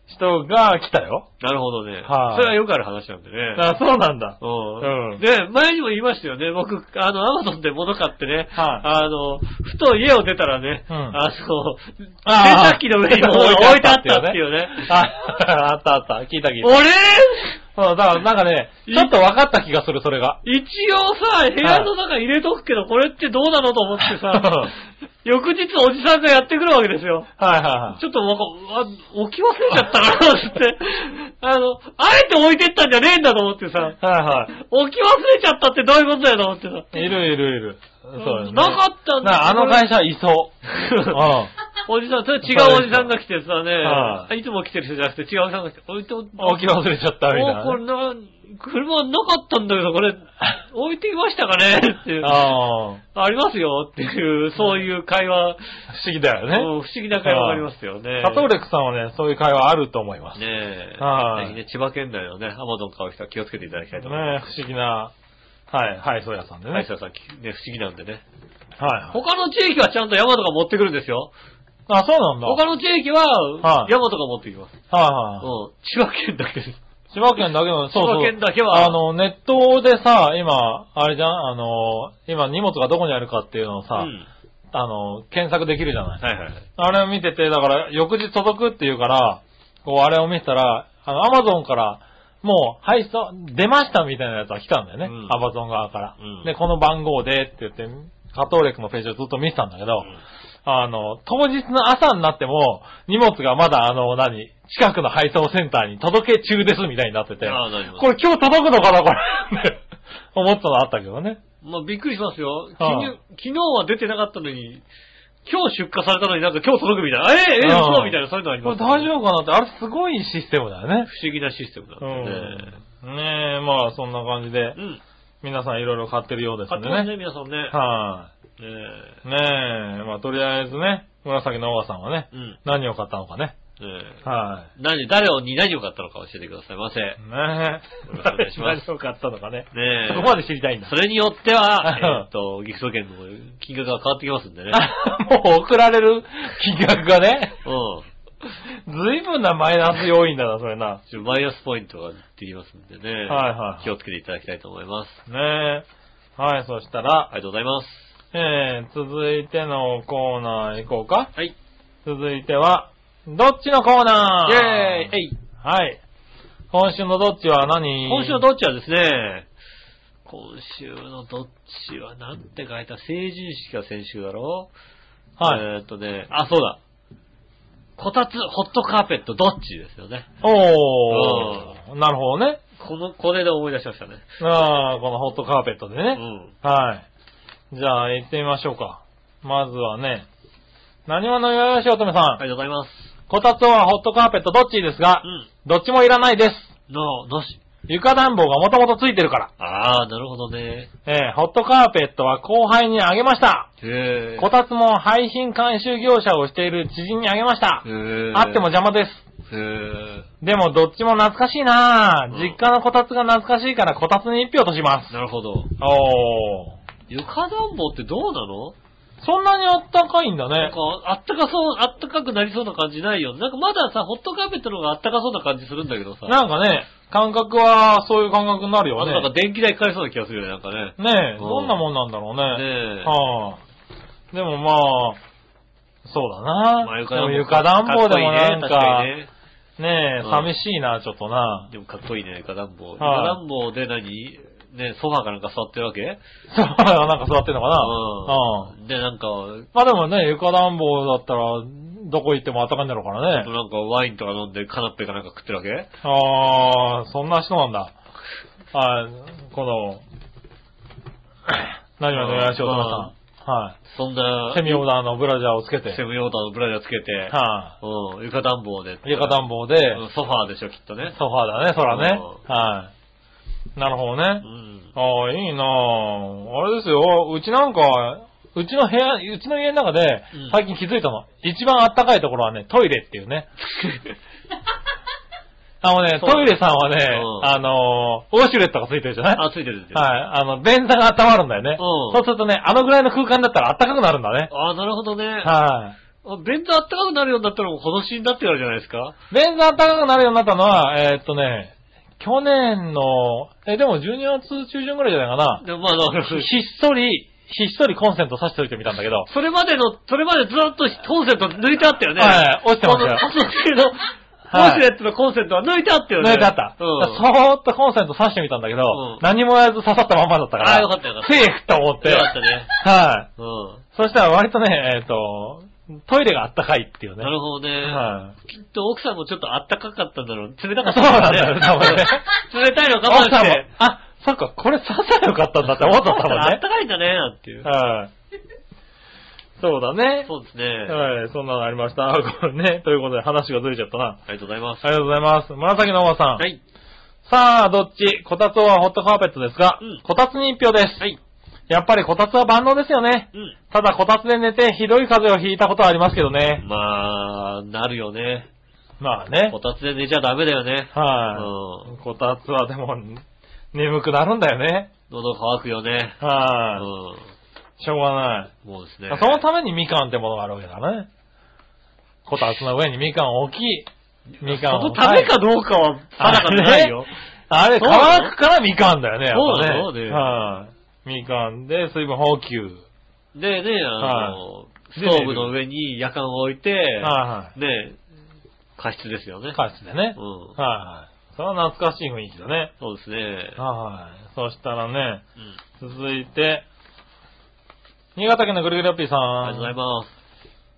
Speaker 3: 人が来たよ。
Speaker 2: (laughs) なるほどね。
Speaker 3: はい
Speaker 2: それはよくある話なんでね。
Speaker 3: あ、そうなんだ。
Speaker 2: う
Speaker 3: うんん
Speaker 2: で、前にも言いましたよね。僕、あの、アマゾンで物買ってね、
Speaker 3: はい (laughs)
Speaker 2: あの、ふと家を出たらね、
Speaker 3: うん
Speaker 2: あの、
Speaker 3: あー
Speaker 2: (laughs) 洗濯機の上に置いてあったっていうね。
Speaker 3: あ、あったあった。聞いた聞いた。
Speaker 2: 俺
Speaker 3: そう、だからなんかね、ちょっと分かった気がする、それが。
Speaker 2: 一応さ、部屋の中入れとくけど、これってどうなのと思って (laughs) さ、翌日おじさんがやってくるわけですよ。
Speaker 3: はいは
Speaker 2: ちょっとなんか、あ、置き忘れちゃったかな、つ
Speaker 3: (laughs)
Speaker 2: って。あの、あえて置いてったんじゃねえんだと思ってさ、
Speaker 3: いはい。はいは
Speaker 2: 置き忘れちゃったってどういうことだよと思ってさ。
Speaker 3: い。いるいるいる。そうですね。
Speaker 2: なかったんだ
Speaker 3: なあ
Speaker 2: (laughs)
Speaker 3: の会社いそう。うん。あ、
Speaker 2: おじさん、それ違うおじさんが来てさ
Speaker 3: は
Speaker 2: ね、いつも来てる人じゃなくて違うおじさんが来て、置いて、置
Speaker 3: 置き忘れちゃったみたい
Speaker 2: おこ
Speaker 3: な
Speaker 2: れな、車なかったんだけど、これ、置いていましたかねってい
Speaker 3: ね。
Speaker 2: う。
Speaker 3: ああ。
Speaker 2: ありますよっていう、そういう会話、
Speaker 3: 不思議だよ
Speaker 2: うん
Speaker 3: ね。
Speaker 2: 不思議な会話がありますよね。
Speaker 3: カトーレックさんはね、そういう会話あると思います。ね
Speaker 2: ねえ。
Speaker 3: はい
Speaker 2: ぜひね、千葉県内のね、アマゾン買う人は気をつけていただきたい
Speaker 3: 不
Speaker 2: と思います。
Speaker 3: 思議な、はい、はい、そうやさんでね。
Speaker 2: 歯
Speaker 3: は
Speaker 2: 医
Speaker 3: い
Speaker 2: 者さん、きね、不思議なんでね。
Speaker 3: はい。
Speaker 2: 他の地域はちゃんと山とか持ってくるんですよ。
Speaker 3: あ、そうなんだ。
Speaker 2: 他の地域は
Speaker 3: は、い
Speaker 2: 山とか持ってきます。
Speaker 3: はいはい。
Speaker 2: うん。千葉県だけです。
Speaker 3: 千葉県だけの、そうそう。
Speaker 2: 千葉県だけは
Speaker 3: あの、ネットでさ、今、あれじゃんあの、今荷物がどこにあるかっていうのをさ、
Speaker 2: うん。
Speaker 3: あの、検索できるじゃない。
Speaker 2: はいはいはい。
Speaker 3: あれを見てて、だから、翌日届くっていうから、こう、あれを見てたら、あの、アマゾンから、もう、配送、出ましたみたいなやつが来たんだよね。
Speaker 2: うん
Speaker 3: アマゾン側から、
Speaker 2: うん
Speaker 3: で、この番号でって言って、カトーレックのページをずっと見てたんだけど、あの、当日の朝になっても、荷物がまだあの、何、近くの配送センターに届け中ですみたいになってて、
Speaker 2: ああ、なるほど。
Speaker 3: これ今日届くのかな、これ。 (laughs) 思ったのあったけどね。
Speaker 2: まあ、びっくりしますよ。昨
Speaker 3: は
Speaker 2: 日
Speaker 3: い
Speaker 2: 昨日は出てなかったのに、今日出荷されたのになんか今日届くみたいな。ええええ、
Speaker 3: うん
Speaker 2: そうみたいな、そういうのあり
Speaker 3: こ
Speaker 2: ま
Speaker 3: れ
Speaker 2: すよね、
Speaker 3: 大丈夫かなって、あれすごいシステムだよね。
Speaker 2: 不思議なシステムなん
Speaker 3: う
Speaker 2: でね。
Speaker 3: ん。ねえ、まあそんな感じで
Speaker 2: う、ん。
Speaker 3: 皆さんいろいろ買ってるようです
Speaker 2: 買っ
Speaker 3: ん
Speaker 2: て
Speaker 3: で
Speaker 2: ますね、
Speaker 3: ね。
Speaker 2: 皆さんね。
Speaker 3: は
Speaker 2: ねえ
Speaker 3: い。ねえ、まあとりあえずね、紫のオさんはね、
Speaker 2: うん。
Speaker 3: 何を買ったのかね。
Speaker 2: ねえ
Speaker 3: は
Speaker 2: 何、誰を、に何を買ったのか教えてくださいませ。
Speaker 3: い。ね
Speaker 2: よろし
Speaker 3: え
Speaker 2: くお願いします
Speaker 3: (laughs) 何を買ったのかね。
Speaker 2: ねえ
Speaker 3: そこまで知りたいんだ
Speaker 2: そ。れによっては、
Speaker 3: うん
Speaker 2: えっと、ギフト券の金額が変わってきますんでね。
Speaker 3: (laughs) もう送られる (laughs) 金額がね、
Speaker 2: うん。
Speaker 3: ずいぶんなマイナス要因だな、それな。
Speaker 2: ちょマイナスポイントができますんでね。
Speaker 3: はいはい
Speaker 2: 気をつけていただきたいと思います。
Speaker 3: ねえ。はい、そしたら
Speaker 2: あ、りがとうございます。
Speaker 3: えー、続いてのコーナー行こうか。
Speaker 2: はい。
Speaker 3: 続いては、どっちのコーナー
Speaker 2: イェーイえい
Speaker 3: はい。今週のどっちは何
Speaker 2: 今週のどっちはですね、今週のどっちはなんて書いた成人式が先週だろ
Speaker 3: はい。
Speaker 2: えーっとね、あ、そうだ。こたつ、ホットカーペット、どっちですよね。
Speaker 3: おー。なるほどね。
Speaker 2: この、これで思い出しましたね。
Speaker 3: あー、このホットカーペットで
Speaker 2: う
Speaker 3: ね。
Speaker 2: ん。
Speaker 3: はい。じゃあ、行ってみましょうか。まずはね、何者よよしおとめさん。
Speaker 2: ありがとうございます。
Speaker 3: こたつはホットカーペットどっちですが
Speaker 2: う、ん。
Speaker 3: どっちもいらないです。
Speaker 2: の、のし。
Speaker 3: 床暖房がもともとついてるから。
Speaker 2: ああ、なるほどね。
Speaker 3: えー、ホットカーペットは後輩にあげました。
Speaker 2: へえ。
Speaker 3: こたつも廃品回収業者をしている知人にあげました。
Speaker 2: へえ。
Speaker 3: あっても邪魔です。
Speaker 2: へえ。
Speaker 3: でもどっちも懐かしいなぁ
Speaker 2: うん
Speaker 3: 実家のこたつが懐かしいからこたつに一票とします。
Speaker 2: なるほど。
Speaker 3: おー。
Speaker 2: 床暖房ってどうなの
Speaker 3: そんなにあったかいんだ
Speaker 2: なん
Speaker 3: ね
Speaker 2: か。、あったかそう、あったかくなりそうな感じないよ。なんかまださ、ホットカーペットの方があったかそうな感じするんだけどさ。
Speaker 3: なんかね、感覚はそういう感覚になる
Speaker 2: あ
Speaker 3: よ
Speaker 2: となんか
Speaker 3: ね。
Speaker 2: 電気代かかりそうな気がするよね、なんかね。
Speaker 3: ねえ、
Speaker 2: ん
Speaker 3: どんなもんなんだろうね。
Speaker 2: ねえ。
Speaker 3: はぁ。でもまあ、そうだな
Speaker 2: まあ
Speaker 3: でも床暖房でもなん
Speaker 2: っこ
Speaker 3: か、
Speaker 2: いいね
Speaker 3: ねえ、
Speaker 2: うん
Speaker 3: 寂しいなちょっとな
Speaker 2: 確かにねでもかっこいいね、床暖房。床
Speaker 3: はい
Speaker 2: 暖房で何ね、ソファーかなんか座ってるわけ
Speaker 3: そう、なんか座ってんのかなうん。
Speaker 2: うん。で、なんか、
Speaker 3: まあでもね、床暖房だったら、どこ行っても暖かいんだろうからね。
Speaker 2: なんかワインとか飲んでカナッペかなんか食ってるわけ
Speaker 3: ああ、そんな人なんだ。はい、
Speaker 2: (laughs)
Speaker 3: この、何はのやしおとめさん。は。
Speaker 2: そんない
Speaker 3: セミオーダーのブラジャーをつけて。
Speaker 2: セミオーダーのブラジャーつけて、
Speaker 3: は
Speaker 2: うん、床暖房で。
Speaker 3: い。床暖房で、
Speaker 2: うんソファーでしょ、きっとね。
Speaker 3: ソファーだね、そらね。
Speaker 2: う
Speaker 3: はい。なるほどね。
Speaker 2: うん。 (laughs)
Speaker 3: ああ、いいなああれですよ、うちなんか、うちの部屋、うちの家の中で
Speaker 2: うん、
Speaker 3: 最近気づいたの。一番あったかいところはね、トイレっていうね。あのね、
Speaker 2: そう
Speaker 3: トイレさんはね、
Speaker 2: うん
Speaker 3: あのーウォシュレットがついてるじゃない
Speaker 2: あ、ついてるついてる。
Speaker 3: はい。あの、便座が温まるんだよね。
Speaker 2: うん
Speaker 3: そうするとね、あのぐらいの空間だったら暖かくなるんだね。
Speaker 2: ああ、なるほどね。
Speaker 3: は
Speaker 2: あ便座あったかくなるようになったのも今年になってからじゃないですか
Speaker 3: い。便座暖かくなるようになったのは、えーっとね、去年の、え、でも12月中旬ぐらいじゃないかな。
Speaker 2: でもまあ、だ
Speaker 3: (laughs)
Speaker 2: から
Speaker 3: ひっそり、ひっそりコンセント挿しておいてみたんだけど。
Speaker 2: それまでの、それまでずっとコンセント抜いてあったよね。
Speaker 3: (laughs) はい落ちてましたよ
Speaker 2: この。ウォシュレットのコンセントは抜いてあったよね。
Speaker 3: 抜いてあった。
Speaker 2: うん。
Speaker 3: そーっとコンセント刺してみたんだけど、
Speaker 2: うん
Speaker 3: 何もやらず刺さったまんまだったから。
Speaker 2: あーよかったよかった
Speaker 3: セーフと思って。
Speaker 2: よかったね。
Speaker 3: はい。
Speaker 2: う。
Speaker 3: そしたら割とね、えっ、と、トイレがあったかいっていうんね。
Speaker 2: なるほどね。
Speaker 3: はい。
Speaker 2: きっと奥さんもちょっとあったかかったんだろう。冷たかっ
Speaker 3: そ
Speaker 2: た
Speaker 3: うんな
Speaker 2: だ
Speaker 3: ん
Speaker 2: ろ
Speaker 3: だよ
Speaker 2: う
Speaker 3: ね、
Speaker 2: ね。
Speaker 3: 多分ね。
Speaker 2: 冷たいの
Speaker 3: 奥
Speaker 2: 我慢
Speaker 3: さ
Speaker 2: し
Speaker 3: んも
Speaker 2: て。、
Speaker 3: あ、そっか、これ刺さりゃよかったんだって思った多分
Speaker 2: あっ
Speaker 3: ね
Speaker 2: た。かいんだね、なんていう。
Speaker 3: はい。そうだね。
Speaker 2: (laughs) そうですね。
Speaker 3: はい、そんなのありました。 (laughs) これね、ということで話がずれちゃったな。
Speaker 2: ありがとうございます。
Speaker 3: ありがとうございます。紫のおばさん。
Speaker 2: はい。
Speaker 3: さあ、どっちこたつはホットカーペットですが、
Speaker 2: うん
Speaker 3: こたつに一票です。
Speaker 2: はい。
Speaker 3: やっぱりこたつは万能ですよね。
Speaker 2: う
Speaker 3: ただこたつで寝てひどい風邪をひいたことはありますけど
Speaker 2: ん。
Speaker 3: ね。
Speaker 2: まあ、なるよね。
Speaker 3: まあね
Speaker 2: こ。たつで寝ちゃダメだよね。
Speaker 3: はい、
Speaker 2: うん
Speaker 3: こたつはでも、眠くなるんだよね。
Speaker 2: 喉乾くよね。う
Speaker 3: はい、
Speaker 2: ん。
Speaker 3: しょうがない。
Speaker 2: もうですね。
Speaker 3: そのためにみかんってものがあるわけだね。こたつの上にみかんを置き、みかん
Speaker 2: そ
Speaker 3: を
Speaker 2: のためかどうかは定かじゃないよ。
Speaker 3: あれ、
Speaker 2: そうなの
Speaker 3: 乾くからみかんだよね、やっぱね。
Speaker 2: そうなのね
Speaker 3: はい、みかんで水分補給。はい、
Speaker 2: でね、あの、ストーブの上に夜間を置いて、
Speaker 3: はい、
Speaker 2: ね、加湿ですよね。
Speaker 3: 加湿でね。
Speaker 2: う
Speaker 3: はい、
Speaker 2: ん。
Speaker 3: それは懐かしい雰囲気だね。
Speaker 2: そうですね。
Speaker 3: はい、そしたらね、
Speaker 2: うん。
Speaker 3: 続いて、新潟県のぐるぐるよっぴーさん。
Speaker 2: ありがとうございます。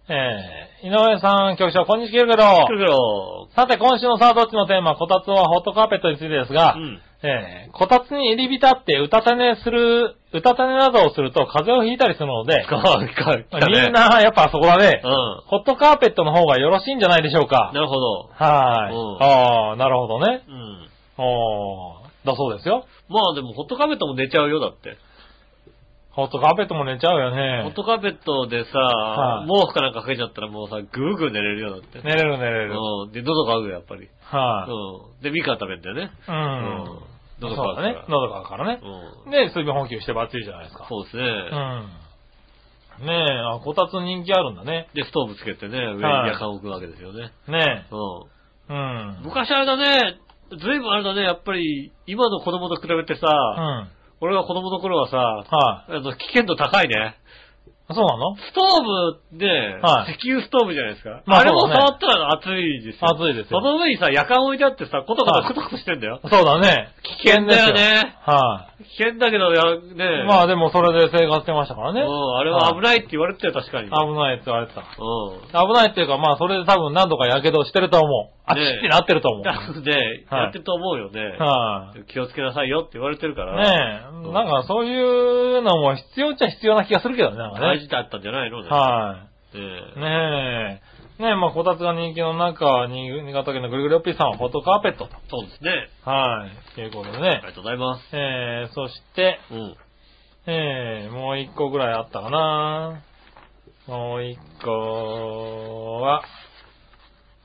Speaker 3: えー、井上さん、局長、こんにちは、けど。
Speaker 2: くるくろ
Speaker 3: さて、今週のサードッチのテーマ、こたつはホットカーペットについてですが、
Speaker 2: うん。
Speaker 3: えーこたつに入り浸って、うたた寝する、うたた寝などをすると風邪をひいたりするので、
Speaker 2: かわいいかわいい来たね
Speaker 3: みんな、やっぱあそこだね、
Speaker 2: うん。
Speaker 3: ホットカーペットの方がよろしいんじゃないでしょうか。
Speaker 2: なるほど。
Speaker 3: はーい。
Speaker 2: うん
Speaker 3: ああ、なるほどね。
Speaker 2: うん。
Speaker 3: おーだそうですよ。
Speaker 2: まあでも、ホットカーペットも寝ちゃうよ、だって。
Speaker 3: ホットカーペットも寝ちゃうよ
Speaker 2: ホ
Speaker 3: ね
Speaker 2: ッ。トカーペットでさ、
Speaker 3: はい
Speaker 2: 毛布かなんかかけちゃったらもうさ、ぐーぐー寝れるよ、だって。
Speaker 3: 寝れる寝れる。
Speaker 2: うん。で、喉乾くよ、やっぱり。
Speaker 3: はい、
Speaker 2: うん。で、ミカン食べんだよね。
Speaker 3: う。。
Speaker 2: うん喉
Speaker 3: そう
Speaker 2: 乾くか
Speaker 3: だね
Speaker 2: ら。。
Speaker 3: 喉乾くからね。
Speaker 2: うん。
Speaker 3: で、水分補給してバッチリじゃないですか。
Speaker 2: そうですね。
Speaker 3: うん。ねえ、あ、こたつ人気あるんだね。
Speaker 2: で、ストーブつけてね、上に
Speaker 3: はい
Speaker 2: 夜間置くわけですよね。
Speaker 3: ね
Speaker 2: う
Speaker 3: え。うん。
Speaker 2: ん。昔あれだね、ずいぶんあれだね、やっぱり、今の子供と比べて
Speaker 3: うん。
Speaker 2: さ、
Speaker 3: はい、
Speaker 2: 俺が子供の頃はさ、あの、危険度高いね。
Speaker 3: そうなの
Speaker 2: ストーブで、
Speaker 3: はい
Speaker 2: 石油ストーブじゃないですか。
Speaker 3: まあ
Speaker 2: あれも
Speaker 3: そうだね
Speaker 2: 触ったら熱いですよ。
Speaker 3: 熱いです
Speaker 2: そ
Speaker 3: よ
Speaker 2: の上にさ、夜間置いてあってさ、コトコ
Speaker 3: は
Speaker 2: トコ
Speaker 3: い
Speaker 2: トコトしてんだよ。
Speaker 3: そうだね。
Speaker 2: 危険だよね。
Speaker 3: は
Speaker 2: 危険だけど、や、
Speaker 3: い、
Speaker 2: ね
Speaker 3: まあでもそれで生活してましたから
Speaker 2: う
Speaker 3: ね。
Speaker 2: ん、あれは危ないって言われてたよ、確かに。
Speaker 3: 危ないって言われてた。
Speaker 2: う
Speaker 3: 危ないっていうか、まあそれで多分何度か火傷してると思う。あっち
Speaker 2: ねえ
Speaker 3: ってなってると思
Speaker 2: ん。
Speaker 3: う。
Speaker 2: だので、
Speaker 3: はい
Speaker 2: やってると思うよね。
Speaker 3: はい、
Speaker 2: 気をつけなさいよって言われてるから。
Speaker 3: ねえ、なんかそういうのも必要っちゃ必要な気がするけどね、なんか
Speaker 2: 大
Speaker 3: ね。
Speaker 2: 事だったんじゃないのね。
Speaker 3: は
Speaker 2: え
Speaker 3: い、ねえ。ねえ、まあこたつが人気の中、新新潟県のぐるぐるおっぴーさんはフォトカーペットと。
Speaker 2: そうですね。
Speaker 3: はい、ということで
Speaker 2: あ
Speaker 3: ね
Speaker 2: り。がとうございます。
Speaker 3: えー、そして、
Speaker 2: うん。
Speaker 3: えー、もう一個ぐらいあったかなもう一個は、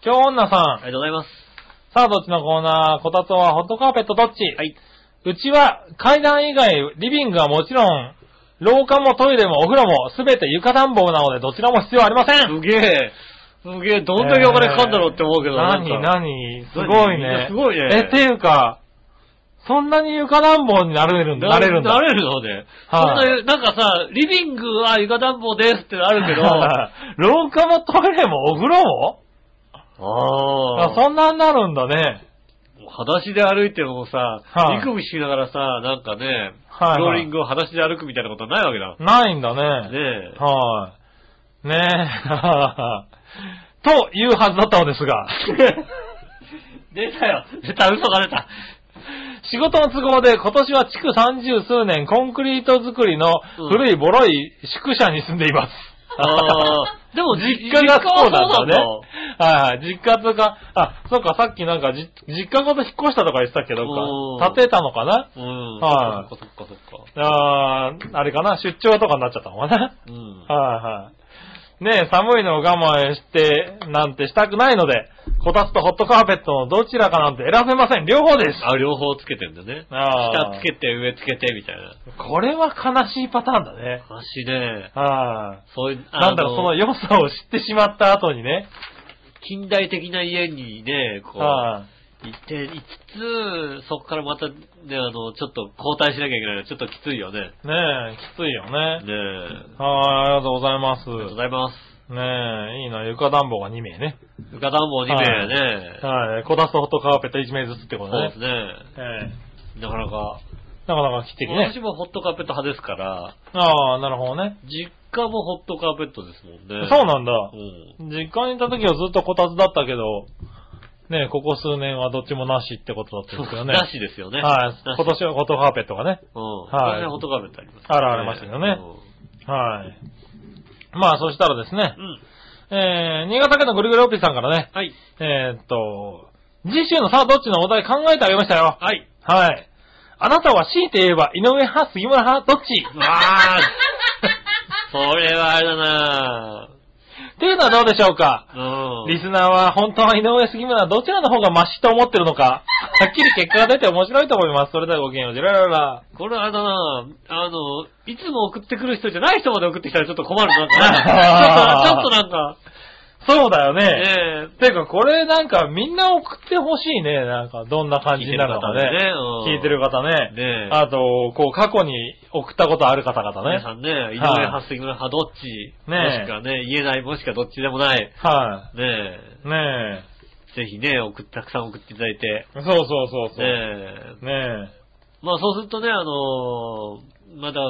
Speaker 3: 今日女さ
Speaker 2: ありがと
Speaker 3: ん。
Speaker 2: うございます。
Speaker 3: さあ、どっちのコーナーこたつはホットカーペットどっち
Speaker 2: はい。
Speaker 3: うちは階段以外、リビングはもちろん、廊下もトイレもお風呂もすべて床暖房なのでどちらも必要ありません。
Speaker 2: (laughs) すげえ。すげえ、どんだけお金かかるんだろうって思うけど、
Speaker 3: 何
Speaker 2: なんか
Speaker 3: 何すごい
Speaker 2: みんな
Speaker 3: ね。
Speaker 2: すごいね
Speaker 3: え、っていうか、そんなに床暖房になれるんだ。なれるんだ。
Speaker 2: なれるのね。
Speaker 3: は
Speaker 2: そ
Speaker 3: い
Speaker 2: んな、なんかさ、リビングは床暖房ですってあるけど、あ
Speaker 3: (laughs) 廊下もトイレもお風呂もあ、
Speaker 2: あ。
Speaker 3: そんなんなるんだね。
Speaker 2: 裸足で歩いてもさ、
Speaker 3: はい
Speaker 2: 肉見しながらさ、なんかね、
Speaker 3: はいはい
Speaker 2: ローリングを裸足で歩くみたいなことはないわけだ。
Speaker 3: ないんだね。
Speaker 2: ねえ。
Speaker 3: はい。ねえ。 (laughs) というはずだったので
Speaker 2: (laughs)
Speaker 3: すが、
Speaker 2: 出たよ。出た、嘘が出
Speaker 3: (laughs)
Speaker 2: た。
Speaker 3: 仕事の都合で今年は築三十数年コンクリート作りの古いボロい宿舎に住んでいます。 (laughs)
Speaker 2: ああ。でも、実
Speaker 3: 実家がそうな
Speaker 2: 実家はそ
Speaker 3: んだね
Speaker 2: うなんだ。
Speaker 3: はいはい。実家とか、あ、そうか、さっきなんかじ、実家ごと引っ越したとか言ってたけど
Speaker 2: う
Speaker 3: か、
Speaker 2: ん
Speaker 3: 建てたのかな
Speaker 2: うん。
Speaker 3: は
Speaker 2: そ
Speaker 3: い
Speaker 2: っかそっかそっか。
Speaker 3: あーあれかな、出張とかになっちゃったのかな。
Speaker 2: うん。
Speaker 3: はいはい。ねえ、寒いのを我慢して、なんてしたくないので、こたつとホットカーペットのどちらかなんて選べません。両方です。
Speaker 2: あ、両方つけてんだね。
Speaker 3: あー
Speaker 2: 下つけて、上つけて、みたいな。
Speaker 3: これは悲しいパターンだね。
Speaker 2: 話ね。
Speaker 3: はい。
Speaker 2: そういう、
Speaker 3: なんだろう、その良さを知ってしまった後にね。
Speaker 2: 近代的な家にね、こう、
Speaker 3: は
Speaker 2: 行って、行きつつ、そこからまた、ね、あの、ちょっと交代しなきゃいけないのちょっときついよね。
Speaker 3: い。ねえ、きついよ
Speaker 2: ね
Speaker 3: ね。
Speaker 2: え。
Speaker 3: はい、ありがとうございます。
Speaker 2: ありがとうございます。
Speaker 3: ねねえ、いいな、床暖房が2名ね。
Speaker 2: 床暖房2名ね。
Speaker 3: はい、小田ソフトカーペット1名ずつってこ
Speaker 2: そう
Speaker 3: と
Speaker 2: で
Speaker 3: ね
Speaker 2: す。ね。
Speaker 3: え
Speaker 2: なかなか。
Speaker 3: えなかなか来てる
Speaker 2: 私
Speaker 3: ね。
Speaker 2: もホットカーペット派ですから、
Speaker 3: ああ、なるほどね。
Speaker 2: 実家もホットカーペットですもんね。
Speaker 3: そうなんだ
Speaker 2: う。ん。
Speaker 3: 実家にいた時はずっとこたつだったけど、ねえここ数年はどっちもなしってことだったんですけどね。
Speaker 2: なしですよね。
Speaker 3: はい。
Speaker 2: なし
Speaker 3: 今年はホットカーペットがね。
Speaker 2: うん。
Speaker 3: はい
Speaker 2: これねホットカーペットあります、
Speaker 3: あるありましたけどねはい。まあ、そしたらですね
Speaker 2: う、ん。うん。
Speaker 3: えー、新潟県のぐるぐるおっぴーさんからね、
Speaker 2: はい。
Speaker 3: えーっと、次週のさあどっちのお題考えてあげましたよ。
Speaker 2: はい。
Speaker 3: はい。あなたは強いて言えば、井上派、杉村派、どっち
Speaker 2: わ
Speaker 3: (laughs)
Speaker 2: ーそれはあれだな
Speaker 3: っていうのはどうでしょうか
Speaker 2: ぁ。うん。
Speaker 3: リスナーは本当は井上杉村どちらの方がマシと思ってるのか、はっきり結果が出て面白いと思います。それではごきげんよう、ジェラララ。
Speaker 2: これあれだなあの、いつも送ってくる人じゃない人まで送ってきたらちょっと
Speaker 3: (laughs)
Speaker 2: 困るな
Speaker 3: あー
Speaker 2: ちょっと、ちょっとなんか、
Speaker 3: そうだよね。
Speaker 2: ねえ、
Speaker 3: ていうか、これなんかみんな送ってほしいね。なんか、どんな感じになるのかね。聞
Speaker 2: 聞
Speaker 3: いてる
Speaker 2: 方
Speaker 3: 方ね。
Speaker 2: ねえ
Speaker 3: あと、こう、過去に送ったことある方々
Speaker 2: ね。皆さ
Speaker 3: ね。
Speaker 2: んね、井上
Speaker 3: はい
Speaker 2: 派、杉村派、どっち、
Speaker 3: ねえ
Speaker 2: もしくはね、言えない、もしくはどっちでもない。
Speaker 3: は
Speaker 2: ねえ、
Speaker 3: い。ね
Speaker 2: ぜひね、送って、たくさん送っていただいて。
Speaker 3: え。そうそうそうそう。ね
Speaker 2: ねえ、
Speaker 3: え。
Speaker 2: まあそうするとね、あのーまだ、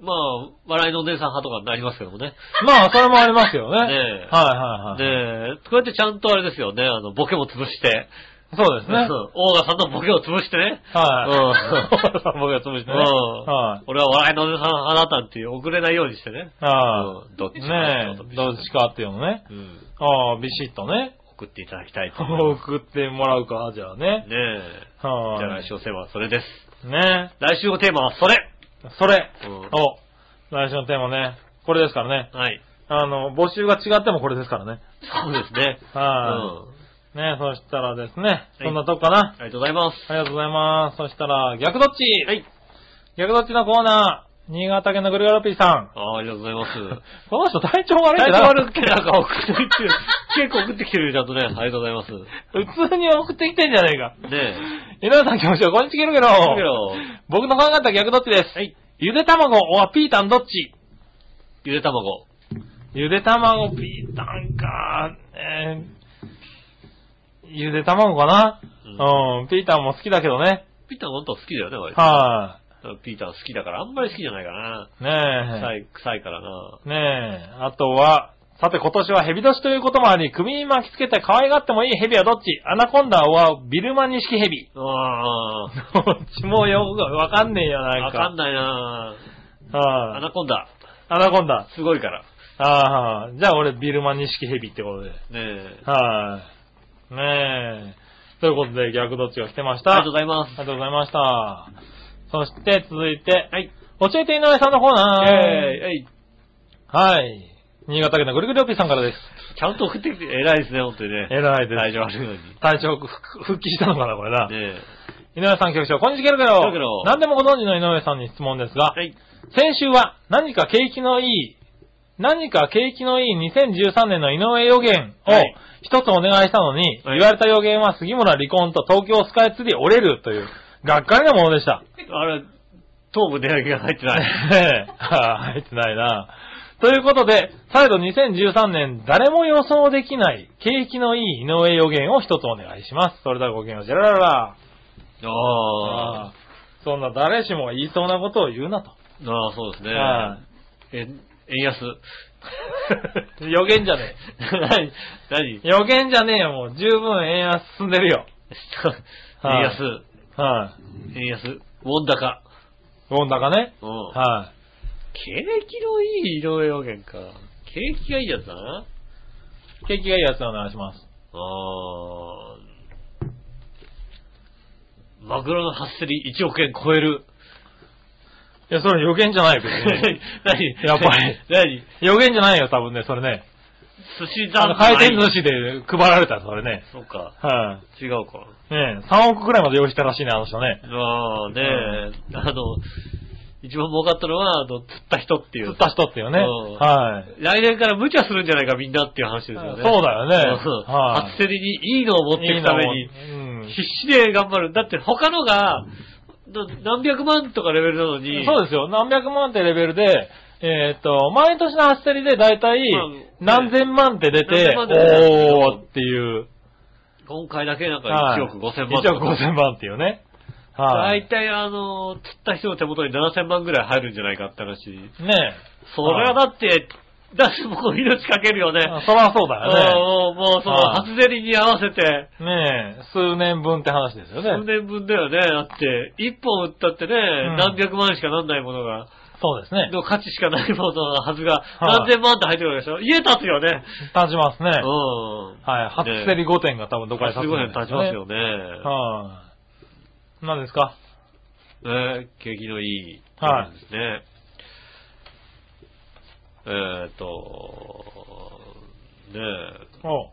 Speaker 2: まあ、笑いのお姉さん派とかになりますけどもね。
Speaker 3: まあ、それもありますよね。
Speaker 2: ねえ
Speaker 3: はいはいはい。
Speaker 2: ねえ、こうやってちゃんとあれですよね、あの、ボケも潰して。
Speaker 3: そうです
Speaker 2: うんオ
Speaker 3: ね。
Speaker 2: ーガさんのボケを潰してね。
Speaker 3: はい。
Speaker 2: うん
Speaker 3: (laughs) 僕が潰して
Speaker 2: う
Speaker 3: ね。
Speaker 2: ん
Speaker 3: はい。
Speaker 2: 俺は笑いのお姉さん派だったんていう遅れないようにしてね。
Speaker 3: は
Speaker 2: うんどっち
Speaker 3: い。ねえ、どっち
Speaker 2: か。
Speaker 3: かっていうのね。
Speaker 2: うん
Speaker 3: ああ、ビシッとね。
Speaker 2: 送っていただきたいと思いま
Speaker 3: (laughs) 送ってもらうか、じゃあね
Speaker 2: す。。ねえ。
Speaker 3: は
Speaker 2: じゃあ
Speaker 3: い
Speaker 2: 来。週のテーマはそれです。
Speaker 3: ね
Speaker 2: 来週のテーマはそれ
Speaker 3: え。それ。
Speaker 2: うん
Speaker 3: お、来週のテーマね。これですからね。
Speaker 2: はい。
Speaker 3: あの、募集が違ってもこれですからね。
Speaker 2: そうですね。
Speaker 3: は
Speaker 2: うん
Speaker 3: い。ねえ、そしたらですね、そんなとこかな。
Speaker 2: ありがとうございます。
Speaker 3: ありがとうございます。そしたら、逆どっち
Speaker 2: はい。
Speaker 3: 逆どっちのコーナー。新潟県のぐるがるぴーさん。
Speaker 2: あーありがとうござい
Speaker 3: (laughs)
Speaker 2: ます。
Speaker 3: この人体調悪いん
Speaker 2: 体
Speaker 3: じゃ
Speaker 2: 調
Speaker 3: ない
Speaker 2: 悪くてなんか送ってきてる。結構送ってきてるよ、ちゃんとね。ありがとうございます。ね
Speaker 3: 普通に送ってきてんじゃねえか。
Speaker 2: え。
Speaker 3: 井上さん、今日はこんにちは、ゲロゲロ。
Speaker 2: だけど、
Speaker 3: 僕の考えた逆どっちです。
Speaker 2: はい。
Speaker 3: ゆで卵、おピータンどっち
Speaker 2: ゆで卵。
Speaker 3: ゆで卵、ピータンか、えー、ゆで卵かな、うん、ピータンも好きだけどね。
Speaker 2: ピーター本当好きだよね、割と
Speaker 3: は
Speaker 2: ピーター好きだから、あんまり好きじゃないかな。
Speaker 3: い、ねえ。
Speaker 2: 臭い、臭いからな。
Speaker 3: ねえ。あとは、さて今年は蛇年ということもあり、首に巻きつけて可愛がってもいい蛇はどっちアナコンダはビルマニシキ蛇。
Speaker 2: ああ、
Speaker 3: どっちもよくわかんねえよ、な
Speaker 2: わ
Speaker 3: んか。
Speaker 2: かんないなア
Speaker 3: はい
Speaker 2: ナコンダ。
Speaker 3: アナコンダ。
Speaker 2: すごいから。
Speaker 3: ああ、じゃあ俺ビルマニシキヘビってことで。
Speaker 2: ねえ。
Speaker 3: はい。ねえ。ということで逆どっちが来てました。
Speaker 2: ありがとうございます
Speaker 3: あり。がとうございました。そして続いて、
Speaker 2: はい。
Speaker 3: 教えて井上さんのコーナ
Speaker 2: え
Speaker 3: ー。
Speaker 2: ー、えい。
Speaker 3: はい。新潟県のぐるぐるおっぴーさんからです。
Speaker 2: ちゃんと送ってきて、偉いですね、本当にね。
Speaker 3: 偉いです。
Speaker 2: 大丈夫あるように。ね
Speaker 3: 体調復復帰したのかな、これな。
Speaker 2: え。
Speaker 3: 井上さん局長、こんにちは、ゲロ
Speaker 2: ゲロ
Speaker 3: ゲ
Speaker 2: ゲ
Speaker 3: ロ
Speaker 2: ロ。
Speaker 3: 何でもご存知の井上さんに質問ですが、
Speaker 2: はい。
Speaker 3: 先週は何か景気のいい、何か景気のいい2013年の井上予言を
Speaker 2: はい
Speaker 3: 一つお願いしたのに、
Speaker 2: はい
Speaker 3: 言われた予言は杉村離婚と東京スカイツリー折れるという、がっかりなものでした。
Speaker 2: あれ、頭部値上げが入ってない。
Speaker 3: ねえは (laughs) あ入ってないな。ということで、再度2013年、誰も予想できない景気のいい井上予言を一つお願いします。それではごきげんよう、ジェラララ。
Speaker 2: あ
Speaker 3: あ
Speaker 2: あ
Speaker 3: あ。そんな誰しも言いそうなことを言うなと。
Speaker 2: ああ、そうですね。
Speaker 3: は
Speaker 2: え、円安。
Speaker 3: 予言じゃね
Speaker 2: (laughs) 何何
Speaker 3: え。予言じゃねえよ、もう。十分円安進んでるよ。
Speaker 2: 円
Speaker 3: はい
Speaker 2: 安。
Speaker 3: は
Speaker 2: 円安。ウォン高。
Speaker 3: い。ゴン高ね。
Speaker 2: うん。
Speaker 3: は
Speaker 2: 景気のいい井上予言か。景気がいいやつだな。
Speaker 3: い。景気がいいやつでお願いします。
Speaker 2: あーマグロのハッセリ1億円超え
Speaker 3: (laughs)
Speaker 2: る。
Speaker 3: いや、それ予言じゃないよ、別に。
Speaker 2: (laughs) 何
Speaker 3: やっぱり。
Speaker 2: (laughs) 何寿
Speaker 3: 予言じゃないよ、多分ね、それね。
Speaker 2: 司
Speaker 3: あ
Speaker 2: 残
Speaker 3: の、回転寿
Speaker 2: の
Speaker 3: 司で配られた、それね。
Speaker 2: そうか。
Speaker 3: は
Speaker 2: 違うか。
Speaker 3: い。ねえ、3億くらいまで用意したらしいね、あの人ね。
Speaker 2: まあね、あの、一番儲かったのは、あの、釣った人っていう。
Speaker 3: 釣った人っていうね。
Speaker 2: うん
Speaker 3: はい。
Speaker 2: 来年から無茶するんじゃないかみんなっていう話ですよね。
Speaker 3: そうだよね
Speaker 2: そう
Speaker 3: はい
Speaker 2: 初競りにいいのを持っていくために、
Speaker 3: いいのもうん
Speaker 2: 必死で頑張る。だって他のが、な何百万とかレベルなのに、
Speaker 3: そうですよ。何百万ってレベルで、えっ、と、毎年のハッセリでだいたい
Speaker 2: まあね
Speaker 3: 何千万って出
Speaker 2: 何
Speaker 3: て、
Speaker 2: 千万って出て
Speaker 3: おーっていう。
Speaker 2: 今回だけなんか
Speaker 3: はい
Speaker 2: 1億5000万。
Speaker 3: 1億5千万っていうね。はい。
Speaker 2: 大体あの、釣った人の手元に7000万ぐらい入るんじゃないかって話。
Speaker 3: ね
Speaker 2: それはだって、だってもう命かけるよね。
Speaker 3: え。そらそうだよ
Speaker 2: うんうんもうその
Speaker 3: はい
Speaker 2: 初競りに合わせて、
Speaker 3: ね。ねえ、数年分って話ですよ
Speaker 2: 数
Speaker 3: ね。
Speaker 2: 年分だよね。だって、一本売ったってね、
Speaker 3: ん
Speaker 2: 何百万しかなんないものが、
Speaker 3: そうですね。
Speaker 2: の価値しかないもののはずが、
Speaker 3: い
Speaker 2: 何千万って入ってるわけでしょ家建つよね。
Speaker 3: 立ちますね
Speaker 2: う。ん。
Speaker 3: はい。初競り5点が多分どこかに
Speaker 2: す
Speaker 3: 立つん
Speaker 2: ごい
Speaker 3: で
Speaker 2: ね
Speaker 3: す
Speaker 2: 立ちますよ。ね。
Speaker 3: はい。何ですか
Speaker 2: ね景気のいい。
Speaker 3: はい
Speaker 2: ですね。えっと、ねえ、
Speaker 3: おう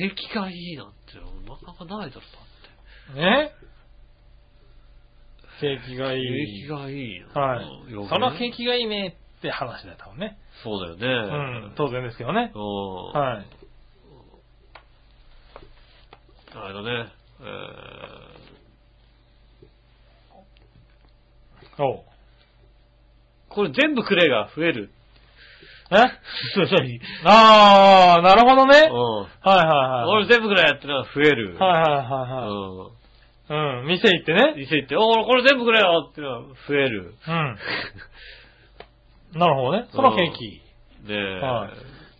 Speaker 2: 景気がいいなんて、なかなかないだろ、だって。
Speaker 3: え景気がい
Speaker 2: 景
Speaker 3: い
Speaker 2: 気。がいいな。
Speaker 3: はい
Speaker 2: よくね。
Speaker 3: その景気がいいねって話だったもんね。
Speaker 2: そうだ
Speaker 3: う
Speaker 2: よね
Speaker 3: ん。。当然ですけどね。
Speaker 2: うん。
Speaker 3: はい。
Speaker 2: あれだね。え
Speaker 3: おう
Speaker 2: ー、これ全部クレが増える。
Speaker 3: え (laughs)
Speaker 2: そう何うん。
Speaker 3: あー、なるほどね。はいはいはい。
Speaker 2: 俺全部クレやってのは増える。
Speaker 3: はい
Speaker 2: い。
Speaker 3: はいはいは
Speaker 2: う
Speaker 3: い。うん。店行ってね
Speaker 2: ん。。店行って、お俺これ全部くれよってのは増え
Speaker 3: (laughs)
Speaker 2: る。
Speaker 3: うん。なるほどね。その景気。
Speaker 2: ねえ。
Speaker 3: はい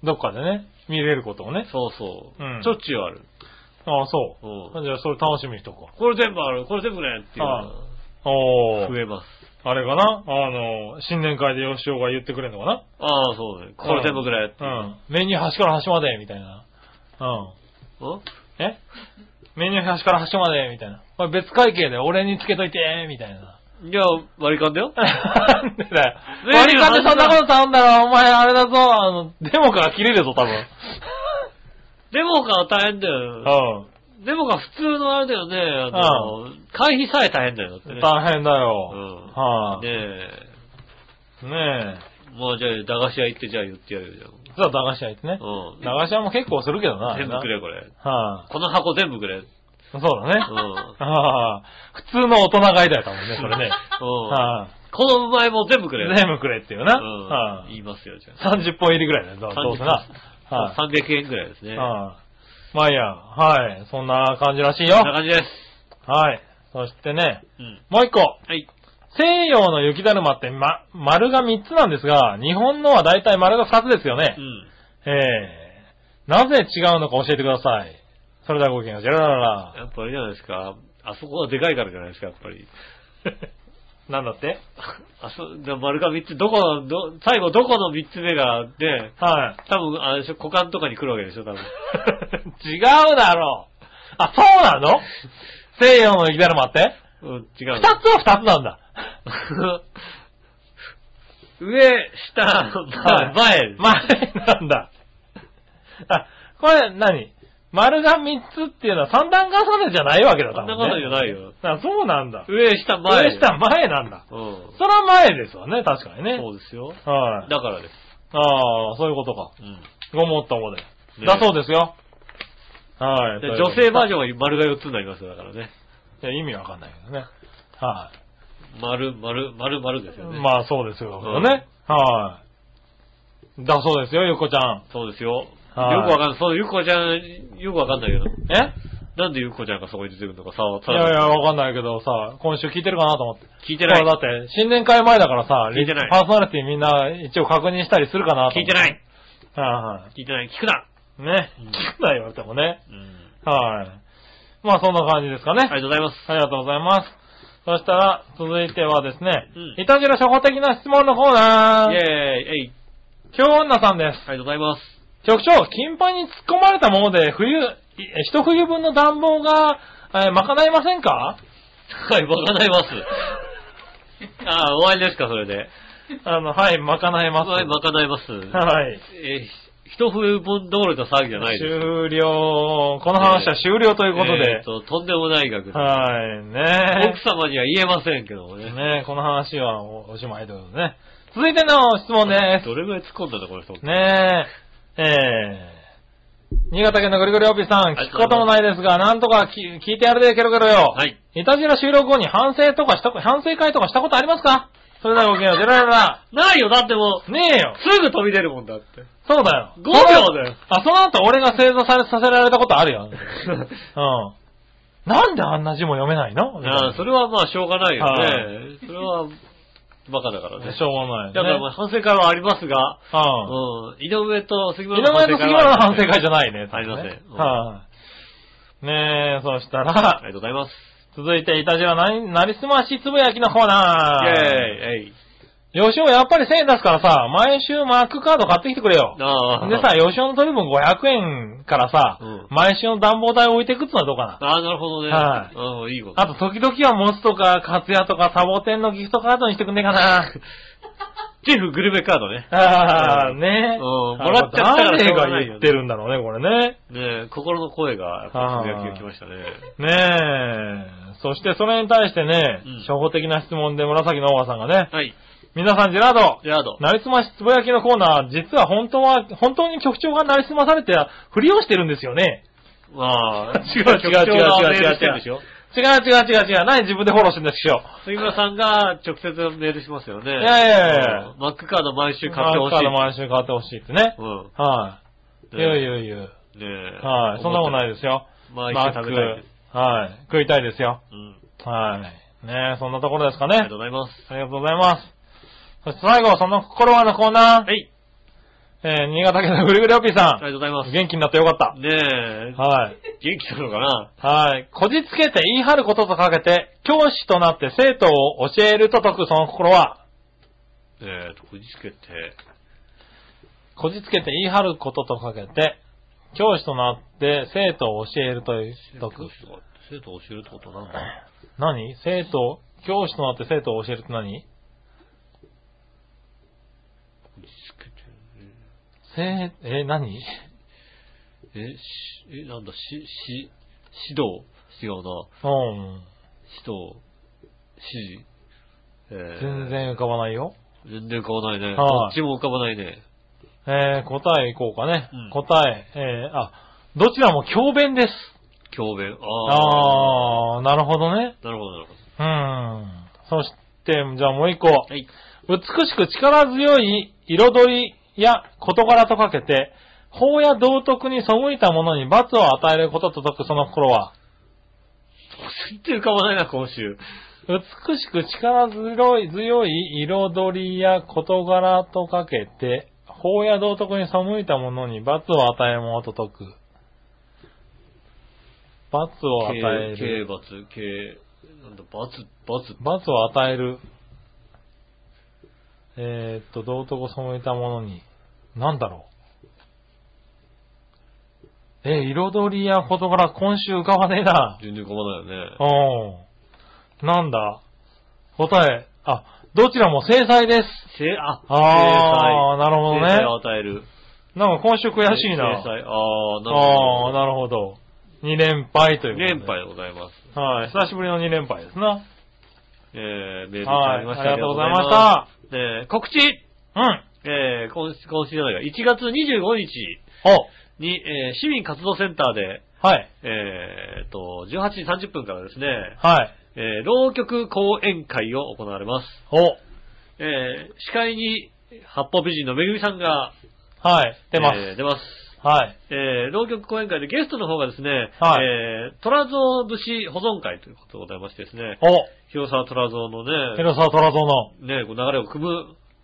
Speaker 3: どっかでね、見れることをね。
Speaker 2: そうそう。
Speaker 3: うん
Speaker 2: しょっちゅうある。
Speaker 3: ああ、そ
Speaker 2: うん
Speaker 3: う。じゃあ、それ楽しみにしとこ
Speaker 2: これ全部ある、これ全部ねっていうのが
Speaker 3: う。お
Speaker 2: 増
Speaker 3: ー。
Speaker 2: えます。
Speaker 3: あれかなあの、新年会で吉尾が言ってくれるのかな
Speaker 2: ああ、そうね。これ全部くれって
Speaker 3: う。
Speaker 2: いうん
Speaker 3: メニュー端から端まで、みたいな。うん。
Speaker 2: うん
Speaker 3: えメニュー端から端まで、みたいな。これ別会計で俺につけといて、みたいな。
Speaker 2: いや、割り勘だよ。
Speaker 3: (laughs) なんでだよ。
Speaker 2: メニュー
Speaker 3: (laughs) 割り勘でそんなこと頼んだら、お前あれだぞ、あの、デモから切れるぞ、多分。
Speaker 2: デモカは大変だよ。
Speaker 3: う
Speaker 2: デモカ普通のあれだよね。あの、会費さえ大変だよ。だってね
Speaker 3: ん。。大変だ
Speaker 2: う
Speaker 3: よ。
Speaker 2: ん。
Speaker 3: はい、
Speaker 2: ねえ。
Speaker 3: ね
Speaker 2: もうじゃあ、駄菓子屋行ってじゃあ言ってやるよ。じゃ
Speaker 3: え。じゃあ、駄菓子屋行ってね。
Speaker 2: あうん。
Speaker 3: 駄菓子屋も結構するけどな。
Speaker 2: 全部くれ、これ。
Speaker 3: は
Speaker 2: この箱全部くれ。うん。
Speaker 3: い、そうだね。
Speaker 2: うん。
Speaker 3: はあ、普通の大人買いだよ、多分ね、それね。は
Speaker 2: このうまいも全部くれ。
Speaker 3: い全部くれっていうな。
Speaker 2: うん
Speaker 3: は。
Speaker 2: 言いますよ、じゃあ。
Speaker 3: い30本入りぐらいだよ、どうどうせな。は
Speaker 2: 300円くらいです
Speaker 3: い
Speaker 2: ね。
Speaker 3: はいまあいいや、はい。そんな感じらしいよ
Speaker 2: こん。な感じです。
Speaker 3: はい。そしてね、
Speaker 2: うん。
Speaker 3: もう一個。
Speaker 2: はい。
Speaker 3: 西洋の雪だるまって、ま、丸が3つなんですが、日本のは大体丸が2つですよね
Speaker 2: う。ん。
Speaker 3: ええなぜ違うのか教えてください。それではごきげんよう。じゃららら。
Speaker 2: やっぱあれじゃないですか。あそこがでかいからじゃないですか、やっぱり。 (laughs)
Speaker 3: なんだって
Speaker 2: あそ、で丸が3つ、どこの、ど、最後どこの3つ目が、ね、
Speaker 3: はい。 (laughs)
Speaker 2: 多分、あれでしょ、股間とかに来るわけでしょ、多分。
Speaker 3: 違うだろう。あ、そうな (laughs) の西洋の雪だるまって
Speaker 2: うん、違
Speaker 3: 二
Speaker 2: う
Speaker 3: つ。は二つなんだ。
Speaker 2: (laughs) 上、下、
Speaker 3: はい
Speaker 2: 前、前。
Speaker 3: 前なんだ。あ、これ何丸が三つっていうのは三段重ねじゃないわけだ、多
Speaker 2: そん
Speaker 3: 分、
Speaker 2: な
Speaker 3: ね。
Speaker 2: ことじゃないよ。
Speaker 3: あそうなんだ。
Speaker 2: 上、下、前。
Speaker 3: 上。下前なんだ。
Speaker 2: うん。
Speaker 3: それは前ですわね、確かにね。
Speaker 2: そうですよ。
Speaker 3: はい。
Speaker 2: だからです。
Speaker 3: ああ、そういうことか。
Speaker 2: うん。
Speaker 3: ごもっともで。
Speaker 2: ね
Speaker 3: だそうですよ。はい。
Speaker 2: で女性バー
Speaker 3: ジ
Speaker 2: ジョンは丸が4つになりますよ、だからね。
Speaker 3: ョン。いや、意味わかんないけどね。はい。
Speaker 2: 丸、丸、丸、丸ですよね。
Speaker 3: まあそうですよね。はい。だそうですよ、ゆっこちゃん。
Speaker 2: そうですよ。よく
Speaker 3: はい
Speaker 2: わかんない。そのゆっこちゃん、よくわかんないけど。
Speaker 3: え
Speaker 2: なんでゆっこちゃんがそこに出てくるのかさ、
Speaker 3: い
Speaker 2: た
Speaker 3: やい
Speaker 2: だ
Speaker 3: や、わかんないけどさ、今週聞いてるかなと思って。
Speaker 2: 聞いてない
Speaker 3: ほ。らだって、新年会前だからさ、
Speaker 2: 聞いてない
Speaker 3: パーソナリティみんな一応確認したりするかなと
Speaker 2: 聞い
Speaker 3: 思って
Speaker 2: ない。
Speaker 3: は
Speaker 2: 聞いてない。聞くな。
Speaker 3: いはい。ね
Speaker 2: うん。
Speaker 3: 聞くな言われてもね。
Speaker 2: うん。
Speaker 3: はい。まあそんな感じですかね。
Speaker 2: ありがとうございます。
Speaker 3: ありがとうございます。そしたら、続いてはですね、
Speaker 2: うん
Speaker 3: いたじら初歩的な質問のコーナ
Speaker 2: イェーイ
Speaker 3: ー。。
Speaker 2: えい。
Speaker 3: 今日女さんです。
Speaker 2: ありがとうございます。
Speaker 3: 局長、金パに突っ込まれたもので、冬、い一冬分の暖房が、えー、賄えませんか
Speaker 2: はい、わかんないます。
Speaker 3: (laughs)
Speaker 2: ああ、終わりですか、それで。
Speaker 3: あの、はい、賄えます。
Speaker 2: はい、わかんないます。
Speaker 3: はい。
Speaker 2: えー、ひ一冬分通りの騒ぎじゃないです。
Speaker 3: 終了。この話は終了と
Speaker 2: と
Speaker 3: いうこと
Speaker 2: え
Speaker 3: で
Speaker 2: ー、と、とんでもない額。
Speaker 3: はい、ね
Speaker 2: 奥様には言えませんけどもね。
Speaker 3: ねこの話はおおしまいということでね。続いての質問で
Speaker 2: どれぐらい突っ込んだんだ、この人。
Speaker 3: す。ねえ、えー、新潟県のぐりぐりおっぴーさん、
Speaker 2: はい
Speaker 3: 聞くこともないですが、なんとかき聞いてやるで、ケロケロよ。
Speaker 2: はい。
Speaker 3: いたじら収録後に反省とかした、反省会とかしたことありますかそれではごきげんよう、ジェラララ
Speaker 2: ないよ、だってもう、
Speaker 3: ねえよ
Speaker 2: すぐ飛び出るもんだって。
Speaker 3: そうだよ。
Speaker 2: 5秒だ
Speaker 3: (laughs)
Speaker 2: よ。
Speaker 3: あ、その後俺が正座されさせられたことあるよ。うん。なんであんな字も読めないの
Speaker 2: ああ、それはまあしょうがないよ
Speaker 3: は
Speaker 2: ね。それは、バカだからね。
Speaker 3: しょうがない
Speaker 2: だからま
Speaker 3: よ
Speaker 2: あ
Speaker 3: ね。
Speaker 2: 反省会はありますが、
Speaker 3: うん。
Speaker 2: うん、井上と杉
Speaker 3: 井
Speaker 2: 村
Speaker 3: 上
Speaker 2: の反省
Speaker 3: と杉
Speaker 2: 会
Speaker 3: 村の
Speaker 2: は
Speaker 3: 反省会じゃないね。
Speaker 2: ありませんうん
Speaker 3: はい。ねえ、そし
Speaker 2: (laughs)
Speaker 3: た
Speaker 2: あり
Speaker 3: ら、
Speaker 2: がとうございます。
Speaker 3: 続いて、いたじらなり、なりすましつぶやきのコー
Speaker 2: イェ
Speaker 3: ナ
Speaker 2: ー
Speaker 3: ー。
Speaker 2: イ、えい。
Speaker 3: 吉尾やっぱり1000円出すからさ、毎週マークカード買ってきてくれよ。
Speaker 2: ああ。
Speaker 3: でさ、吉尾の取り分500円からさ、
Speaker 2: うん
Speaker 3: 毎週の暖房代置いてくっつうのはどうかな。
Speaker 2: ああ、なるほどね。
Speaker 3: はい
Speaker 2: うん、いいこと。
Speaker 3: あと、時々はモスとか、カツヤとか、サボテンのギフトカードにしてくんねえか
Speaker 2: (laughs)
Speaker 3: な。
Speaker 2: ジェフグルメカードね。
Speaker 3: あー、ね
Speaker 2: うんもらっちゃったからしょ
Speaker 3: 誰
Speaker 2: うが
Speaker 3: が
Speaker 2: ないよね
Speaker 3: 言ってるんだろうね、これね。
Speaker 2: ねえ心の声が、やっぱりつぶやきが来ましたね。
Speaker 3: ねえ。そしてそれに対してね、
Speaker 2: うん
Speaker 3: 初歩的な質問で紫のオーガさんがね、
Speaker 2: はい。
Speaker 3: 皆さんジェラード、
Speaker 2: ジェラード。
Speaker 3: なりすましつぼやきのコーナー、実は本当は、本当に局長がなりすまされてふりをしてるんですよね。
Speaker 2: まあ、
Speaker 3: 違う違う違う違う
Speaker 2: 局長がメールしてるでしょ
Speaker 3: 違う違う違う違う。何自分でフォローしてるんですよ。
Speaker 2: 杉村さんが直接メールしますよね。い
Speaker 3: いやいやいや
Speaker 2: マックカード毎週買って
Speaker 3: マ
Speaker 2: ほしい。
Speaker 3: ーカード毎週買ってほしいってね。
Speaker 2: うん。
Speaker 3: はい。い
Speaker 2: ね
Speaker 3: やいやいや。
Speaker 2: ねえ
Speaker 3: はい。そんなことないですよ。
Speaker 2: 毎週食べたいです。
Speaker 3: マックはい。食いたいですよ。
Speaker 2: うん。
Speaker 3: はい。ねえ、そんなところですか
Speaker 2: あ
Speaker 3: ね。
Speaker 2: りがとうございます。
Speaker 3: ありがとうございます。そして最後、その心はのコーナー。
Speaker 2: はい。
Speaker 3: えー、新潟県のぐるぐるおっぴー
Speaker 2: あ
Speaker 3: さ
Speaker 2: りがとうございま
Speaker 3: ん。
Speaker 2: す。
Speaker 3: 元気になってよかった。
Speaker 2: ねえ、
Speaker 3: はい。
Speaker 2: 元気なのかな
Speaker 3: はい。こじつけて言い張ることとかけて、教師となって生徒を教えると解くその心は、
Speaker 2: えーと、こじつけて。
Speaker 3: こじつけて言い張ることとかけて、教師となって生徒を教えると解く。
Speaker 2: 生徒を教えるってことなんだ
Speaker 3: 何生徒、教師となって生徒を教えるって何
Speaker 2: こじつけ
Speaker 3: 生、え、何
Speaker 2: て。え、し、え、なんだ、し、し、指導違うな。
Speaker 3: う
Speaker 2: 指
Speaker 3: ん。
Speaker 2: 導、指示。えー
Speaker 3: 全。然浮かばないよ。
Speaker 2: 全然浮かばないね。
Speaker 3: はい
Speaker 2: どっちも浮かばないね。
Speaker 3: えー、答えいこうかね。
Speaker 2: うん
Speaker 3: 答え、えー、あ、どちらも教鞭です。
Speaker 2: 教鞭。ああ。
Speaker 3: あー、なるほどね。
Speaker 2: なるほど、なるほ
Speaker 3: うん。そして、じゃあもう一個。
Speaker 2: ど。はい。
Speaker 3: 美しく力強い彩りや事柄とかけて、法や道徳に背いたものに罰を与えることと解くその心は、
Speaker 2: 全然浮かばないな、今週。
Speaker 3: 美しく力強い強い彩りや事柄とかけて、法や道徳に背いたものに罰を与えるものと解く。罰を与え
Speaker 2: 刑
Speaker 3: る。
Speaker 2: 罰、刑、なんだ、罰、罰、
Speaker 3: 罰を与える。えーっと、道徳を背いたものに、なんだろう。え、彩りや事柄、今週浮かばねえな。
Speaker 2: 全然浮かばないよね。
Speaker 3: うん。なんだ答え。あ、どちらも制裁です。
Speaker 2: せ、あ、
Speaker 3: あーなるほどね
Speaker 2: 制裁を与える。
Speaker 3: なんか今週悔しい
Speaker 2: 制
Speaker 3: な。
Speaker 2: 裁、あー、なる
Speaker 3: ああ、
Speaker 2: ほ
Speaker 3: なるほど。2連敗と
Speaker 2: ど。
Speaker 3: いうことで。
Speaker 2: 連敗でございます。
Speaker 3: はい、久しぶりの2連敗ですな。
Speaker 2: えー、メールいただ
Speaker 3: は
Speaker 2: き
Speaker 3: い、
Speaker 2: ました。
Speaker 3: ありがとうございました。
Speaker 2: した。えー、告知
Speaker 3: うん。
Speaker 2: えー、今週、今週じゃないか、1月25日に、えー、市民活動センターで、
Speaker 3: お、はい、
Speaker 2: えーと、18時30分からですね、
Speaker 3: はい、
Speaker 2: えー、浪曲講演会を行われます。
Speaker 3: お、
Speaker 2: えー、司会に、八方美人のめぐみさんが、
Speaker 3: はい、出ます。
Speaker 2: えー出ます。
Speaker 3: はい、
Speaker 2: えー、浪曲講演会でゲストの方がですね、
Speaker 3: はい
Speaker 2: えー、虎像節保存会ということでございましてですね、
Speaker 3: お、
Speaker 2: 広沢虎像のね、
Speaker 3: 広沢虎蔵の、
Speaker 2: ね、こう流れを組む、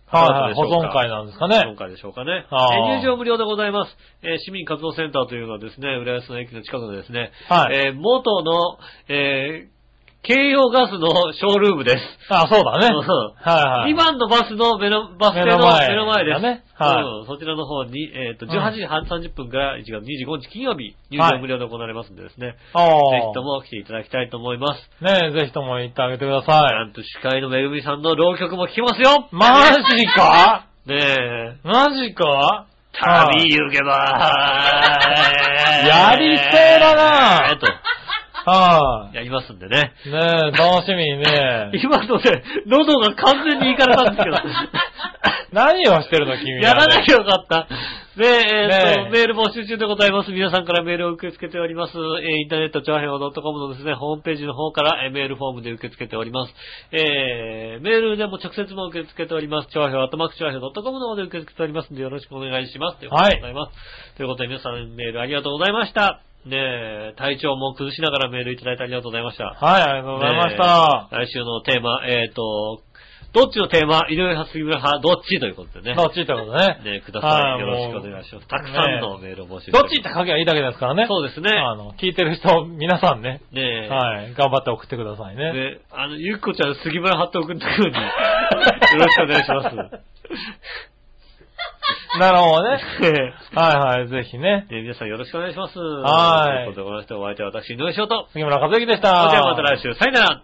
Speaker 3: はい、はい、
Speaker 2: ど
Speaker 3: 保
Speaker 2: うでしょうか
Speaker 3: 存会なんです
Speaker 2: (laughs)
Speaker 3: か
Speaker 2: 保存
Speaker 3: ね。
Speaker 2: 会でしょうかね。え
Speaker 3: あー
Speaker 2: ー入場無料でございます。えー市民活動センターというのはですね、浦安の駅の近くのですね、
Speaker 3: はい。
Speaker 2: えー元の、えー、京葉ガスのショールームです。
Speaker 3: あ、そうだね。
Speaker 2: うん
Speaker 3: はい、はい。
Speaker 2: 2番のバスの目の、バス停
Speaker 3: 目
Speaker 2: の
Speaker 3: の前
Speaker 2: 目の前です。
Speaker 3: だねはい
Speaker 2: うんそちらの方に、えっ、と、
Speaker 3: うん
Speaker 2: 18時半30分から1月25日金曜日、入場無料で行われますんでですね、
Speaker 3: お
Speaker 2: ぜひとも来ていただきたいと思います。
Speaker 3: ねぜひとも行ってあげてください。
Speaker 2: なんと司会のめぐみさんの浪曲も聴けますよ
Speaker 3: マ
Speaker 2: (laughs)
Speaker 3: ジか
Speaker 2: ねえ、
Speaker 3: マジか
Speaker 2: 旅行け (laughs) ば
Speaker 3: やりそうだな
Speaker 2: えっと、
Speaker 3: は
Speaker 2: やりますんでね。
Speaker 3: い。ねえ、楽しみに
Speaker 2: (laughs)
Speaker 3: ね
Speaker 2: 今ので、喉 (laughs) が完全にいかれたんですけど。
Speaker 3: 何をしてるの君は、ね。
Speaker 2: やらなきゃよかった。ねえ、えーっ
Speaker 3: ね
Speaker 2: と、
Speaker 3: え
Speaker 2: メール募集中でございます。皆さんからメールを受け付けております。えーインターネット長編を .com のですね、ホームページの方から、えーメールフォームで受け付けております。えー、メールでも直接も受け付けております。長編、アットマーク長編 .com の方で受け付けておりますので、よろしくお願いします。ということでございます。ということで皆さんメールありがとうございました。ねえ、体調も崩しながらメールいただいてありがとうございました。
Speaker 3: はい、ありがとうございました。
Speaker 2: ねえ来週のテーマ、えっ、と、どっちのテーマ、井上派、杉村派、どっちということでね。
Speaker 3: どっちってことね。
Speaker 2: ね、くださ。
Speaker 3: はいい
Speaker 2: よろしくお願いします。たくさんのメールを募集して
Speaker 3: ど
Speaker 2: お
Speaker 3: っち
Speaker 2: り
Speaker 3: って
Speaker 2: ます
Speaker 3: 書けばいいだけですからね。
Speaker 2: そうですね。
Speaker 3: あの、聞いてる人、皆さんね。
Speaker 2: ねえ。
Speaker 3: はい、頑張って送ってくださいね。
Speaker 2: で、あの、ゆっこちゃん、杉村貼って送ってく
Speaker 3: (laughs)
Speaker 2: るんで、よろしくお願いします。
Speaker 3: なるほ
Speaker 2: (laughs)
Speaker 3: どね。
Speaker 2: ね
Speaker 3: はいはい、ぜひね。
Speaker 2: 皆さんよろしくお願いします。
Speaker 3: は
Speaker 2: とい
Speaker 3: い
Speaker 2: うことで、この人お相手は私、井上翔と。
Speaker 3: 杉村和之でした。
Speaker 2: それではまた来週、さよなら